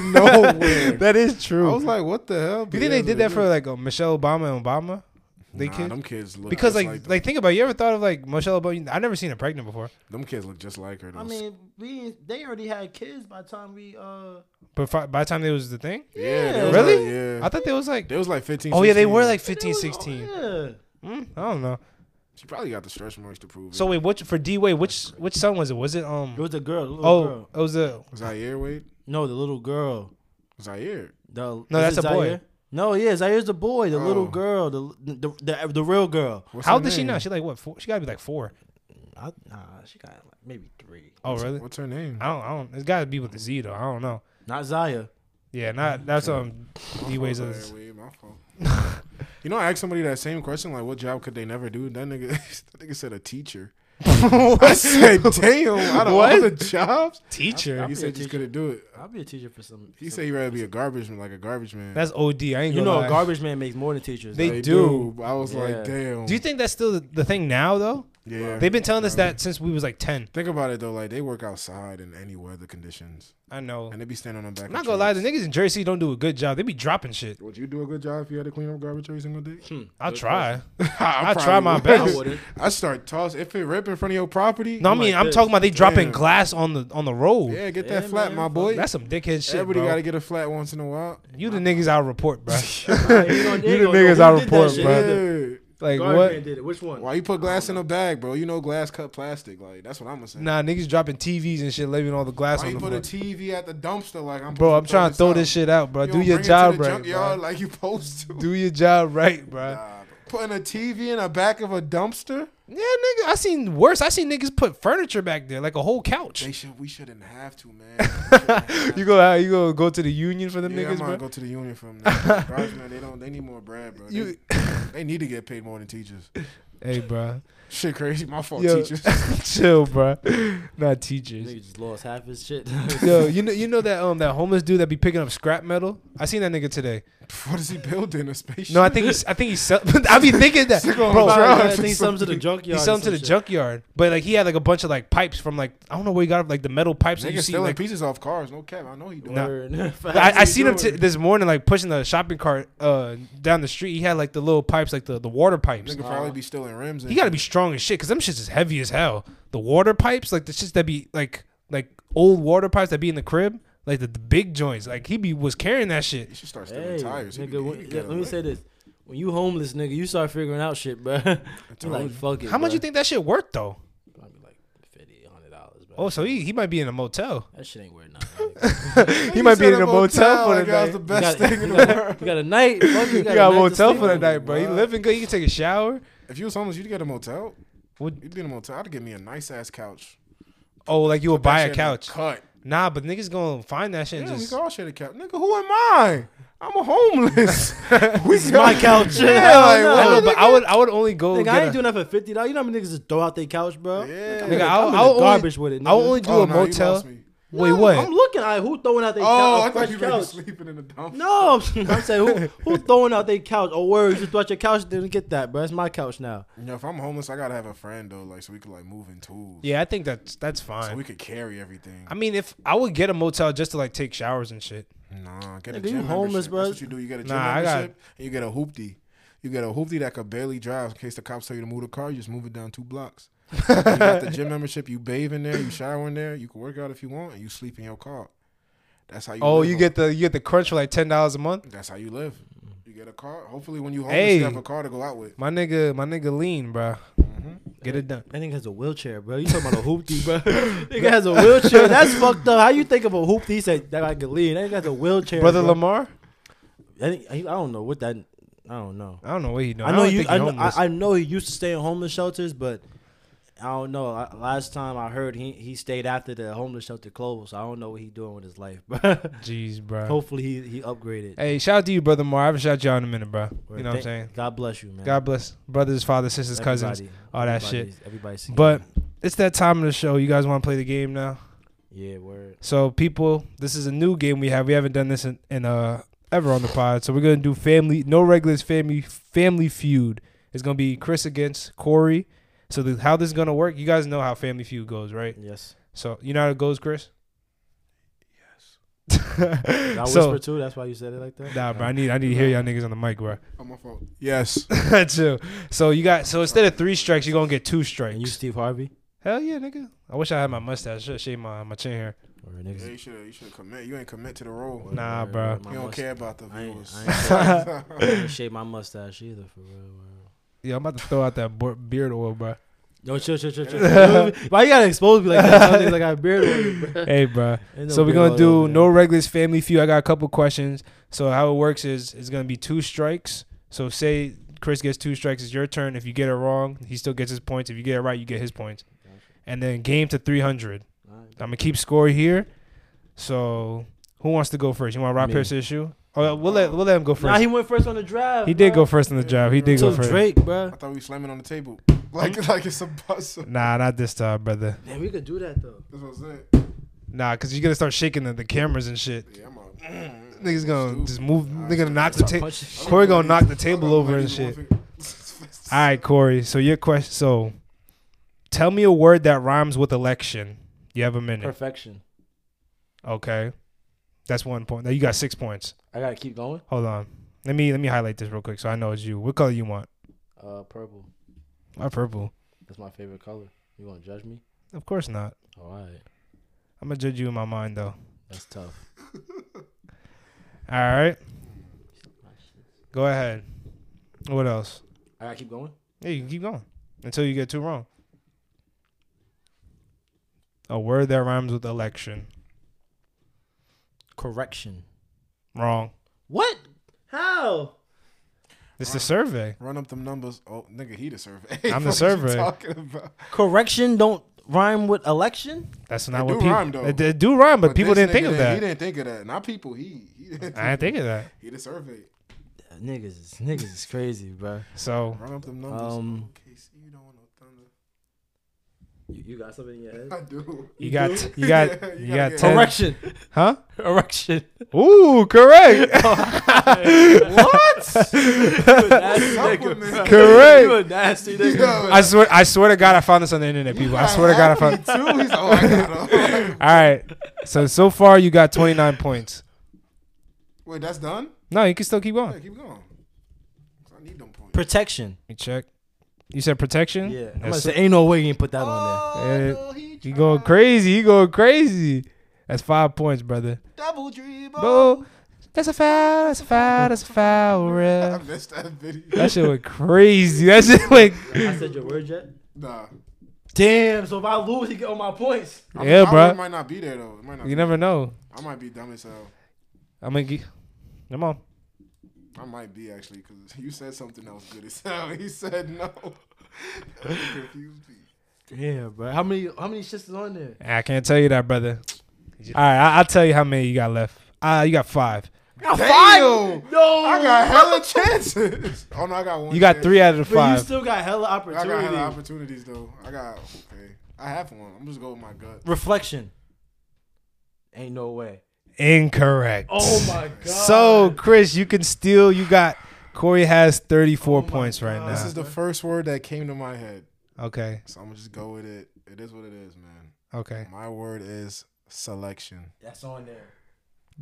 Speaker 3: nowhere.
Speaker 1: that is
Speaker 3: I
Speaker 1: true.
Speaker 3: was like, what the hell?
Speaker 1: you think they did that for like uh, Michelle Obama and Obama? They
Speaker 3: nah,
Speaker 1: kid?
Speaker 3: them kids look
Speaker 1: Because
Speaker 3: just
Speaker 1: like,
Speaker 3: like
Speaker 1: like
Speaker 3: them.
Speaker 1: think about it. you ever thought of like Michelle Obama? I never seen her pregnant before.
Speaker 3: Them kids look just like her. Though.
Speaker 2: I mean, we they already had kids by the time we uh.
Speaker 1: But fi- by the time they was the thing,
Speaker 3: yeah, they
Speaker 2: Yeah.
Speaker 3: was
Speaker 1: Really?
Speaker 3: Like, yeah,
Speaker 1: I thought they was like.
Speaker 3: they was like 15.
Speaker 1: Oh yeah, they were
Speaker 3: 16.
Speaker 1: like 15,
Speaker 2: they was-
Speaker 1: 16.
Speaker 2: Yeah.
Speaker 1: Mm, I don't know.
Speaker 3: She probably got the stretch marks to prove it.
Speaker 1: So wait, which for D Wade, which which son was it? Was it
Speaker 2: It
Speaker 1: um?
Speaker 2: was a girl. the Little
Speaker 1: Oh,
Speaker 2: girl.
Speaker 1: it was a.
Speaker 3: Zaire, wait,
Speaker 2: no, the little girl.
Speaker 3: Zaire.
Speaker 2: The, no,
Speaker 1: that's a boy.
Speaker 2: No, yeah, Zaire's the boy, the
Speaker 3: Oh.
Speaker 2: little girl, the, the the the real girl.
Speaker 3: What's
Speaker 1: How
Speaker 3: her
Speaker 1: old did she
Speaker 3: name?
Speaker 1: know? She like what? Four? She gotta be like four.
Speaker 2: I, nah, she got like maybe three.
Speaker 1: Oh really?
Speaker 3: What's her name?
Speaker 1: I don't. I don't. It's gotta be with the Z though. I don't know.
Speaker 2: Not Zaya.
Speaker 1: Yeah, not that's um.
Speaker 3: My
Speaker 1: D
Speaker 3: fault,
Speaker 1: Wade's.
Speaker 3: Zaire Wade, my fault. you know, I asked somebody that same question, like, what job could they never do? That nigga, that nigga said a teacher. I said, damn, out of all
Speaker 1: What?
Speaker 3: the jobs,
Speaker 1: Teacher.
Speaker 3: he
Speaker 2: be a
Speaker 3: said you
Speaker 2: teacher.
Speaker 3: couldn't do it.
Speaker 2: I'll be a teacher for some.
Speaker 3: He
Speaker 2: some-
Speaker 3: said he'd rather be a garbage man, like a garbage man.
Speaker 1: That's OD. I ain't
Speaker 2: you know,
Speaker 1: lie.
Speaker 2: a garbage man makes more than teachers.
Speaker 1: They-
Speaker 2: though.
Speaker 1: do.
Speaker 3: but I was like,
Speaker 2: Yeah.
Speaker 3: damn.
Speaker 1: Do you think that's still the- the thing now though?
Speaker 3: yeah.
Speaker 1: They've been telling us that since we was like ten.
Speaker 3: Think about it though, like they work outside in any weather conditions,
Speaker 1: I know.
Speaker 3: and they be standing on the back.
Speaker 1: I'm not gonna lie, the niggas in Jersey don't do a good job. They be dropping shit.
Speaker 3: Would you do a good job if you had to clean up garbage every single day?
Speaker 1: I'll try.
Speaker 3: I
Speaker 1: I'll try my
Speaker 3: probably
Speaker 1: best.
Speaker 3: would.
Speaker 2: wouldn't.
Speaker 3: I start toss if it rip in front of your property.
Speaker 1: No, I mean
Speaker 2: like
Speaker 1: I'm
Speaker 2: this.
Speaker 1: talking about they dropping
Speaker 3: Damn.
Speaker 1: glass on the on the road.
Speaker 3: yeah, get
Speaker 2: Yeah,
Speaker 3: that flat,
Speaker 2: man,
Speaker 3: my
Speaker 2: fuck
Speaker 3: boy.
Speaker 1: That's some dickhead shit,
Speaker 3: Everybody
Speaker 1: bro.
Speaker 3: gotta get a flat once in a while.
Speaker 1: you the niggas I'll report, bro.
Speaker 2: Nah, you know,
Speaker 1: You the
Speaker 2: know,
Speaker 1: niggas
Speaker 2: who
Speaker 1: I
Speaker 2: did that
Speaker 1: report,
Speaker 2: shit?
Speaker 1: bro.
Speaker 2: The
Speaker 3: Yeah.
Speaker 1: Like
Speaker 2: garbage
Speaker 1: what?
Speaker 2: man did it. Which one?
Speaker 3: Why you put glass in a bag, bro? You know glass cut plastic. Like that's what I'm gonna say.
Speaker 1: Nah, niggas dropping TVs and shit, leaving all the glass
Speaker 3: Why
Speaker 1: on
Speaker 3: you
Speaker 1: the
Speaker 3: put a
Speaker 1: floor.
Speaker 3: TV at the dumpster? Like I'm.
Speaker 1: Bro, I'm
Speaker 3: supposed
Speaker 1: trying to throw this
Speaker 3: out.
Speaker 1: shit out, bro.
Speaker 3: You
Speaker 1: Do
Speaker 3: don't
Speaker 1: your
Speaker 3: bring it to
Speaker 1: job
Speaker 3: the
Speaker 1: right,
Speaker 3: junkyard
Speaker 1: bro.
Speaker 3: like you supposed to.
Speaker 1: Do your job right, bro.
Speaker 3: Nah, bro. Putting a TV in a back of a dumpster.
Speaker 1: Yeah, nigga, I seen worse. I seen niggas put furniture back there, like a whole couch.
Speaker 3: They should. We shouldn't have to, man.
Speaker 1: you go out, you go go to the union for them
Speaker 3: yeah,
Speaker 1: niggas,
Speaker 3: I'm
Speaker 1: bro.
Speaker 3: gonna go to the union from now. Garbage man, they don't. They need more bread, bro. They,
Speaker 1: You-
Speaker 3: they need to get paid more than teachers.
Speaker 1: Hey, bro,
Speaker 3: Shit, crazy. My fault,
Speaker 1: Yo.
Speaker 3: teachers.
Speaker 1: chill, bro. Not teachers.
Speaker 2: Nigga just lost half his shit.
Speaker 1: Yo, you know, you know that um that homeless dude that be picking up scrap metal. I seen that nigga today.
Speaker 3: What is he building? A spaceship?
Speaker 1: No, I think he's I think he's sell- I be thinking that,
Speaker 3: Sick on
Speaker 1: bro.
Speaker 3: drugs.
Speaker 2: I think some to the
Speaker 1: He
Speaker 2: junkyard.
Speaker 1: sell them
Speaker 2: or
Speaker 1: to
Speaker 2: some
Speaker 1: the
Speaker 2: shit.
Speaker 1: junkyard, but like he had like a bunch of like pipes from like I don't know where he got like the metal pipes that you
Speaker 3: Niggas
Speaker 1: see.
Speaker 3: stealing
Speaker 1: Like,
Speaker 3: pieces off cars. No cap. I know he doing.
Speaker 1: Nah.
Speaker 3: it.
Speaker 2: Word.
Speaker 1: I, I
Speaker 3: That's
Speaker 1: seen
Speaker 3: what
Speaker 1: him
Speaker 3: he
Speaker 1: t-
Speaker 3: doing.
Speaker 1: this morning like pushing the shopping cart uh down the street. He had like the little pipes, like the the water pipes.
Speaker 3: Nigga probably be stealing rims. and
Speaker 1: He got to
Speaker 3: shit.
Speaker 1: be strong as shit because them shits is heavy as hell. The water pipes, like the shits that be like like old water pipes that be in the crib, like the, the big joints. Like he be was carrying that shit.
Speaker 3: He should start stealing
Speaker 2: Hey,
Speaker 3: tires. He
Speaker 2: nigga,
Speaker 3: could- he
Speaker 2: when,
Speaker 3: could
Speaker 2: let
Speaker 3: get
Speaker 2: me
Speaker 3: away.
Speaker 2: say this: when you homeless, nigga, you start figuring out shit, bro. you
Speaker 3: told
Speaker 2: like,
Speaker 3: you.
Speaker 2: fuck it.
Speaker 1: How much
Speaker 2: bruh.
Speaker 1: you think that shit worth though?
Speaker 2: Might be like fifty, hundred dollars, bro.
Speaker 1: Oh, so he he might be in a motel.
Speaker 2: that shit ain't worth nothing. nigga.
Speaker 1: he might be
Speaker 3: said
Speaker 1: in a motel for the
Speaker 3: like
Speaker 1: night.
Speaker 3: that was the
Speaker 2: You
Speaker 3: best
Speaker 2: got-
Speaker 3: thing in
Speaker 2: you
Speaker 3: the
Speaker 2: got-
Speaker 3: world.
Speaker 2: You got a night, fuck. You
Speaker 1: You
Speaker 2: got,
Speaker 1: got a
Speaker 2: night to
Speaker 1: motel
Speaker 2: sleep
Speaker 1: for the
Speaker 2: on.
Speaker 1: night, bro. You
Speaker 3: bruh.
Speaker 1: living good. You can take a shower.
Speaker 3: If you was homeless, you'd get a motel.
Speaker 1: Would-
Speaker 3: You'd be in a motel. I'd get me a nice ass couch.
Speaker 1: Oh, like you would buy
Speaker 3: That
Speaker 1: a
Speaker 3: shit ain't
Speaker 1: couch.
Speaker 3: Cut.
Speaker 1: Nah, but niggas gonna find that shit and
Speaker 3: Yeah, we
Speaker 1: just.
Speaker 3: can all share the couch. Nigga, who am I? I'm a homeless. we got
Speaker 2: My couch.
Speaker 3: Yeah, like,
Speaker 1: I know,
Speaker 3: what? Oh,
Speaker 1: but I would I would only go
Speaker 2: Nigga,
Speaker 1: get
Speaker 2: I ain't
Speaker 1: a-
Speaker 2: doing that for fifty dollars. You know how many niggas just throw out their couch, bro?
Speaker 3: Yeah.
Speaker 2: I'm
Speaker 1: Nigga,
Speaker 2: in the-
Speaker 1: I'll-
Speaker 2: I'm in the
Speaker 1: I'll only-
Speaker 2: garbage with it. Nigga.
Speaker 1: I'll only do
Speaker 3: Oh,
Speaker 1: a
Speaker 3: nah, you
Speaker 1: motel.
Speaker 3: lost me.
Speaker 2: No,
Speaker 1: Wait, what?
Speaker 2: I'm looking at who throwing out their
Speaker 3: Oh, I
Speaker 2: couch.
Speaker 3: thought you were
Speaker 2: couch.
Speaker 3: sleeping in the dumpster.
Speaker 2: No, I'm saying who who throwing out their couch? Oh, word, you just throw out your couch. Didn't get that, bro. It's my couch now.
Speaker 3: Yeah, if I'm homeless, I gotta have a friend though, like so we could like move in tools.
Speaker 1: Yeah, I think that's that's
Speaker 3: So
Speaker 1: fine.
Speaker 3: we could carry everything.
Speaker 1: I mean, if I would get a motel just to like take showers and shit.
Speaker 3: nah, get a
Speaker 2: Nigga,
Speaker 3: gym
Speaker 2: you homeless,
Speaker 3: membership.
Speaker 2: bro.
Speaker 3: That's what you do. You get a gym
Speaker 1: Nah, I got-
Speaker 3: membership and you get a hoopty. You get a hoopty that could barely drive in case the cops tell you to move the car, you just move it down two blocks. you got the gym membership, you bathe in there, you shower in there, you can work out if you want, and you sleep in your car. That's how you
Speaker 1: Oh,
Speaker 3: live
Speaker 1: you
Speaker 3: on-
Speaker 1: get the you get the crunch for like ten dollars a month.
Speaker 3: that's how you live.
Speaker 2: Mm-hmm.
Speaker 3: You get a car. Hopefully when you homeless
Speaker 1: Hey.
Speaker 3: you have a car to go out with.
Speaker 1: My nigga, my nigga, lean, bro.
Speaker 2: Mm-hmm.
Speaker 1: Get it done.
Speaker 2: That nigga has a wheelchair, bro. You talking about a hoopty, bro? nigga has a wheelchair. That's fucked up. How you think of a hoopty? He said that I could lead. That nigga has a wheelchair,
Speaker 1: Brother
Speaker 2: bro.
Speaker 1: Lamar,
Speaker 2: That nigga- he- I don't know what that. I don't know.
Speaker 1: I don't know what he doing.
Speaker 2: I know
Speaker 1: don't
Speaker 2: you.
Speaker 1: think he
Speaker 2: I know,
Speaker 1: homeless.
Speaker 2: I, I know he used to stay in homeless shelters, but I don't know. I, last time I heard, he he stayed after the homeless shelter closed. So I don't know what he doing with his life, bro.
Speaker 1: Jeez, bro.
Speaker 2: Hopefully he he upgraded.
Speaker 1: Hey, shout out to you, brother Lamar. I haven't shout you out in a minute, bro. You know what I'm
Speaker 2: Thank-
Speaker 1: saying?
Speaker 2: God bless you, man.
Speaker 1: God bless brothers, fathers, sisters, cousins.
Speaker 2: Everybody-
Speaker 1: all that shit.
Speaker 2: everybody's- Everybody's seen
Speaker 1: But-
Speaker 2: it.
Speaker 1: It's that time of the show. You guys want to play the game now?
Speaker 2: yeah, word.
Speaker 1: So, people, this is a new game we have. We haven't done this in, in uh ever on the pod. So we're gonna do family, no regulars, family, family feud. It's gonna be Chris against Corey, So the, how this is gonna work? You guys know how Family Feud goes, right?
Speaker 2: Yes.
Speaker 1: So you know how it goes, Chris.
Speaker 2: Did I
Speaker 1: Yes.
Speaker 2: whisper
Speaker 1: so
Speaker 2: too. That's why you said it like that.
Speaker 1: nah, bro. I need I need to hear y'all niggas on the mic, bro.
Speaker 3: On my fault. Yes.
Speaker 1: Chill. So you got so instead of three strikes, you're gonna get two
Speaker 2: And you,
Speaker 1: strikes.
Speaker 2: Steve Harvey,
Speaker 1: Hell yeah, nigga. I wish I had my mustache. Should shave my my chin hair.
Speaker 2: or
Speaker 3: Yeah,
Speaker 2: niggas.
Speaker 3: you should you should commit. You ain't commit to the role.
Speaker 1: Nah,
Speaker 2: or-
Speaker 1: bro.
Speaker 2: or my
Speaker 3: You don't
Speaker 2: must-
Speaker 3: care about the
Speaker 2: I ain't-
Speaker 3: viewers.
Speaker 2: I ain't shave my mustache either, for real. bro.
Speaker 1: Yeah, I'm about to throw out that bo- beard oil, bro.
Speaker 2: Yo, chill, chill, chill, chill. Why you gotta expose me like that? Tell niggas I got a beard on me, bro.
Speaker 1: Hey, bro.
Speaker 2: Ain't no
Speaker 1: so we're
Speaker 2: beard
Speaker 1: gonna
Speaker 2: all
Speaker 1: do
Speaker 2: over
Speaker 1: no
Speaker 2: there.
Speaker 1: regulars family feud. I got a couple questions. So how it works is it's gonna be two strikes. So say Chris gets two strikes, it's your turn. If you get it wrong, he still gets his points. If you get it right, you get his points. And then game to three hundred.
Speaker 2: Alright.
Speaker 1: I'm gonna keep score here. So who wants to go first? You want Rob
Speaker 2: Me.
Speaker 1: Pierce issue? Oh, we'll let we'll let him go first.
Speaker 2: Nah,
Speaker 1: he,
Speaker 2: he went first on the drive.
Speaker 1: did
Speaker 2: bro.
Speaker 1: go first in the job. He did go
Speaker 2: So
Speaker 1: first.
Speaker 2: Drake, bro.
Speaker 3: I thought we were slamming on the table.
Speaker 2: Mm-hmm.
Speaker 3: Like like it's a bustle.
Speaker 1: Nah, not this time, brother.
Speaker 2: Man, we could do that though.
Speaker 3: That's what I'm saying.
Speaker 1: Nah, cause you gotta start shaking the, the cameras and shit.
Speaker 3: Yeah, I'm out.
Speaker 1: Niggas gonna
Speaker 3: Stupid.
Speaker 1: just move.
Speaker 3: Nah,
Speaker 1: Nigga
Speaker 3: stupid.
Speaker 1: knock the table.
Speaker 2: Punch-
Speaker 1: Corey gonna knock the
Speaker 3: I'm
Speaker 1: table
Speaker 3: not
Speaker 1: over
Speaker 3: gonna
Speaker 1: and
Speaker 3: even
Speaker 1: shit.
Speaker 3: want to-
Speaker 1: All right, Corey. So your question. So tell me a word that rhymes with election. You have a minute.
Speaker 2: Perfection.
Speaker 1: Okay, that's one point. Now you got six points.
Speaker 2: I gotta keep going.
Speaker 1: Hold on. Let me let me highlight this real quick so I know it's you. What color you want?
Speaker 2: Uh, purple.
Speaker 1: My purple.
Speaker 2: That's my favorite color. You gonna judge me?
Speaker 1: Of course not.
Speaker 2: All right.
Speaker 1: I'm gonna judge you in my mind though.
Speaker 2: That's tough.
Speaker 1: All right. Go ahead. What else?
Speaker 2: I gotta keep going.
Speaker 1: Yeah, you can keep going until you get two wrong. A word that rhymes with election.
Speaker 2: Correction.
Speaker 1: Wrong.
Speaker 2: What? How?
Speaker 1: It's the survey.
Speaker 3: Run up them numbers. Oh, nigga, he the survey.
Speaker 1: I'm the
Speaker 3: What you
Speaker 1: survey.
Speaker 3: Talking about.
Speaker 2: Correction don't rhyme with election.
Speaker 1: That's not
Speaker 3: It
Speaker 1: what
Speaker 3: do
Speaker 1: people.
Speaker 3: rhyme, though.
Speaker 1: It, it do rhyme, but, people
Speaker 3: this
Speaker 1: didn't
Speaker 3: nigga
Speaker 1: think of
Speaker 3: He
Speaker 1: that.
Speaker 3: didn't think of that. Not people. He he didn't.
Speaker 1: I didn't think of that.
Speaker 3: He the survey.
Speaker 2: Uh, Niggas, is- niggas is crazy, bro.
Speaker 1: So
Speaker 3: Run up them numbers.
Speaker 2: Um,
Speaker 3: okay, see, Oh, you don't want no thunder.
Speaker 2: You, you got something in your head?
Speaker 3: I do.
Speaker 1: you got you got
Speaker 3: Yeah, you
Speaker 1: you got
Speaker 3: gotta get-
Speaker 1: ten,
Speaker 2: Correction.
Speaker 1: huh?
Speaker 2: Erection.
Speaker 1: Ooh, correct.
Speaker 2: what?
Speaker 3: Supplements.
Speaker 1: Correct.
Speaker 2: You a nasty nigga.
Speaker 1: I swear, I swear to God, I found this on the internet, people. I swear to God, I
Speaker 3: Happy
Speaker 1: found.
Speaker 3: too. He's like, oh, I got him.
Speaker 1: All right, so so far you got twenty nine points.
Speaker 3: Wait, that's done.
Speaker 1: No, you can still keep
Speaker 3: Yeah,
Speaker 1: going.
Speaker 3: keep going. 'Cause I need them points.
Speaker 2: Protection.
Speaker 1: Let me check. You said protection.
Speaker 2: Yeah. Oh, I'm
Speaker 1: That's-
Speaker 2: gonna say, ain't no way you didn't put that on
Speaker 1: Yeah.
Speaker 3: Oh, no, he
Speaker 1: you going crazy? You going crazy? That's five points, brother.
Speaker 3: double dribble.
Speaker 1: Boo. That's a foul. That's a foul. That's a foul.
Speaker 3: I
Speaker 1: Real.
Speaker 3: missed that video.
Speaker 1: That shit went crazy. That shit went.
Speaker 2: there. I said your word yet?
Speaker 3: Nah.
Speaker 2: Damn. So if I lose, he get all my points.
Speaker 3: I
Speaker 1: Yeah,
Speaker 3: I
Speaker 1: bruh.
Speaker 3: might not be there though. It might not.
Speaker 1: You
Speaker 3: be
Speaker 1: never know.
Speaker 3: I might be dumb as hell.
Speaker 1: I'm gonna get. Come on.
Speaker 3: I might be actually because you said something that was good as hell. He said no. You confused me.
Speaker 2: Yeah, bro. How many how many shits is on there?
Speaker 1: I can't tell you that, brother. All right, I- I'll tell you how many you got left. Uh, you got five.
Speaker 2: got
Speaker 3: Damn!
Speaker 2: No,
Speaker 3: I got hella chances. Oh no, I got one.
Speaker 1: You got
Speaker 3: chance.
Speaker 1: three out of the
Speaker 2: But you
Speaker 1: five.
Speaker 2: still got hella
Speaker 3: I got hella
Speaker 2: opportunity.
Speaker 3: opportunities though. I got okay. I have one. I'm just going with my gut.
Speaker 2: Reflection. Ain't no way.
Speaker 1: Incorrect.
Speaker 2: Oh my god.
Speaker 1: So, Chris, you can still. You got. Corey has 34 points right
Speaker 3: Oh This
Speaker 1: now.
Speaker 3: is the first word that came to my head,
Speaker 1: okay.
Speaker 3: so I'm gonna just go with it. It is what it is, man.
Speaker 1: Okay.
Speaker 3: My word is selection.
Speaker 2: that's on there.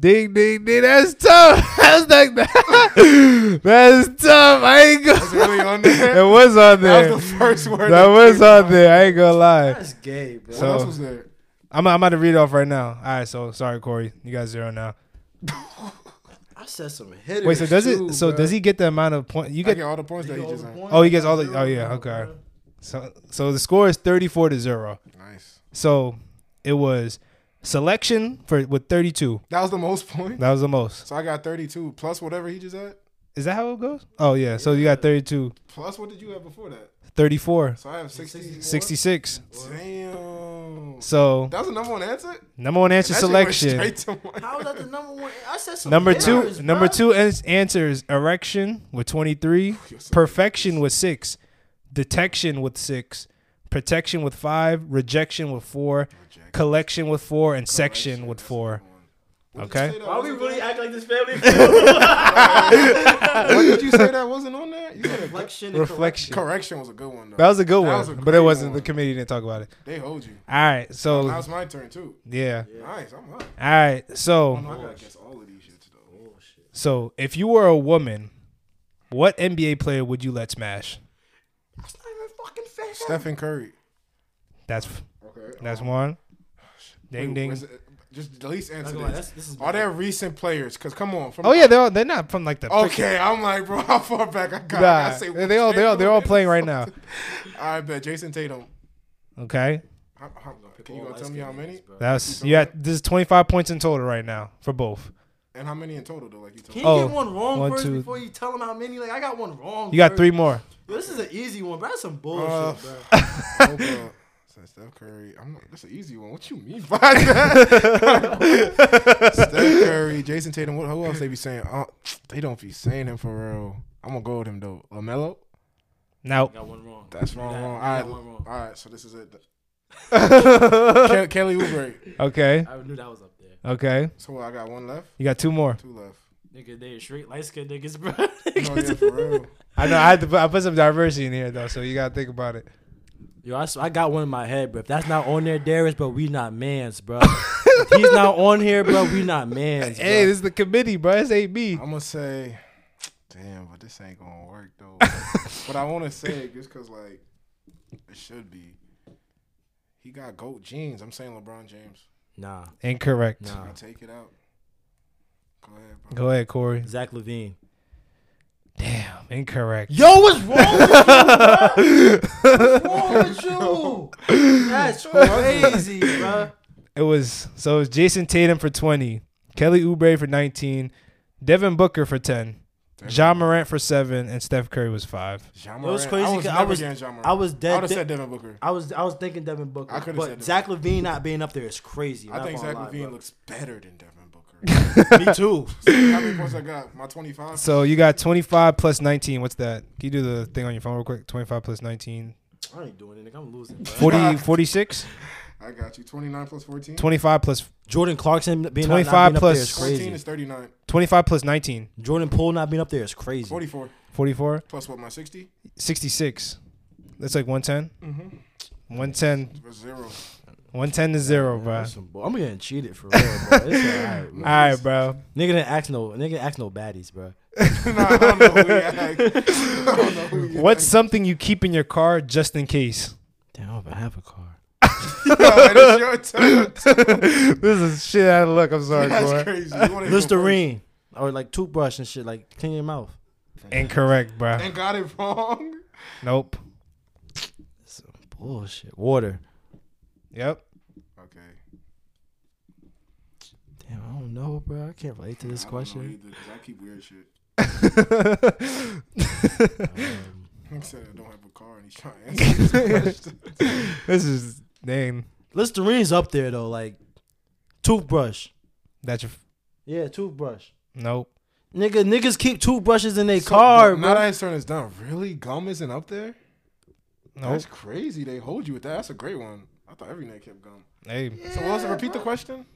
Speaker 1: Ding, ding, ding. That's tough. That's like that. That's tough. I ain't
Speaker 3: It's
Speaker 1: gonna.
Speaker 3: really on there.
Speaker 1: It was on
Speaker 3: That
Speaker 1: there.
Speaker 3: was the first word.
Speaker 1: That was
Speaker 3: came to
Speaker 1: on
Speaker 3: my-
Speaker 1: there. I ain't gonna lie.
Speaker 2: That's gay, bro.
Speaker 1: So-
Speaker 3: What else was there?
Speaker 1: I'm, I'm about to read off right now. All right. So, sorry, Corey. You got zero now.
Speaker 2: I said some hitters.
Speaker 1: Wait. So does
Speaker 2: too,
Speaker 1: it? So
Speaker 2: bro.
Speaker 1: does he get the amount of points? You
Speaker 3: I
Speaker 1: get
Speaker 3: get all the points that
Speaker 2: You
Speaker 3: you
Speaker 2: got
Speaker 3: just
Speaker 2: all the
Speaker 3: had.
Speaker 2: points?
Speaker 1: Oh, he gets all the.
Speaker 2: Zero,
Speaker 1: Oh, yeah.
Speaker 2: bro.
Speaker 1: Okay. So, so the score is thirty-four to zero.
Speaker 3: Nice.
Speaker 1: So, it was selection for with thirty-two.
Speaker 3: That was the most points.
Speaker 1: That was the most.
Speaker 3: So I got 32 plus whatever he just had.
Speaker 1: Is that how it goes? Oh yeah. So you got 32,
Speaker 3: Plus what did you have before that?
Speaker 1: 34,
Speaker 3: So I have 60.
Speaker 1: 66.
Speaker 3: Damn.
Speaker 1: So
Speaker 3: That was the number one answer.
Speaker 1: number one answer
Speaker 3: That shit went
Speaker 1: selection.
Speaker 3: straight to one.
Speaker 2: How is that the number one? I said some
Speaker 1: Number
Speaker 2: hitters,
Speaker 1: two,
Speaker 2: bro.
Speaker 1: number two ans- answers erection with twenty-three,
Speaker 3: You're so
Speaker 1: perfection with six, detection with six, protection with five, rejection with four,
Speaker 3: Rejection.
Speaker 1: collection with four, and section with
Speaker 3: That's
Speaker 1: four.
Speaker 3: the one.
Speaker 1: Okay.
Speaker 2: Why we really act like this family?
Speaker 3: What did you say that wasn't on there? You said a
Speaker 5: Reflection. and
Speaker 1: Reflection.
Speaker 3: correction was a good one though.
Speaker 1: That was a good
Speaker 3: That
Speaker 1: one,
Speaker 3: was a
Speaker 1: but it
Speaker 3: great
Speaker 1: wasn't. The
Speaker 3: one.
Speaker 1: committee didn't talk about it.
Speaker 3: they hold you.
Speaker 1: All right. So
Speaker 3: Now it's my turn too.
Speaker 1: yeah.
Speaker 3: Nice, I'm up.
Speaker 1: All right. So.
Speaker 3: I gotta guess all of these shits
Speaker 1: Oh,
Speaker 3: though.
Speaker 1: So, if you were a woman, what NBA player would you let smash?
Speaker 5: That's not even fucking fair.
Speaker 3: Stephen Curry.
Speaker 1: That's
Speaker 3: Okay.
Speaker 1: that's one. Ding ding.
Speaker 3: Was it- Just at least answer
Speaker 2: Like,
Speaker 3: this.
Speaker 2: that's- this is-
Speaker 3: Are there recent players? Cause come on. From
Speaker 1: Oh yeah, they're all, they're not from like the.
Speaker 3: Okay, I'm like, bro, how far back I got?
Speaker 1: Nah,
Speaker 3: I gotta say
Speaker 1: they all they all they're all playing right now.
Speaker 3: I bet Jason Tatum.
Speaker 1: Okay,
Speaker 3: How, how, can you gonna tell me how many?
Speaker 1: that's you got this is twenty five points in total right now for both.
Speaker 3: And how many in total though? Like you told
Speaker 2: Can
Speaker 3: me.
Speaker 2: you
Speaker 1: Oh,
Speaker 2: get one wrong
Speaker 1: one,
Speaker 2: first
Speaker 1: two.
Speaker 2: before you tell them how many? Like I got one wrong.
Speaker 1: You got
Speaker 2: first.
Speaker 1: three more.
Speaker 2: Yo, this is an easy one, but that's some bullshit,
Speaker 3: Uh,
Speaker 2: bro.
Speaker 3: Oh, bro. So Steph Curry, I'm not, that's an easy one. What you mean by that? Steph Curry, Jason Tatum. What, who else they be saying? Uh, they don't be saying him for real. I'm gonna go with him though. Lamelo.
Speaker 1: Now,
Speaker 4: Got one wrong.
Speaker 3: That's wrong.
Speaker 4: Yeah,
Speaker 3: wrong.
Speaker 4: you
Speaker 3: All
Speaker 4: got
Speaker 3: right,
Speaker 4: one wrong.
Speaker 3: all right. So this is it.
Speaker 1: okay,
Speaker 3: Ke- Kelly Oubre.
Speaker 2: I knew that was up there.
Speaker 1: okay,
Speaker 3: So what, I got one left,
Speaker 1: you got two more.
Speaker 3: two left.
Speaker 4: Nigga, they straight light skinned niggas, bro.
Speaker 3: No, yeah, for real.
Speaker 1: I know I had to put, I put some diversity in here though, so you gotta think about it.
Speaker 2: Yo, I, s- I got one in my head, bro. If that's not on there, Darius, bro, we not mans, bro. If He's not on here, bro. We not mans.
Speaker 1: Hey,
Speaker 2: bro.
Speaker 1: this is the committee, bro. This ain't me.
Speaker 3: I'm gonna say, damn, but this ain't gonna work though. but I want to say it just cause like it should be. He got goat jeans. I'm saying LeBron James.
Speaker 2: Nah,
Speaker 1: Incorrect.
Speaker 2: nah.
Speaker 3: I take it out. Go ahead, bro.
Speaker 1: Go ahead, Corey.
Speaker 2: Zach Levine.
Speaker 1: Damn, incorrect.
Speaker 2: Yo, what's wrong with you, bro? What's wrong with you? That's crazy, bro.
Speaker 1: It was so it was Jason Tatum for twenty, Kelly Oubre for nineteen, Devin Booker for ten, John Morant for seven, and Steph Curry was five.
Speaker 3: John
Speaker 2: It was
Speaker 3: Morant.
Speaker 2: crazy 'cause I was-
Speaker 3: never getting John Morant.
Speaker 2: I was
Speaker 3: I
Speaker 2: dead.
Speaker 3: would have said Devin Booker.
Speaker 2: I was I was thinking Devin Booker,
Speaker 3: I could've
Speaker 2: but
Speaker 3: said
Speaker 2: Zach Levine not being up there is crazy.
Speaker 3: I
Speaker 2: Not
Speaker 3: think
Speaker 2: gonna
Speaker 3: Zach
Speaker 2: lie,
Speaker 3: Levine
Speaker 2: bro.
Speaker 3: looks better than Devin Booker.
Speaker 2: Me too.
Speaker 3: how many points I got? My 25.
Speaker 1: So you got twenty five plus nineteen. What's that? Can you do the thing on your phone real quick? Twenty five plus 19.
Speaker 2: I ain't doing it. nigga. I'm losing. Bro.
Speaker 1: 40, 46?
Speaker 3: I got you. 29 plus 14.
Speaker 1: 25 plus
Speaker 2: Jordan Clarkson being
Speaker 1: 25
Speaker 2: not being up
Speaker 1: plus-
Speaker 2: there is
Speaker 3: 14
Speaker 2: crazy.
Speaker 3: is 39.
Speaker 1: 25 plus 19.
Speaker 2: Jordan Poole not being up there is crazy.
Speaker 3: 44
Speaker 1: 44?
Speaker 3: plus what? My 60
Speaker 1: 66. That's like 110? Mm-hmm. 110.
Speaker 3: was zero.
Speaker 1: 110 to 0, bro.
Speaker 2: That's some bull- I'm getting cheated for real, bro. It's alright,
Speaker 1: All
Speaker 2: bro.
Speaker 1: right, bro.
Speaker 2: Nigga didn't ask no nigga didn't ask no baddies, bro.
Speaker 3: nah, I don't know who he asked. I don't know who he
Speaker 1: What's something you keep in your car just in case?
Speaker 2: Damn, I don't even have a car.
Speaker 3: asked. Nah, it's your turn.
Speaker 1: This is shit out of luck. I'm sorry,
Speaker 3: That's
Speaker 1: bro.
Speaker 3: crazy. You wanna go
Speaker 2: Listerine or like toothbrush and shit, like clean your mouth.
Speaker 1: Incorrect,
Speaker 3: first?
Speaker 1: bro.
Speaker 3: And got it wrong.
Speaker 1: Nope.
Speaker 2: Bullshit. Water.
Speaker 1: Yep.
Speaker 3: Okay.
Speaker 2: Damn, I don't know, bro. I can't relate to this
Speaker 3: I don't know
Speaker 2: question.
Speaker 3: either, 'cause I keep weird shit.
Speaker 2: Um,
Speaker 3: He said I don't have a car and he's trying to answer this question.
Speaker 1: This is name.
Speaker 2: Listerine's up there though, like toothbrush.
Speaker 1: That's your.
Speaker 2: Yeah, toothbrush.
Speaker 1: Nope.
Speaker 2: Nigga, niggas keep toothbrushes in their
Speaker 3: So,
Speaker 2: car,
Speaker 3: but
Speaker 2: bro.
Speaker 3: Now that his turn is done, really? Gum isn't up there?
Speaker 1: Nope.
Speaker 3: That's crazy. They hold you with that. That's a great one. I thought every nigga kept gum.
Speaker 1: Hey.
Speaker 3: So, what was it? Repeat the question?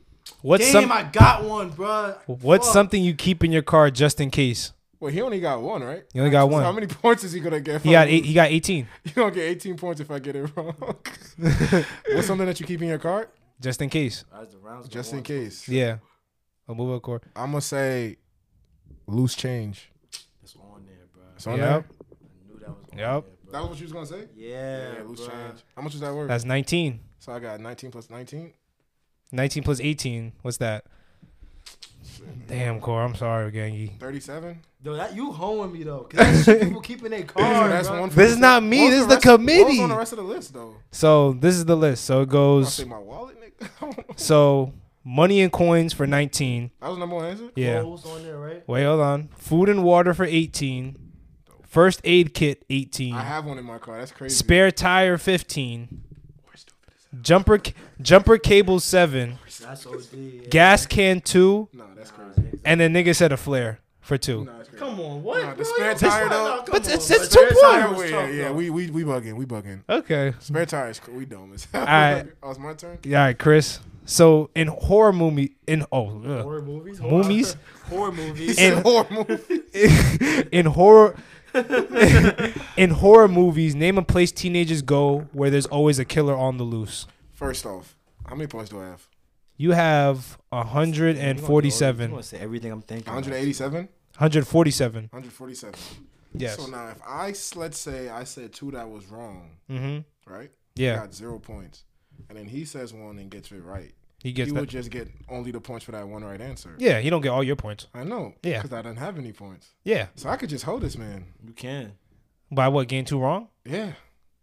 Speaker 1: What's
Speaker 2: Damn,
Speaker 1: some?
Speaker 2: I got one, bro.
Speaker 1: What's something you keep in your car just in case?
Speaker 3: Well, he only got one, right?
Speaker 1: You only got
Speaker 3: So how
Speaker 1: one.
Speaker 3: many points is he going to get?
Speaker 1: He got eight, he got eighteen
Speaker 3: You're going to get 18 points if I get it wrong. What's something that you keep in your car?
Speaker 1: just in case.
Speaker 3: Just in case.
Speaker 1: Yeah. A move up core.
Speaker 3: I'm going to say loose change.
Speaker 4: It's on there, bro.
Speaker 3: It's on
Speaker 1: Yep.
Speaker 3: there?
Speaker 4: I knew that was on
Speaker 1: Yep.
Speaker 4: there,
Speaker 3: That
Speaker 4: bro.
Speaker 3: was what you was going to say?
Speaker 2: Yeah,
Speaker 3: loose
Speaker 2: bruh.
Speaker 3: change. How much was that worth?
Speaker 1: That's nineteen.
Speaker 3: so, I got 19 plus 19.
Speaker 1: 19 plus 18. What's that? Damn, Core. I'm sorry, Gangy.
Speaker 3: 37?
Speaker 2: Yo, that you hoeing me though. 'cause that shit people keeping their car.
Speaker 3: that's
Speaker 2: bruh.
Speaker 3: one for
Speaker 1: This
Speaker 3: the-
Speaker 1: is not me.
Speaker 3: What
Speaker 1: This
Speaker 3: was
Speaker 1: is the
Speaker 3: rest- What was
Speaker 1: committee.
Speaker 3: on the rest of the list, though?
Speaker 1: So this is the list. So it
Speaker 3: I'll
Speaker 1: goes.
Speaker 3: say my wallet, nigga.
Speaker 1: So money and coins for 19.
Speaker 3: that was number one answer?
Speaker 1: Yeah.
Speaker 2: Clothes on there, right?
Speaker 1: Wait, hold on. Food and water for 18. First aid kit
Speaker 3: I
Speaker 1: 18.
Speaker 3: have one in my car. That's crazy.
Speaker 1: Spare tire 15. Jumper c- jumper cable 7.
Speaker 2: That's OD. yeah.
Speaker 1: Gas can 2.
Speaker 3: Nah, that's crazy.
Speaker 1: And then nigga said a flare for 2.
Speaker 3: Nah, that's crazy.
Speaker 2: Come on, what?
Speaker 3: Nah, the
Speaker 2: bro?
Speaker 3: spare
Speaker 2: Yo,
Speaker 3: tire,
Speaker 2: this-
Speaker 3: though.
Speaker 2: nah, come
Speaker 1: But
Speaker 2: on,
Speaker 1: it's,
Speaker 2: bro.
Speaker 1: it's two
Speaker 3: Spare
Speaker 1: points.
Speaker 3: tire, yeah, yeah, we we we bugging, we bugging.
Speaker 1: Okay.
Speaker 3: Spare tires, we dumb as hell.
Speaker 1: Alright.
Speaker 3: oh, it's my turn.
Speaker 1: Yeah, all right, Chris. So in horror movie, in oh, ugh.
Speaker 4: Horror movies?
Speaker 1: Movies?
Speaker 4: Horror movies.
Speaker 1: And-
Speaker 3: horror movie.
Speaker 1: in horror in horror movies, name a place teenagers go where there's always a killer on the loose.
Speaker 3: First off, how many points do I have?
Speaker 1: You have
Speaker 2: You gonna do all-
Speaker 1: 147.
Speaker 2: You gonna say everything I'm thinking?
Speaker 3: 187?
Speaker 1: 147.
Speaker 3: 147.
Speaker 1: Yes.
Speaker 3: So now, if I s- let's say I said two that was wrong,
Speaker 1: Mm-hmm.
Speaker 3: right?
Speaker 1: Yeah,
Speaker 3: Got zero points, and then he says one and gets it right.
Speaker 1: he gets
Speaker 3: he
Speaker 1: that.
Speaker 3: would just get only the points for that one right answer.
Speaker 1: Yeah, you don't get all your points.
Speaker 3: I know.
Speaker 1: Yeah.
Speaker 3: Because I didn't have any points,
Speaker 1: Yeah.
Speaker 3: so I could just hold this man.
Speaker 4: you can.
Speaker 1: By what game two wrong?
Speaker 3: Yeah.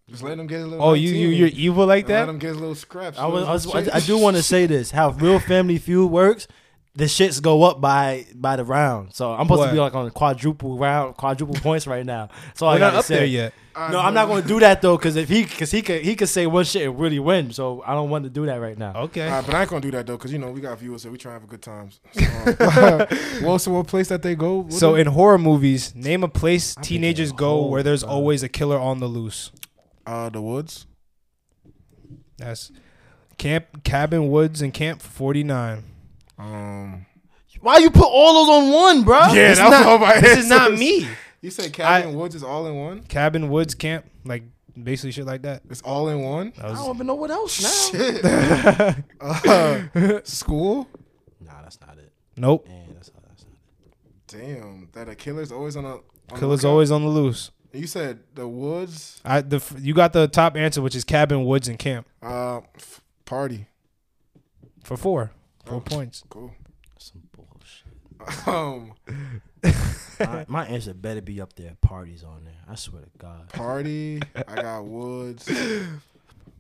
Speaker 3: Just let him get a little.
Speaker 1: Oh, you you
Speaker 3: 19.
Speaker 1: you're evil like
Speaker 3: And Let
Speaker 1: that?
Speaker 3: him get his little scraps.
Speaker 2: I, was, I, was-
Speaker 3: little
Speaker 2: I- I do want to say this: how Real Family Feud works. The shits go up by by the round, so I'm supposed
Speaker 1: What?
Speaker 2: to be like on a quadruple round, quadruple points right now. So
Speaker 1: We're
Speaker 2: I
Speaker 1: not
Speaker 2: got
Speaker 1: up
Speaker 2: say.
Speaker 1: there yet.
Speaker 3: I
Speaker 2: No, I'm not
Speaker 3: know.
Speaker 2: going to do that though, because if he, because he could, he could say one shit and really win. So I don't want to do that right now.
Speaker 1: Okay.
Speaker 3: All right, but I ain't gonna do that though, cause you know we got viewers, so we try to have a good time. So, um, well, so what place that they go? What
Speaker 1: so
Speaker 3: do-
Speaker 1: in horror movies, name a place
Speaker 2: I'm thinking
Speaker 1: teenagers go
Speaker 2: home,
Speaker 1: where there's
Speaker 2: bro.
Speaker 1: always a killer on the loose.
Speaker 3: uh, the woods.
Speaker 1: That's Camp Cabin Woods and Camp 49.
Speaker 3: Um,
Speaker 2: Why you put all those on one, bro?
Speaker 3: yeah,
Speaker 1: It's
Speaker 3: that was
Speaker 1: not-
Speaker 3: all my
Speaker 1: This is not
Speaker 3: answers.
Speaker 1: me.
Speaker 3: You said Cabin Woods is all in one.
Speaker 1: Cabin Woods Camp, like basically shit like that.
Speaker 3: It's all in one.
Speaker 1: That
Speaker 2: I
Speaker 1: was-
Speaker 2: don't even know what else now.
Speaker 3: Shit. uh, school.
Speaker 2: Nah, that's not it.
Speaker 1: nope.
Speaker 2: Man, that's not, that's not
Speaker 3: Damn, that a killer's always on a. On the
Speaker 1: Killer's
Speaker 3: lookout?
Speaker 1: always on the loose.
Speaker 3: You said the woods.
Speaker 1: I the f- you got the top answer, which is Cabin Woods and Camp
Speaker 3: Uh, f- party.
Speaker 1: for four, four
Speaker 3: Oh.
Speaker 1: points.
Speaker 3: Cool.
Speaker 2: some bullshit.
Speaker 3: Um,
Speaker 2: my, my answer better be up there. Parties on there. I swear to God.
Speaker 3: party. I got woods. I'm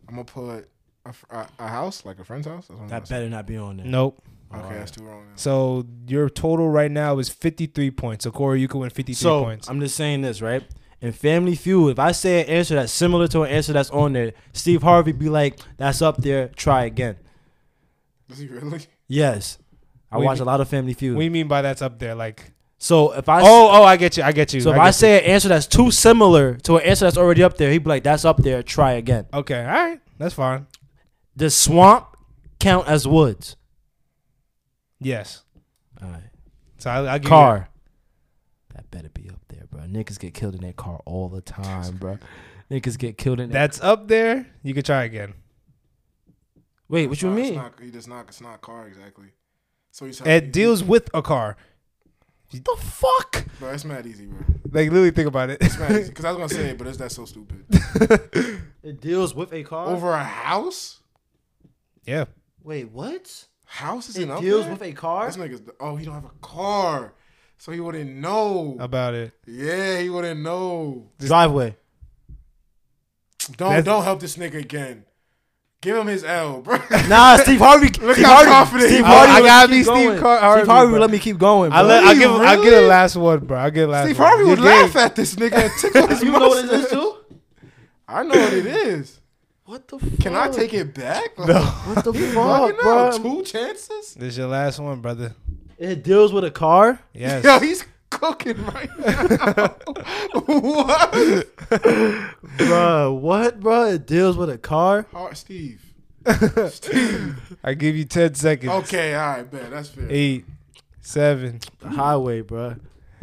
Speaker 3: gonna put a, fr- a, a house like a friend's house. That's what I'm
Speaker 2: That
Speaker 3: gonna
Speaker 2: better not be on there.
Speaker 1: Nope.
Speaker 3: say. Okay,
Speaker 2: Alright.
Speaker 3: that's too wrong. Now.
Speaker 1: So your total right now is fifty three points. So Corey, you can win fifty three
Speaker 2: So
Speaker 1: points.
Speaker 2: I'm just saying this, right? In Family Feud, if I say an answer that's similar to an answer that's on there, Steve Harvey be like, "That's up there. Try again."
Speaker 3: Does he really?
Speaker 2: Yes, I
Speaker 1: What do you
Speaker 2: watch a
Speaker 1: mean-
Speaker 2: lot of Family Feud.
Speaker 1: what do you mean by that's up there? Like
Speaker 2: so if I
Speaker 1: oh oh, I get you. I get you.
Speaker 2: so if
Speaker 1: get
Speaker 2: I
Speaker 1: you.
Speaker 2: say an answer that's too similar to an answer that's already up there, he'd be like, "That's up there. Try again."
Speaker 1: okay, all right, that's fine.
Speaker 2: Does swamp count as woods?
Speaker 1: Yes.
Speaker 2: All right.
Speaker 1: So I, I'll give You,
Speaker 2: Car. That better be up there, bro. Niggas get killed in their car all the time, bro. Niggas get killed in that.
Speaker 1: that's up there. You can try again.
Speaker 2: Wait, what you
Speaker 3: Nah,
Speaker 2: mean?
Speaker 3: It's not, he does not. It's not car exactly. So he's
Speaker 1: It deals with a car.
Speaker 2: the fuck?
Speaker 3: Bro, it's mad easy, bro.
Speaker 1: Like literally, think about it.
Speaker 3: It's mad easy. Cause I was gonna say it, but it's that so stupid.
Speaker 2: It deals with a car.
Speaker 3: Over a house.
Speaker 1: yeah.
Speaker 2: Wait, what?
Speaker 3: House is
Speaker 2: It
Speaker 3: up
Speaker 2: deals
Speaker 3: there?
Speaker 2: with a car.
Speaker 3: This nigga's. Oh, he don't have a car, so he wouldn't know.
Speaker 1: About it.
Speaker 3: yeah, he wouldn't know.
Speaker 2: Driveway.
Speaker 3: Don't
Speaker 1: That's-
Speaker 3: don't help this nigga again. Give him his L, bro.
Speaker 2: Nah, Steve Harvey. Look Steve
Speaker 3: how
Speaker 2: Harvey,
Speaker 3: confident he
Speaker 2: Steve
Speaker 3: was.
Speaker 2: Harvey.
Speaker 1: I
Speaker 2: let me
Speaker 1: gotta
Speaker 2: keep
Speaker 1: be Steve
Speaker 2: going.
Speaker 1: Car- Harvey,
Speaker 2: Steve Harvey
Speaker 1: bro.
Speaker 2: would let me keep going.
Speaker 1: I
Speaker 2: bro.
Speaker 1: let, I
Speaker 3: Really?
Speaker 1: give I get a
Speaker 3: Really?
Speaker 1: last one, bro. I get a last
Speaker 3: Steve
Speaker 1: one.
Speaker 3: Harvey would
Speaker 1: You
Speaker 3: laugh
Speaker 1: gave-
Speaker 3: at this nigga and tickle his
Speaker 2: you know what it
Speaker 3: mustache.
Speaker 2: is too?
Speaker 3: I know what it is.
Speaker 2: What the? Fuck?
Speaker 3: Can I take it back? Like,
Speaker 2: What the
Speaker 3: fucking
Speaker 2: fuck, bro?
Speaker 3: hell, Two chances?
Speaker 1: This is your last one, brother.
Speaker 2: It deals with a car.
Speaker 1: Yes.
Speaker 3: Yo, he's cooking right now. what?
Speaker 2: bro, what, bro? It deals with a car.
Speaker 3: Heart Steve.
Speaker 1: I give you ten seconds.
Speaker 3: Okay, all right, man. That's fair.
Speaker 1: Eight, seven.
Speaker 2: The highway, bro.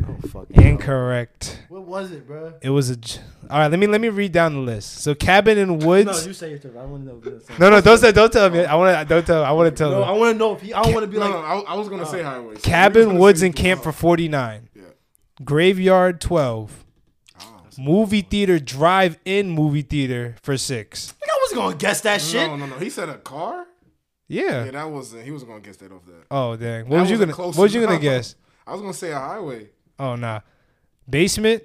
Speaker 2: Oh fuck.
Speaker 1: Incorrect.
Speaker 2: What was it, bro?
Speaker 1: It was a. j- All right. Let me let me read down the list. So cabin and
Speaker 2: No,
Speaker 1: woods.
Speaker 2: you say it. I want to know.
Speaker 1: No, no, don't say, don't tell me. I want to, don't tell. I want to tell
Speaker 2: No,
Speaker 1: them.
Speaker 2: I want to know if he. I want to be
Speaker 3: No,
Speaker 2: like.
Speaker 3: no, I, I was gonna say highways.
Speaker 1: Cabin, Woods, and Camp for 49.
Speaker 3: Yeah.
Speaker 1: Graveyard, 12.
Speaker 3: Oh.
Speaker 1: Movie theater, drive in movie theater for six.
Speaker 2: I was gonna guess that
Speaker 3: No, no, no. He said a car.
Speaker 1: Yeah.
Speaker 3: Yeah, that was he was gonna guess that off that.
Speaker 1: Oh, dang.
Speaker 3: That
Speaker 1: What was you
Speaker 3: wasn't
Speaker 1: going to
Speaker 3: close
Speaker 1: What was you going
Speaker 3: enough.
Speaker 1: to guess?
Speaker 3: I was gonna say a highway.
Speaker 1: Oh, nah. Basement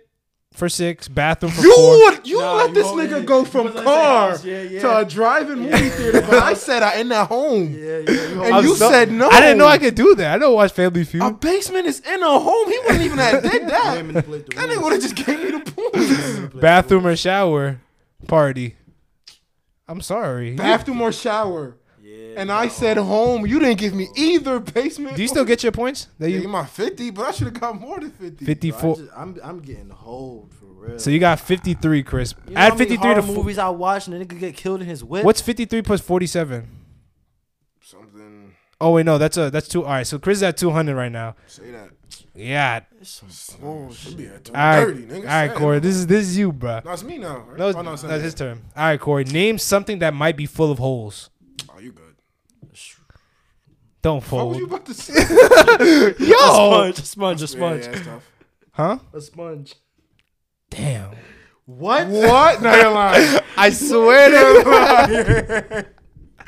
Speaker 1: for six. Bathroom for
Speaker 3: You
Speaker 1: four.
Speaker 3: would you
Speaker 4: Nah,
Speaker 3: let
Speaker 4: you
Speaker 3: this
Speaker 4: won't-
Speaker 3: nigga
Speaker 4: yeah,
Speaker 3: go
Speaker 4: you
Speaker 3: from
Speaker 4: wasn't saying
Speaker 3: car
Speaker 4: house. Yeah, yeah.
Speaker 3: to a drive-in movie theater, but I said I in that home.
Speaker 2: Yeah, yeah. You
Speaker 3: And
Speaker 1: I'm
Speaker 3: you
Speaker 1: so-
Speaker 3: said no.
Speaker 1: I didn't know I could do that. I don't watch Family Feud.
Speaker 3: A basement is in a home. He wouldn't even have did that.
Speaker 4: Women play the
Speaker 3: that nigga
Speaker 4: women.
Speaker 3: would have just gave me the points.
Speaker 1: Bathroom or shower party. I'm sorry.
Speaker 3: Bathroom or shower,
Speaker 4: Yeah.
Speaker 3: and I said home. You didn't give me either basement.
Speaker 1: Do you still
Speaker 3: or-
Speaker 1: get your points? That
Speaker 3: Yeah, you
Speaker 1: you
Speaker 3: my fifty? But I should have got more than fifty.
Speaker 1: 54.
Speaker 2: I'm, I'm getting hold for real.
Speaker 1: So you got 53, Chris.
Speaker 2: You know how
Speaker 1: Add
Speaker 2: many
Speaker 1: 53 to
Speaker 2: horror
Speaker 1: four.
Speaker 2: movies I watched and the nigga get killed in his whip.
Speaker 1: What's 53 plus 47?
Speaker 3: Some
Speaker 1: Oh wait, no, that's a that's two. All right, so Chris is at two hundred right now.
Speaker 3: Say that.
Speaker 1: Yeah.
Speaker 3: Oh, should be at
Speaker 1: All right,
Speaker 3: 230, nigga.
Speaker 1: all right,
Speaker 3: Say it.
Speaker 1: Corey. This is this is you, bruh.
Speaker 3: No, it's me now. right?
Speaker 1: No,
Speaker 3: oh,
Speaker 1: it's-
Speaker 3: no,
Speaker 1: no,
Speaker 3: it's
Speaker 1: it's
Speaker 3: not
Speaker 1: his turn. All right, Corey. Name something that might be full of holes.
Speaker 3: Oh, you good.
Speaker 1: Don't
Speaker 3: What
Speaker 1: fold.
Speaker 3: was you about to say?
Speaker 1: Yo.
Speaker 2: A sponge, a sponge, a sponge,
Speaker 3: Yeah, yeah, that's tough.
Speaker 1: Huh?
Speaker 2: a sponge.
Speaker 1: Damn.
Speaker 2: What?
Speaker 3: What? No, you're lying.
Speaker 1: I swear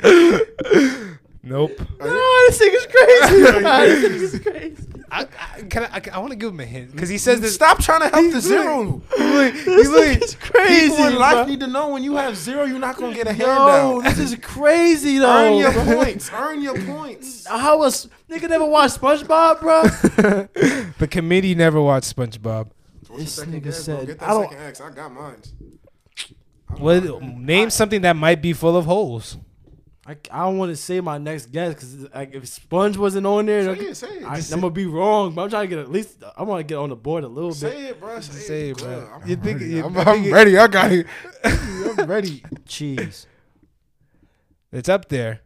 Speaker 1: to Nope.
Speaker 2: No, this thing is crazy. this thing is crazy.
Speaker 1: I, I, can I, I, want to give him a hint because he says this.
Speaker 3: Stop trying to help the zero.
Speaker 1: He's like,
Speaker 2: It's crazy.
Speaker 3: People in
Speaker 2: bro.
Speaker 3: life need to know when you have zero, you're not gonna get a
Speaker 2: No,
Speaker 3: handout.
Speaker 2: this is crazy
Speaker 3: Earn
Speaker 2: though.
Speaker 3: your
Speaker 2: bro.
Speaker 3: points. Earn your points.
Speaker 2: How was nigga never watched SpongeBob, bro?
Speaker 1: the committee never watched SpongeBob.
Speaker 2: This
Speaker 3: Second
Speaker 2: nigga
Speaker 3: guess, bro.
Speaker 2: said,
Speaker 3: Get that
Speaker 2: "I don't."
Speaker 3: second X. I got mine.
Speaker 1: Well, name something that might be full of holes.
Speaker 2: I, I don't want to say my next guess because like, if Sponge wasn't on there,
Speaker 3: Say
Speaker 2: okay,
Speaker 3: it, say it.
Speaker 2: I, am gonna be wrong. But I'm trying to get at least. I want to get on the board a little bit.
Speaker 3: Say it, bro. Say,
Speaker 1: Say
Speaker 3: it,
Speaker 1: it,
Speaker 3: good.
Speaker 1: bro.
Speaker 3: I'm
Speaker 1: You think-
Speaker 3: ready.
Speaker 1: you
Speaker 3: I'm,
Speaker 1: think
Speaker 3: I'm
Speaker 1: it-
Speaker 3: ready. I got it. I'm ready.
Speaker 2: Cheese.
Speaker 1: It's up there.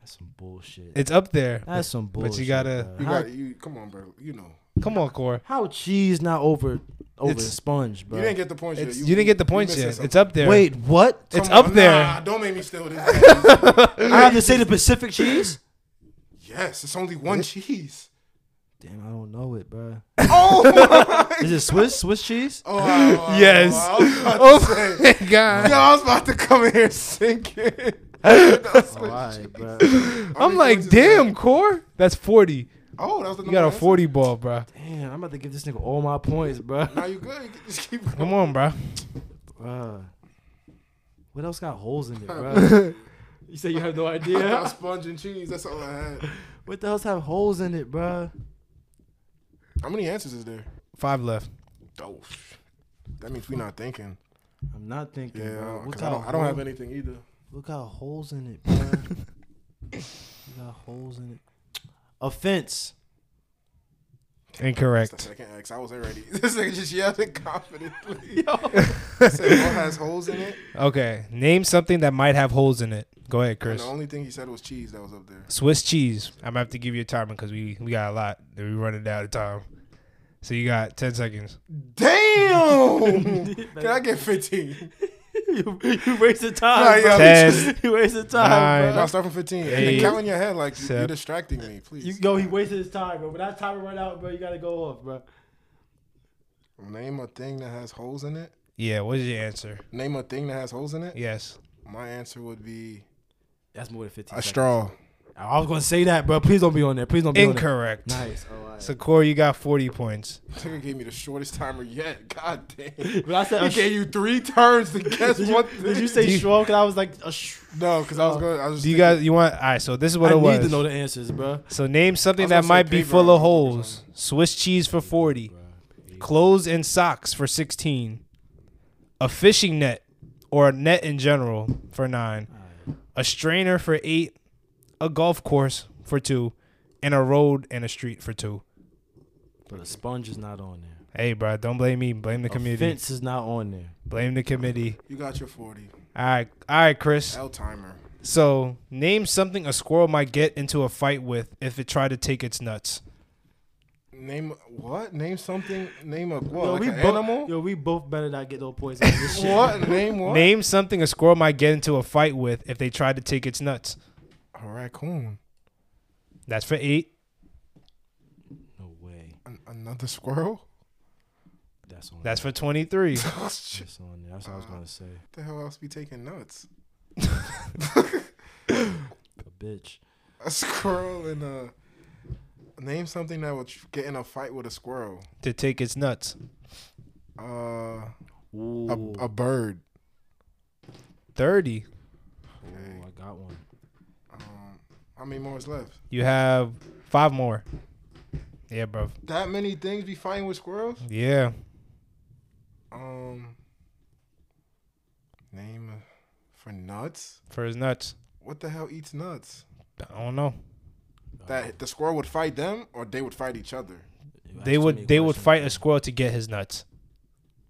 Speaker 2: That's some bullshit.
Speaker 1: It's up there.
Speaker 2: That's some bullshit.
Speaker 1: but you gotta-
Speaker 2: bro.
Speaker 3: You
Speaker 2: how,
Speaker 3: got you. Come on, bro. You know
Speaker 1: Come on, Core.
Speaker 2: how cheese not over over
Speaker 1: It's-
Speaker 2: Sponge, bro?
Speaker 3: you didn't get the points yet.
Speaker 1: It's, you, didn't get the points
Speaker 3: missing
Speaker 1: yet. It's
Speaker 3: something.
Speaker 1: up there.
Speaker 2: Wait, what?
Speaker 1: it's
Speaker 3: Come on,
Speaker 1: up there.
Speaker 3: Nah, don't make me steal this.
Speaker 2: I have to say the Pacific cheese.
Speaker 3: yes, it's only one cheese.
Speaker 2: Damn, I don't know it, bro.
Speaker 3: Oh my
Speaker 2: Is it Swiss Swiss cheese?
Speaker 3: Oh, wow, wow,
Speaker 1: Yes.
Speaker 3: wow, I was about to
Speaker 1: Oh
Speaker 3: say.
Speaker 1: my god.
Speaker 3: Yo, I was about to come in here sinking.
Speaker 2: Alright, bro.
Speaker 1: I'm like, damn, Core. That's 40.
Speaker 3: Oh, that was the
Speaker 1: You got a
Speaker 3: number.
Speaker 1: 40 ball, bro.
Speaker 2: Damn, I'm about to give this nigga all my points, bro.
Speaker 3: Now you good? You can just keep going.
Speaker 1: Come on, bro.
Speaker 2: Bruh. What else got holes in it, bro? you say you have no
Speaker 3: I got
Speaker 2: idea.
Speaker 3: sponge and cheese. That's all I had.
Speaker 2: what the hell's have holes in it, bro?
Speaker 3: How many answers is there?
Speaker 1: Five left.
Speaker 3: Oh, that means we're not thinking.
Speaker 2: I'm not thinking.
Speaker 3: Yeah,
Speaker 2: bro. What
Speaker 3: 'cause I don't, I don't have
Speaker 2: hole-
Speaker 3: anything either.
Speaker 2: What got holes in it, bro? what got holes in it? Offense.
Speaker 3: That's the
Speaker 1: Incorrect.
Speaker 3: second X. I was already. This nigga just yelling confidently. Yo. Said all has holes in it.
Speaker 1: Okay. Name something that might have holes in it. Go ahead,
Speaker 3: And
Speaker 1: Chris.
Speaker 3: the only thing he said was cheese that was up there.
Speaker 1: Swiss cheese. I'm gonna have to give you a timer because we, we got a lot. that We running out of time. So you got 10 seconds.
Speaker 3: Damn! Can I get 15?
Speaker 2: you, you wasted
Speaker 3: Nah,
Speaker 2: time.
Speaker 3: yo,
Speaker 2: bro.
Speaker 1: Ten.
Speaker 2: you wasted time,
Speaker 1: Nine.
Speaker 2: bro.
Speaker 3: No, start from 15. And then
Speaker 1: Eight.
Speaker 3: count in your head like you, you're
Speaker 1: Seven.
Speaker 3: distracting me, please.
Speaker 2: You, yo, he wasted his time, bro. When that timer run out, bro, you gotta go off, bro.
Speaker 3: Name a thing that has holes in it.
Speaker 1: Yeah, what is your answer?
Speaker 3: Name a thing that has holes in it.
Speaker 1: Yes.
Speaker 3: My answer would be
Speaker 2: That's more than 15
Speaker 3: a straw.
Speaker 2: I was gonna say that, bro. Please don't be on there. Please don't be
Speaker 1: Incorrect.
Speaker 2: on there. Nice. All right.
Speaker 1: So Corey, you got 40 points.
Speaker 3: Nigga gave me the shortest timer yet. God damn.
Speaker 2: But I said,
Speaker 3: He
Speaker 2: a
Speaker 3: gave you three turns to guess
Speaker 2: did,
Speaker 3: what.
Speaker 2: you, did you Oh. say
Speaker 1: Do you-
Speaker 2: straw? Because I was like, a sh-
Speaker 3: No, because I was going. I was. Just
Speaker 1: Do you
Speaker 3: thinking-
Speaker 1: guys you want all right, so this is what
Speaker 2: I
Speaker 1: it was.
Speaker 2: need to know the answers, bro.
Speaker 1: So name
Speaker 3: I
Speaker 1: something
Speaker 3: was gonna
Speaker 1: that
Speaker 3: say
Speaker 1: might be
Speaker 3: paper
Speaker 1: full
Speaker 3: or
Speaker 1: of holes. Swiss cheese for 40. Clothes and socks for 16. A fishing net or a net in general for 9. A strainer for 8. A golf course for 2. And a road and a street for 2.
Speaker 2: But a sponge is not on there.
Speaker 1: Hey, bro, don't blame me. Blame the
Speaker 2: A
Speaker 1: committee.
Speaker 2: fence is not on there.
Speaker 1: Blame the committee.
Speaker 3: You got your forty.
Speaker 1: All right. All right, Chris.
Speaker 3: L timer.
Speaker 1: So, name something a squirrel might get into a fight with if it tried to take its nuts.
Speaker 3: Name what? Name something. Name a what? like
Speaker 2: we
Speaker 3: an
Speaker 2: both,
Speaker 3: animal.
Speaker 2: Yo, we both better not get no points on this shit.
Speaker 3: What? Name what?
Speaker 1: Name something a squirrel might get into a fight with if they tried to take its nuts.
Speaker 3: A raccoon.
Speaker 1: That's for eight.
Speaker 2: No way.
Speaker 3: An- another squirrel.
Speaker 2: That's on.
Speaker 1: That's for 23.
Speaker 3: Oh, shit.
Speaker 2: there. That's on there. That's what I was
Speaker 1: Uh,
Speaker 2: gonna say.
Speaker 3: What the hell else be taking nuts?
Speaker 2: A bitch.
Speaker 3: A squirrel and a. Name something that would get in a fight with a squirrel.
Speaker 1: to take its nuts.
Speaker 3: Uh,
Speaker 2: Ooh,
Speaker 3: a, a bird.
Speaker 1: 30.
Speaker 2: Ooh, I got one.
Speaker 3: Um, how many more is left?
Speaker 1: You have five more. Yeah, bro.
Speaker 3: That many things be fighting with squirrels?
Speaker 1: Yeah.
Speaker 3: Um, name for nuts.
Speaker 1: For his nuts.
Speaker 3: What the hell eats nuts?
Speaker 1: I don't know.
Speaker 2: Uh, Uh-huh.
Speaker 3: That the squirrel would fight them, or they would fight each other.
Speaker 2: You asked
Speaker 1: They
Speaker 2: too
Speaker 1: would
Speaker 2: many
Speaker 1: they would
Speaker 2: questions,
Speaker 1: fight
Speaker 2: bro.
Speaker 1: a squirrel to get his nuts.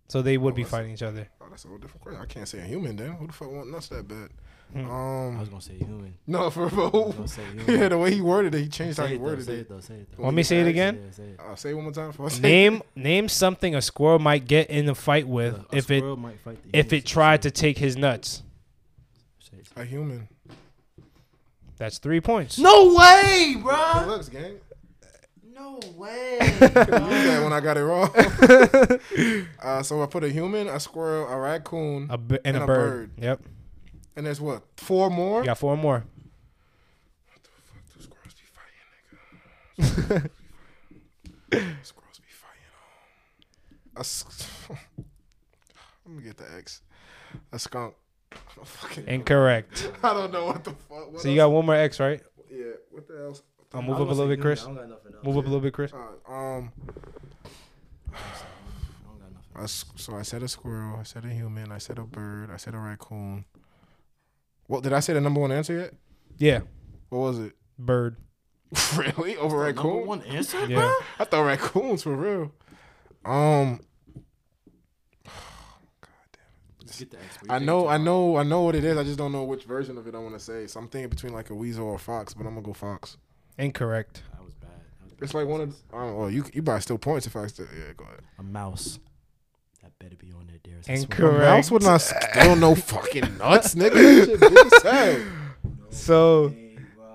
Speaker 1: So they would be
Speaker 3: that's-
Speaker 1: fighting each other.
Speaker 3: Oh, that's a whole different question. I can't say a human then. Who the fuck want nuts that bad?
Speaker 2: Hmm. I was
Speaker 3: Um,
Speaker 2: gonna say human.
Speaker 3: no, for
Speaker 2: I was
Speaker 3: real.
Speaker 2: gonna say human.
Speaker 3: yeah, the way he worded it, he changed how
Speaker 2: Say
Speaker 3: he
Speaker 2: it though.
Speaker 3: worded
Speaker 2: Say it
Speaker 3: it.
Speaker 2: though. Say it though.
Speaker 1: Want me to say it
Speaker 2: Yeah,
Speaker 1: again?
Speaker 2: say it.
Speaker 3: Uh, say it one more time for us.
Speaker 1: Name name something a squirrel might get in a fight with
Speaker 2: A
Speaker 1: if it
Speaker 2: squirrel might fight the
Speaker 1: if
Speaker 2: human.
Speaker 1: it tried to take his nuts.
Speaker 2: Say it.
Speaker 3: a human.
Speaker 1: That's three points.
Speaker 2: No way,
Speaker 3: It
Speaker 2: bro.
Speaker 3: looks, gang.
Speaker 5: No way.
Speaker 3: Use that when I got it wrong. uh, so I put a human, a squirrel, a raccoon,
Speaker 1: A b- and, a, bird. Yep.
Speaker 3: and there's what four more.
Speaker 1: You got four more.
Speaker 3: Fuck, the squirrels be fighting, nigga. squirrels be fighting. um, A sk- Let me get the X. A skunk. I don't fucking know.
Speaker 1: Incorrect.
Speaker 3: I don't know what the fuck. What
Speaker 1: So you
Speaker 3: else?
Speaker 1: got one more X, right?
Speaker 3: yeah. What the else?
Speaker 1: I'll
Speaker 2: I
Speaker 1: move
Speaker 2: was
Speaker 1: up a
Speaker 2: gonna say
Speaker 1: little bit,
Speaker 2: human.
Speaker 1: Chris.
Speaker 2: I don't got nothing else.
Speaker 1: Move up a little bit, Chris.
Speaker 3: Uh, um.
Speaker 2: I don't got nothing.
Speaker 3: I s so I said a squirrel. I said a human. I said a bird. I said a raccoon. What did I say the number one answer yet?
Speaker 1: Yeah.
Speaker 3: What was it?
Speaker 1: Bird.
Speaker 3: really
Speaker 4: Number
Speaker 3: over raccoon?
Speaker 4: one answer,
Speaker 1: Yeah.
Speaker 3: I thought raccoons for real. Um,
Speaker 4: Let's get the X.
Speaker 3: I know, I know, I know what it is. I just don't know which version of it I want to say. So I'm thinking between like a weasel or a fox, but I'm gonna go fox.
Speaker 1: Incorrect.
Speaker 4: That was bad. That was
Speaker 3: It's like one of I don't know. You you probably still points if I still yeah go ahead.
Speaker 2: A mouse. That better be on there, dearest. I swear.
Speaker 1: Incorrect.
Speaker 3: Mouse would not still no fucking nuts, nigga. That shit big as hell.
Speaker 1: So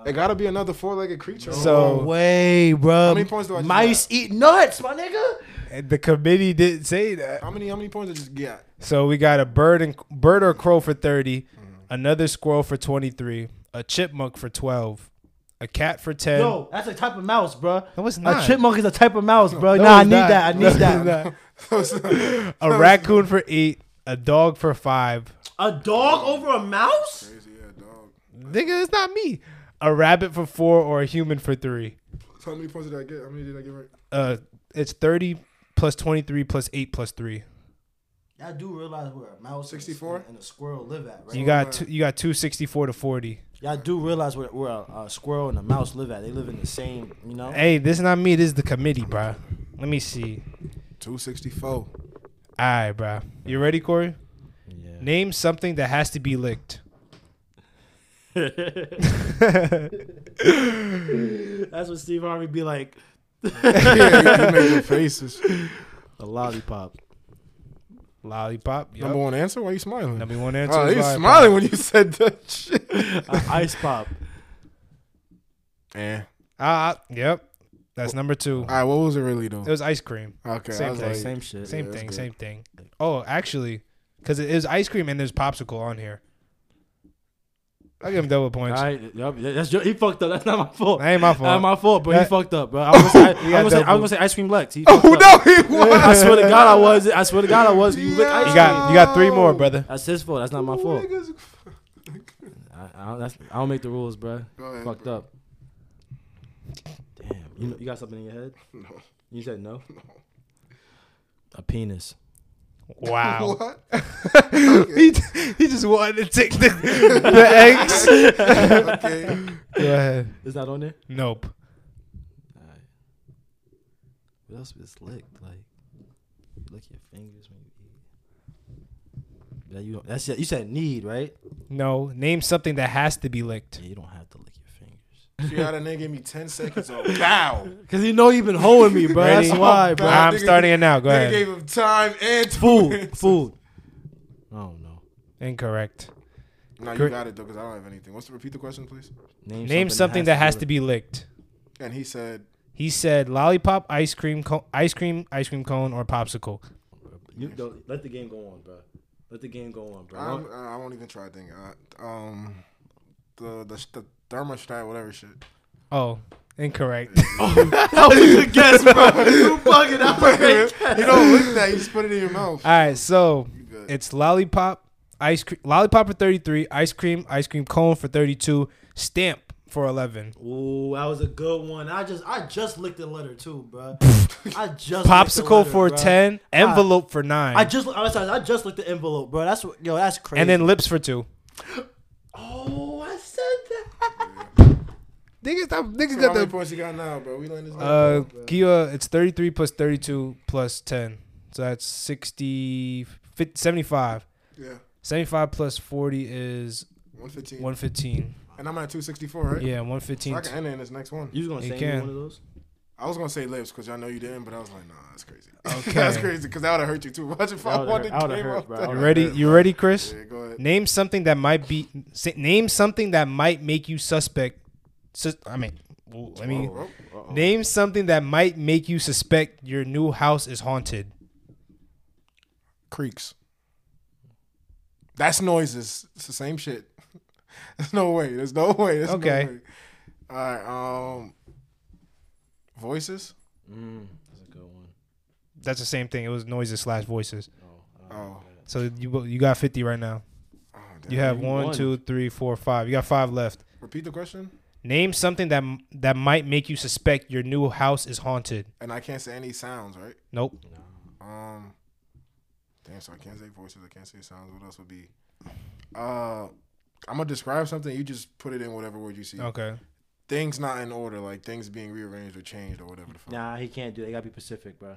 Speaker 3: It gotta be another four legged creature.
Speaker 1: So-
Speaker 2: No way, bro.
Speaker 3: How many points do I just
Speaker 2: Mice eat nuts, my nigga.
Speaker 1: the committee didn't say that.
Speaker 3: how many how many points did you get?
Speaker 1: So we got a bird and bird or crow for 30
Speaker 2: Mm.
Speaker 1: another squirrel for twenty three, a chipmunk for twelve, a cat for ten.
Speaker 2: No, that's a type of mouse, bro.
Speaker 1: No, it's
Speaker 2: A
Speaker 1: not.
Speaker 2: chipmunk is a type of mouse, bro.
Speaker 1: No,
Speaker 2: nah, I
Speaker 1: it's
Speaker 2: need
Speaker 1: not.
Speaker 2: that. I
Speaker 1: No,
Speaker 2: need that.
Speaker 1: it's not.
Speaker 3: Crazy,
Speaker 1: Uh, A raccoon for eight, a dog for five.
Speaker 2: A dog over a mouse?
Speaker 3: yeah, dog.
Speaker 1: Nigga, it's not me. A rabbit for four or a human for three.
Speaker 3: So how many points did I get? How many did I get right?
Speaker 1: Uh, it's thirty plus twenty three plus eight plus three.
Speaker 2: I do realize where a mouse
Speaker 3: 64?
Speaker 2: and a squirrel live at, right?
Speaker 1: You got two, you got two sixty four to forty.
Speaker 2: Y'all do realize where, where a, a squirrel and a mouse live at. They live in the same, you know?
Speaker 1: Hey, this is not me. This is the committee, bruh. Let me see.
Speaker 3: Two sixty four.
Speaker 1: All right, bruh. You ready, Corey?
Speaker 2: Yeah.
Speaker 1: Name something that has to be licked.
Speaker 2: That's what Steve Harvey be like.
Speaker 3: yeah, you made your faces.
Speaker 2: A lollipop.
Speaker 1: Lollipop. Yep.
Speaker 3: Number one answer? Why you smiling?
Speaker 1: Number one answer.
Speaker 3: Oh,
Speaker 1: is
Speaker 3: he was
Speaker 1: lollipop.
Speaker 3: smiling when you said that shit.
Speaker 1: Uh,
Speaker 2: A ice pop.
Speaker 3: Eh.
Speaker 1: Ah, yep. That's number two.
Speaker 3: All right, what was it really though?
Speaker 1: It was ice cream.
Speaker 3: Okay, I
Speaker 1: same
Speaker 3: was
Speaker 1: thing.
Speaker 3: like,
Speaker 2: Same shit.
Speaker 1: Same
Speaker 3: that's
Speaker 1: thing.
Speaker 3: good.
Speaker 1: Same thing. Oh, actually, because it is ice cream and there's popsicle on here. I give him double points.
Speaker 2: All right, yup, yeah, that's your, he fucked up. That's not my fault.
Speaker 1: That ain't my
Speaker 2: That's
Speaker 1: fault.
Speaker 2: my fault, but he
Speaker 1: That-
Speaker 2: fucked up, bro. I was gonna say, I,
Speaker 1: got
Speaker 2: I was gonna say, I
Speaker 1: double.
Speaker 2: was gonna say ice cream Lex. He fucked
Speaker 3: Oh
Speaker 2: up.
Speaker 3: no, he won.
Speaker 2: I swear to God, I was. I swear to God, I was. You lick ice
Speaker 1: you
Speaker 2: cream.
Speaker 1: got Oh you got three more, brother.
Speaker 2: That's his fault. That's not my fault.
Speaker 3: Niggas-
Speaker 2: I, I, don't, that's, I don't make the rules, bro.
Speaker 3: Go ahead,
Speaker 2: Fucked
Speaker 3: bro.
Speaker 2: up. Damn. You know, you got something in your head?
Speaker 3: No.
Speaker 2: You said no. A penis.
Speaker 1: Wow.
Speaker 3: What?
Speaker 1: he, he just wanted to take the, the eggs.
Speaker 3: okay.
Speaker 1: Go ahead.
Speaker 2: Is that on there?
Speaker 1: Nope.
Speaker 2: Alright. What else was licked? Like, you lick your fingers when you eat. Yeah, you don't, that's you said need, right?
Speaker 1: No. Name something that has to be licked.
Speaker 2: Yeah, you don't have to lick your fingers.
Speaker 3: She had a nigga give me ten seconds of bow.
Speaker 2: Cause you know you've been holding me, bro.
Speaker 1: Ready?
Speaker 2: That's why, bro.
Speaker 1: I'm
Speaker 3: Nigga-
Speaker 1: starting it now. Go
Speaker 3: They
Speaker 1: ahead.
Speaker 3: gave him time and
Speaker 2: food, food. I don't know.
Speaker 1: Incorrect.
Speaker 3: No, you
Speaker 1: Great.
Speaker 3: got it though, because I don't have anything. What's the repeat the question, please?
Speaker 1: Name something that has to be licked.
Speaker 3: And he said,
Speaker 1: He said lollipop, ice cream, co- ice cream, ice cream cone, or popsicle.
Speaker 2: You don't, let the game go on, bro. Let the game go on, bro.
Speaker 3: I'm, uh, I won't even try a thing. Uh, um, the the the thermostat, whatever shit.
Speaker 1: Oh, incorrect.
Speaker 2: that was a guess, bro. You bugging out,
Speaker 3: you don't lick that. You just put it in your mouth.
Speaker 1: All right, so
Speaker 3: good.
Speaker 1: it's lollipop, ice cream, lollipop for thirty-three, ice cream, ice cream cone for thirty-two, stamp for eleven,
Speaker 2: Ooh, that was a good one. I just, I just licked the letter too, bro. I just licked the
Speaker 1: popsicle
Speaker 2: letter,
Speaker 1: for
Speaker 2: bro.
Speaker 1: ten,
Speaker 3: Ah,
Speaker 1: envelope for nine,
Speaker 2: I just, I, was, I just looked the envelope, bro. That's what- yo, that's crazy.
Speaker 1: and then lips for two.
Speaker 2: oh, I said that.
Speaker 1: Niggas, stop, niggas
Speaker 3: How many points you got now, bro? We letting this.
Speaker 1: Uh, Kia, it's thirty-three plus thirty-two plus ten, so that's 60, 50, 75.
Speaker 3: yeah.
Speaker 1: 75 plus forty is
Speaker 3: 115.
Speaker 1: 115.
Speaker 3: And I'm at 264, right?
Speaker 1: Yeah,
Speaker 3: So
Speaker 1: 115.
Speaker 3: I can end it in this next one.
Speaker 2: You was gonna
Speaker 1: He
Speaker 2: say
Speaker 1: can.
Speaker 2: any one of those?
Speaker 3: I was gonna say lips because I know you didn't, but I was like, nah, that's crazy.
Speaker 1: Okay.
Speaker 3: that's crazy because that would have hurt you too much if I
Speaker 2: would've
Speaker 3: won the
Speaker 2: hurt- I would've
Speaker 3: game.
Speaker 2: hurt,
Speaker 3: off
Speaker 2: bro.
Speaker 3: that.
Speaker 1: You ready? You ready, Chris?
Speaker 3: Yeah, go ahead.
Speaker 1: Name something that might be. Say, name something that might make you suspect. Sus, I mean, ooh, let me.
Speaker 3: Oh,
Speaker 1: Name something that might make you suspect your new house is haunted.
Speaker 3: Creaks. That's noises. It's the same shit. There's no way. There's no way. There's
Speaker 1: Okay.
Speaker 3: No way. All right. Um. Voices.
Speaker 4: Mm, that's a good one.
Speaker 1: That's the same thing. It was noises slash voices.
Speaker 4: Oh,
Speaker 3: Oh.
Speaker 4: all right.
Speaker 1: So you bo- you got 50 right now.
Speaker 3: Oh, damn.
Speaker 1: You have
Speaker 4: You
Speaker 1: one,
Speaker 4: won.
Speaker 1: two, three, four, five. You got five left.
Speaker 3: Repeat the question.
Speaker 1: Name something that m- that might make you suspect your new house is haunted.
Speaker 3: And I can't say any sounds, right?
Speaker 1: Nope.
Speaker 3: Um. Damn. So I can't say voices. I can't say sounds. What else would be? Uh. I'm gonna describe something. You just put it in whatever word you see.
Speaker 1: Okay.
Speaker 3: Things not in order, like things being rearranged or changed or whatever the fuck.
Speaker 2: Nah, he can't do that. He gotta be Pacific, bro.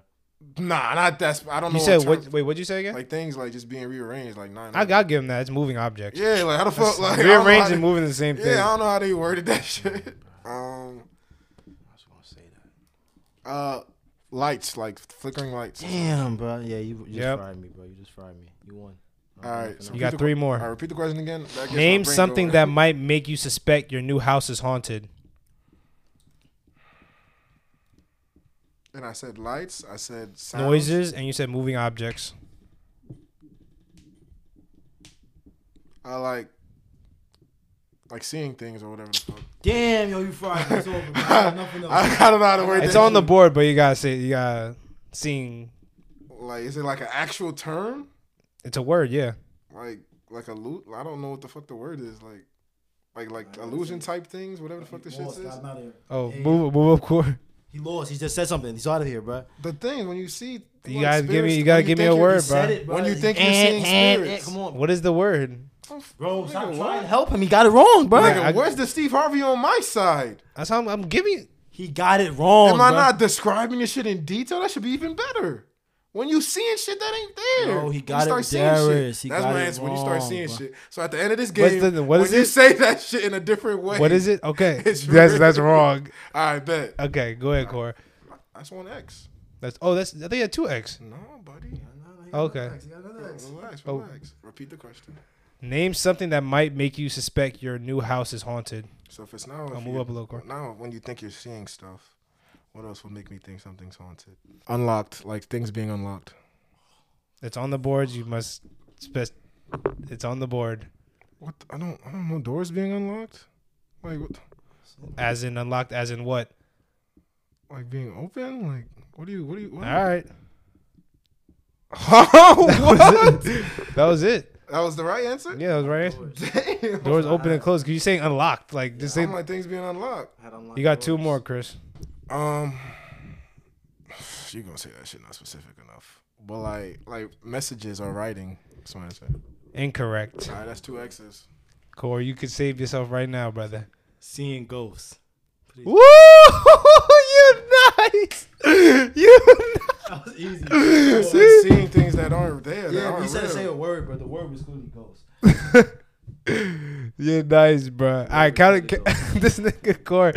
Speaker 3: Nah, not that's. I don't
Speaker 1: You
Speaker 3: know.
Speaker 1: said
Speaker 3: term-
Speaker 1: what? Wait, what'd you say again?
Speaker 3: Like things like just being rearranged, like nine.
Speaker 1: I got give him that. It's moving objects.
Speaker 3: Yeah, like how the fuck? Like I don't know how
Speaker 1: Rearranging,
Speaker 3: they-
Speaker 1: and moving is the same thing.
Speaker 3: Yeah, I don't know how they worded that shit. Um,
Speaker 4: I was gonna say that.
Speaker 3: uh, lights, like flickering lights.
Speaker 2: Damn, bro. Yeah, you, you just
Speaker 1: Yep.
Speaker 2: fried me, bro. You just fried me. You won.
Speaker 3: All right, so
Speaker 1: you
Speaker 3: repeat the-
Speaker 1: got three more.
Speaker 3: All right, repeat the question again. That gets my
Speaker 1: Name
Speaker 3: brain
Speaker 1: something
Speaker 3: going.
Speaker 1: that might make you suspect your new house is haunted.
Speaker 3: And I said lights. I said sounds.
Speaker 1: Noises, and you said moving objects.
Speaker 3: I like, like seeing things or whatever the fuck.
Speaker 2: Damn, yo, you fried me. It's over. bro. I got nothing else.
Speaker 3: I, I don't know how to word
Speaker 1: It's
Speaker 3: that
Speaker 1: on the
Speaker 3: shit.
Speaker 1: board, but you gotta say you gotta seeing.
Speaker 3: Like, is it like an actual term?
Speaker 1: It's a word, yeah.
Speaker 3: Like, like a loot? I don't know what the fuck the word is. Like, like, like illusion type things. Whatever the fuck the
Speaker 2: He
Speaker 3: shit
Speaker 2: lost.
Speaker 3: is.
Speaker 2: I'm outta here.
Speaker 1: Oh, move, move up court.
Speaker 2: He lost. He just said something. He's out of here, bro.
Speaker 3: The thing when you see,
Speaker 1: You
Speaker 3: like,
Speaker 1: gotta give me-
Speaker 3: spirits-
Speaker 1: you gotta
Speaker 3: when
Speaker 1: give me
Speaker 3: think
Speaker 1: a
Speaker 3: you're-
Speaker 1: word, bro.
Speaker 2: Said it,
Speaker 3: When you think
Speaker 2: Eh,
Speaker 3: you're seeing
Speaker 2: eh, eh,
Speaker 3: spirits,
Speaker 2: Come on,
Speaker 1: What is the word?
Speaker 2: bro. Stop trying
Speaker 3: Nigga, what?
Speaker 2: to help him. He got it wrong, bro.
Speaker 3: Nigga,
Speaker 1: I-
Speaker 3: where's the Steve Harvey on my side?
Speaker 1: That's how I'm, I'm giving.
Speaker 2: He got it wrong.
Speaker 3: Am I
Speaker 2: bro.
Speaker 3: not describing this shit in detail? That should be even better. When you seeing shit that ain't there,
Speaker 2: No, he
Speaker 3: When you
Speaker 2: got it,
Speaker 3: start seeing
Speaker 2: Darius.
Speaker 3: shit.
Speaker 2: He
Speaker 3: That's
Speaker 2: got
Speaker 3: my
Speaker 2: it
Speaker 3: answer. when you start
Speaker 2: wrong,
Speaker 3: seeing
Speaker 2: bro.
Speaker 3: shit. So at the end of this
Speaker 1: What's
Speaker 3: game,
Speaker 1: the- what is
Speaker 3: when you
Speaker 1: it?
Speaker 3: say that shit in a different way,
Speaker 1: What is it? Okay,
Speaker 3: It's
Speaker 1: that's
Speaker 3: rude.
Speaker 1: that's wrong.
Speaker 3: I bet
Speaker 1: Okay, go ahead, Core.
Speaker 3: that's one X.
Speaker 1: That's oh, that's I think you had two X.
Speaker 3: No, buddy.
Speaker 1: Okay.
Speaker 3: Relax,
Speaker 1: Oh.
Speaker 3: relax. Repeat the question.
Speaker 1: Name something that might make you suspect your new house is haunted.
Speaker 3: So if it's now,
Speaker 1: I'll
Speaker 3: if
Speaker 1: move
Speaker 3: you-
Speaker 1: up a little, Cor.
Speaker 3: Now, when you think you're seeing stuff, what else would make me think something's haunted? Unlocked, like things being unlocked.
Speaker 1: It's on the board. You must. Spe- it's on the board,
Speaker 3: What? the- I don't. I don't know. Doors being unlocked, like what?
Speaker 1: as in unlocked, as in what?
Speaker 3: Like being open. Like what do you? What do you? What?
Speaker 1: All right,
Speaker 3: what?
Speaker 1: that was it.
Speaker 3: that was the right answer.
Speaker 1: Yeah, that was right. answer.
Speaker 3: Damn.
Speaker 1: Doors open and closed. Cause you saying unlocked, like just
Speaker 3: I'm
Speaker 1: say.
Speaker 3: like things being unlocked.
Speaker 4: Had unlocked
Speaker 1: You got two
Speaker 4: doors.
Speaker 1: more, Chris.
Speaker 3: Um, you gonna say that shit not specific enough? But like, like messages or writing. That's my answer.
Speaker 1: Incorrect.
Speaker 3: All right, that's two X's.
Speaker 1: Core, you could save yourself right now, brother.
Speaker 2: seeing ghosts?
Speaker 1: Woo! you nice. You
Speaker 2: That was easy.
Speaker 3: I
Speaker 2: yeah,
Speaker 3: said seeing things that aren't there.
Speaker 2: he
Speaker 3: that aren't
Speaker 2: said to
Speaker 3: real.
Speaker 2: say a word, but the word was clearly ghosts.
Speaker 1: You're nice, bro. All right, count it. this nigga Core.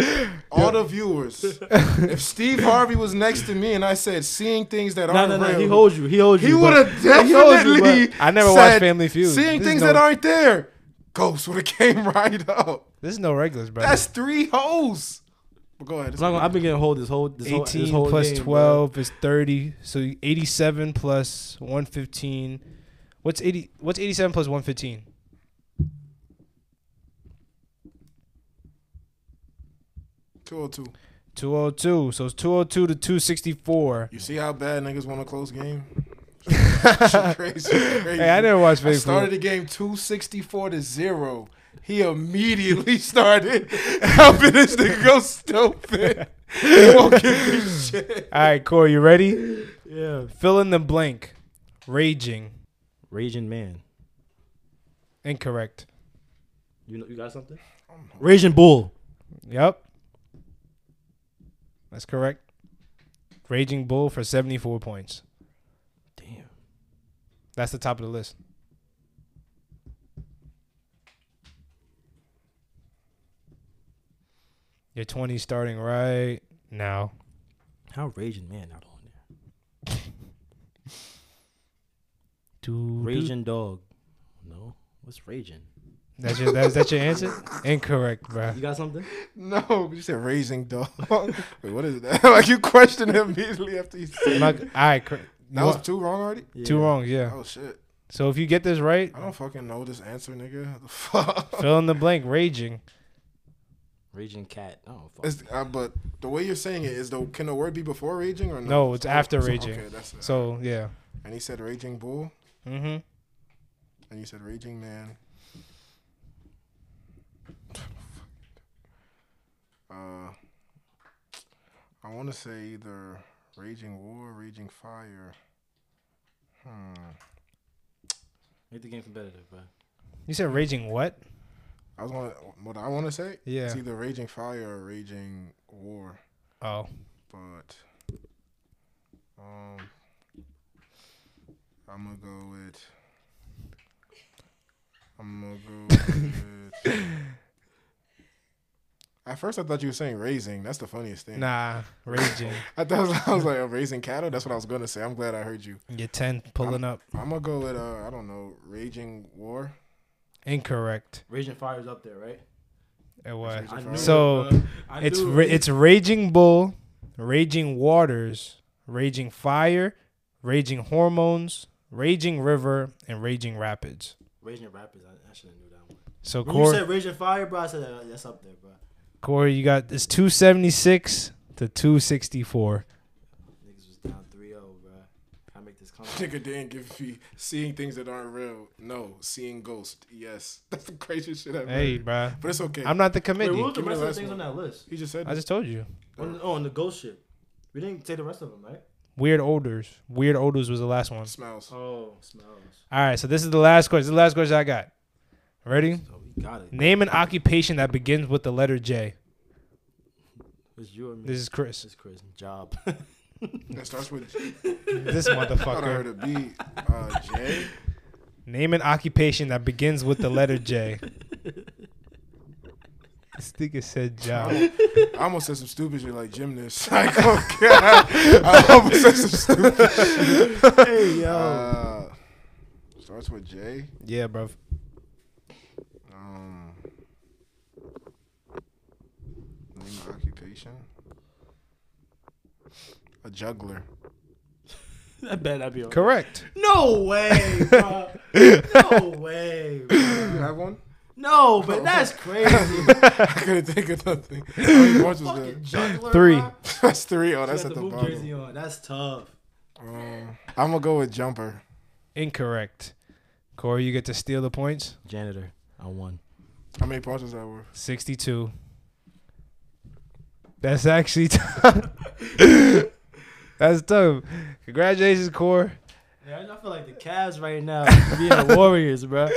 Speaker 3: All the viewers. if Steve Harvey was next to me and I said seeing things that
Speaker 2: No,
Speaker 3: aren't
Speaker 2: no,
Speaker 3: real,
Speaker 2: no. He holds you. He holds you.
Speaker 3: He would
Speaker 2: but-
Speaker 3: have
Speaker 2: He holds you,
Speaker 3: definitely.
Speaker 2: but-
Speaker 1: I never
Speaker 3: said,
Speaker 1: watched Family Feud.
Speaker 3: Seeing
Speaker 1: This
Speaker 3: things
Speaker 1: is no-
Speaker 3: that aren't there, Ghost would have came right up.
Speaker 1: This is no regulars, bro.
Speaker 3: That's three hoes. But go ahead.
Speaker 2: I'm not gonna- I've been getting hold this whole this whole, this
Speaker 1: 18
Speaker 2: whole
Speaker 1: plus
Speaker 2: game, bro.
Speaker 1: 12 is 30. So 87 plus 115. What's 80? What's 87 plus 115?
Speaker 3: two hundred two.
Speaker 1: 202. So it's 202 to 264.
Speaker 3: You see how bad niggas want a close game? Shit crazy, crazy.
Speaker 1: Hey, I never watched
Speaker 3: I
Speaker 1: Family
Speaker 3: started
Speaker 1: Feud.
Speaker 3: the game two sixty four to zero. He immediately started helping this nigga go stupid. He won't give me shit.
Speaker 1: All right, Core, you ready?
Speaker 2: Yeah.
Speaker 1: Fill in the blank. Raging.
Speaker 2: Raging man.
Speaker 1: Incorrect.
Speaker 2: You know, you got something? Raging bull.
Speaker 1: Yep. That's correct. Raging Bull for 74 points.
Speaker 2: Damn.
Speaker 1: That's the top of the list. Your 20s starting right now.
Speaker 2: How raging man not on there?
Speaker 1: Do- do-
Speaker 2: Raging dog. No, what's raging?
Speaker 1: That's your that's, that's your answer? Incorrect, bro.
Speaker 2: You got something?
Speaker 3: No, you said raising dog. Wait, what is that? like you questioned him immediately after you said
Speaker 1: All right, cor-
Speaker 3: that was two wrong already.
Speaker 1: two
Speaker 2: Yeah.
Speaker 1: wrongs, yeah.
Speaker 3: Oh shit!
Speaker 1: So if you get this right,
Speaker 3: I don't fucking know this answer, nigga. What The fuck.
Speaker 1: fill in the blank, raging.
Speaker 2: Raging cat. Oh fuck.
Speaker 3: It's- uh, but the way you're saying it is the can the word be before raging or no?
Speaker 1: No, it's after
Speaker 3: So-
Speaker 1: raging.
Speaker 3: Okay, that's it.
Speaker 1: So yeah.
Speaker 3: and he said raging bull,
Speaker 1: Mm-hmm.
Speaker 3: and you said raging man. Uh, I want to say either raging war, raging fire. Hmm.
Speaker 2: Make the game competitive, bro.
Speaker 1: You said raging what?
Speaker 3: I was gonna what I want to say.
Speaker 1: Yeah.
Speaker 3: It's either raging fire or raging war,
Speaker 1: Oh.
Speaker 3: but um, I'm gonna go with. I'm gonna go with. At first, I thought you were saying raising. That's the funniest thing.
Speaker 1: Nah, raging.
Speaker 3: I thought I was like oh, raising cattle. That's what I was gonna say. I'm glad I heard you.
Speaker 1: Your 10 pulling up.
Speaker 3: I'm gonna go with uh, I don't know, raging war.
Speaker 1: Incorrect.
Speaker 2: Raging fire's up there, right?
Speaker 1: It was.
Speaker 3: Raging
Speaker 2: knew
Speaker 3: Fire.
Speaker 2: it,
Speaker 1: So,
Speaker 2: bro. I
Speaker 1: It's
Speaker 2: knew
Speaker 1: ra-
Speaker 2: it.
Speaker 1: it's raging bull, raging waters, raging fire, raging hormones, raging river, and raging rapids.
Speaker 2: Raging Rapids. I, I should have knew that one.
Speaker 1: So
Speaker 2: When you
Speaker 1: Corey,
Speaker 2: said Raging Fire, bro, I said uh, that's up there, bro.
Speaker 1: Corey, you got it's two seventy six to two sixty four.
Speaker 2: Niggas was down 3-0, bro. I make this comeback.
Speaker 3: Nigga Dan give me seeing things that aren't real. No, seeing ghosts. Yes, that's the craziest shit I've
Speaker 1: Hey,
Speaker 3: heard.
Speaker 1: bruh,
Speaker 3: But it's okay.
Speaker 1: I'm not the
Speaker 2: Wait, what
Speaker 1: committee.
Speaker 2: was the
Speaker 3: Give
Speaker 2: rest
Speaker 3: me the
Speaker 2: of the
Speaker 3: last
Speaker 2: things on that
Speaker 3: one.
Speaker 2: list?
Speaker 3: he just said.
Speaker 1: I just told you.
Speaker 2: On the, oh, on the ghost ship. We didn't say the rest of them, right?
Speaker 1: Weird odors. Weird odors was the last one.
Speaker 3: smells.
Speaker 2: Oh, smells.
Speaker 1: All right, so this is the last question. This is the last question I got. Ready?
Speaker 2: So we got it.
Speaker 1: Name an occupation that begins with the letter J.
Speaker 2: It's you and me.
Speaker 1: This is Chris.
Speaker 2: This is Chris. Job.
Speaker 3: That starts with. G.
Speaker 1: This
Speaker 3: I thought I heard
Speaker 1: motherfucker.
Speaker 3: a B. Uh, J.
Speaker 1: Name an occupation that begins with the letter J. This nigga said job.
Speaker 3: I almost said some stupid shit like gymnast. Like, okay. I almost said some stupid shit.
Speaker 2: hey, yo.
Speaker 3: Uh, starts with J.
Speaker 1: Yeah, bro.
Speaker 3: Um, name of occupation. A juggler.
Speaker 2: I bet that'd be okay.
Speaker 1: Correct.
Speaker 2: No way, bro. no way, bro.
Speaker 3: You have one?
Speaker 2: No, but that's crazy.
Speaker 3: I couldn't think of nothing. How many points was
Speaker 2: Fucking
Speaker 3: that?
Speaker 2: juggler.
Speaker 1: Three.
Speaker 2: Bro.
Speaker 3: That's three. Oh,
Speaker 2: She
Speaker 3: that's
Speaker 2: got
Speaker 3: at the
Speaker 2: hoop jersey
Speaker 3: bottom.
Speaker 2: on. That's tough.
Speaker 3: Um, I'm gonna go with jumper.
Speaker 1: Incorrect. Corey, you get to steal the points.
Speaker 2: Janitor. I won.
Speaker 3: How many points was that worth?
Speaker 1: 62. That's actually tough. That's tough. Congratulations, Corey.
Speaker 2: Yeah, I feel like the Cavs right now being the Warriors, bro.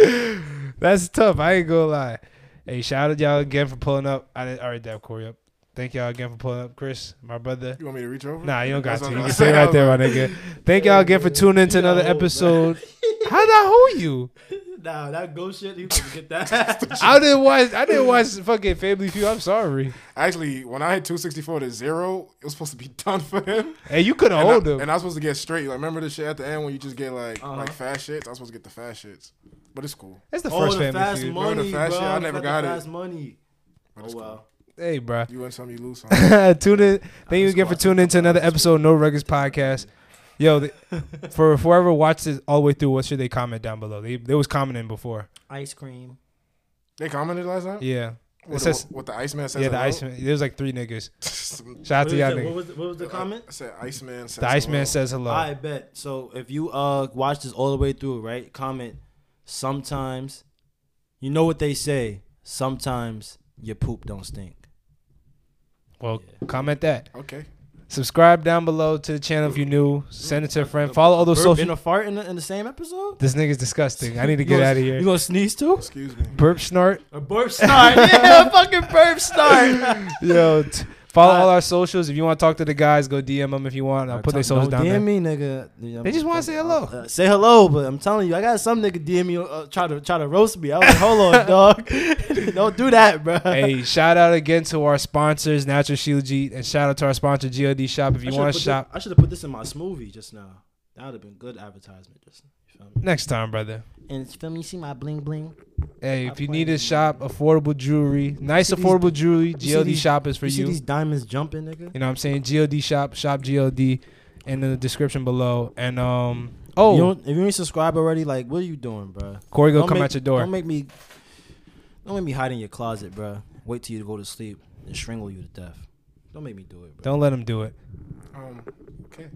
Speaker 1: That's tough. I ain't gonna lie. Hey, shout out y'all again for pulling up. I didn't already dab Corey up. Thank y'all again for pulling up, Chris, my brother.
Speaker 3: You want me to reach over?
Speaker 1: Nah, you don't got
Speaker 3: That's
Speaker 1: to.
Speaker 3: what
Speaker 1: You
Speaker 3: I'm
Speaker 1: can
Speaker 3: saying.
Speaker 1: stay right there, my nigga. Thank y'all again for tuning in to
Speaker 2: You got
Speaker 1: another
Speaker 2: old, bro.
Speaker 1: episode. How'd I hold you?
Speaker 2: Nah, that ghost shit, he gonna get that.
Speaker 1: I didn't watch. I didn't watch fucking Family Feud. I'm sorry.
Speaker 3: Actually, when I hit 264 to zero, it was supposed to be done for him.
Speaker 1: Hey, you couldn't
Speaker 3: And
Speaker 1: hold
Speaker 3: I,
Speaker 1: him.
Speaker 3: and I was supposed to get straight. Like, remember the shit at the end when you just get like
Speaker 2: Uh-huh.
Speaker 3: like fast shits? I was supposed to get the fast shits, but it's cool.
Speaker 1: That's the
Speaker 2: oh,
Speaker 1: first
Speaker 2: the
Speaker 1: Family
Speaker 2: fast
Speaker 1: Feud.
Speaker 3: Remember the
Speaker 2: money,
Speaker 3: fast
Speaker 2: bro.
Speaker 3: shit? I
Speaker 2: You
Speaker 3: never
Speaker 2: the
Speaker 3: got it.
Speaker 2: Fast money.
Speaker 3: But
Speaker 2: Oh
Speaker 3: it's
Speaker 2: well.
Speaker 1: Hey, bruh.
Speaker 3: You win some, you lose some.
Speaker 1: Tune in. Thank you
Speaker 2: just
Speaker 1: again for
Speaker 2: watched
Speaker 1: tuning in to
Speaker 2: it.
Speaker 1: another episode of No Records Podcast. Yo, the, for whoever watched this all the way through, what should they comment down below? They, they was commenting before.
Speaker 2: Ice cream.
Speaker 3: they commented last time.
Speaker 1: Yeah.
Speaker 3: What,
Speaker 1: It says-
Speaker 3: what, what the Iceman says.
Speaker 1: Yeah, the
Speaker 3: hello?
Speaker 1: Iceman. There was like three niggas.
Speaker 3: Some-
Speaker 1: Shout out
Speaker 2: What
Speaker 1: to
Speaker 2: was
Speaker 1: y'all
Speaker 2: it? What
Speaker 1: niggas.
Speaker 2: was the, what was the comment?
Speaker 3: I said Iceman says.
Speaker 1: The Iceman
Speaker 3: hello.
Speaker 1: says hello.
Speaker 2: I bet. So if you uh watch this all the way through, right? Comment. Sometimes, you know what they say. Sometimes your poop don't stink.
Speaker 1: Well,
Speaker 2: Yeah.
Speaker 1: comment that.
Speaker 3: Okay.
Speaker 1: Subscribe down below to the channel if you're new. Send it to a friend. Follow all those
Speaker 2: Burp
Speaker 1: social.
Speaker 2: and a fart in the, in the same episode.
Speaker 1: This nigga's disgusting. I need to
Speaker 2: You
Speaker 1: get
Speaker 2: gonna-
Speaker 1: out of
Speaker 2: You
Speaker 1: here.
Speaker 2: gonna sneeze too?
Speaker 3: Excuse me.
Speaker 1: Burp snort.
Speaker 2: A burp start. yeah, a fucking burp start.
Speaker 1: Yo, t- Follow
Speaker 2: Uh,
Speaker 1: all our socials. If you want to talk to the guys, go DM them if you want. I'll put their socials
Speaker 2: don't
Speaker 1: down
Speaker 2: DM
Speaker 1: there.
Speaker 2: me, nigga. Yeah, I'm-
Speaker 1: They just wanna say hello.
Speaker 2: Uh, say hello, but I'm telling you, I got some nigga DM me, uh, try to try to roast me. I was like, hold on, dog. don't do that, bro.
Speaker 1: hey, shout out again to our sponsors, Natural Shield G, and shout out to our sponsor, God Shop. If
Speaker 2: I
Speaker 1: you
Speaker 2: should've
Speaker 1: want
Speaker 2: put
Speaker 1: to
Speaker 2: thi-
Speaker 1: shop
Speaker 2: I should have put this in my smoothie just now. That would have been good advertisement. Just you feel me?
Speaker 1: next time, brother.
Speaker 2: And it's- feel me, you see my bling bling.
Speaker 1: Hey, if you
Speaker 2: play
Speaker 1: need
Speaker 2: it.
Speaker 1: to shop affordable jewelry, nice
Speaker 2: see these-
Speaker 1: affordable jewelry,
Speaker 2: see
Speaker 1: God
Speaker 2: these-
Speaker 1: Shop is for
Speaker 2: you see
Speaker 1: you.
Speaker 2: these diamonds jumping, nigga.
Speaker 1: You know what I'm saying? God Shop, Shop God, in the description below. And um, oh,
Speaker 2: You don't, if you ain't subscribed already, like, what are you doing, bro?
Speaker 1: Corey gonna
Speaker 2: Don't
Speaker 1: come
Speaker 2: make-
Speaker 1: at your door.
Speaker 2: Don't make me. Don't make me hide in your closet, bro. Wait till you go to sleep and strangle you to death. Don't make me do it, bro.
Speaker 1: Don't let him do it.
Speaker 3: Um, okay.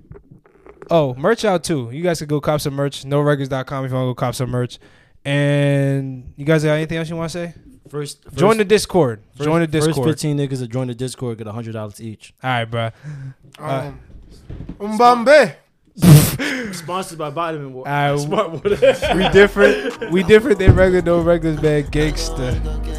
Speaker 1: Oh, merch out too. You guys can go cop some merch. NoRecords.com if you want to go cop some merch. And you guys got anything else you want to say?
Speaker 2: First, first
Speaker 1: Join the Discord.
Speaker 2: first-
Speaker 1: Join the Discord.
Speaker 2: First fifteen niggas that join the Discord get hundred dollars each.
Speaker 1: All right, bro. Uh,
Speaker 3: Um, Mbambe.
Speaker 2: Sponsored by Vitamin Water.
Speaker 1: All right,
Speaker 2: Smart Water.
Speaker 1: we different. We different than regular no regulars, man. Gangsta.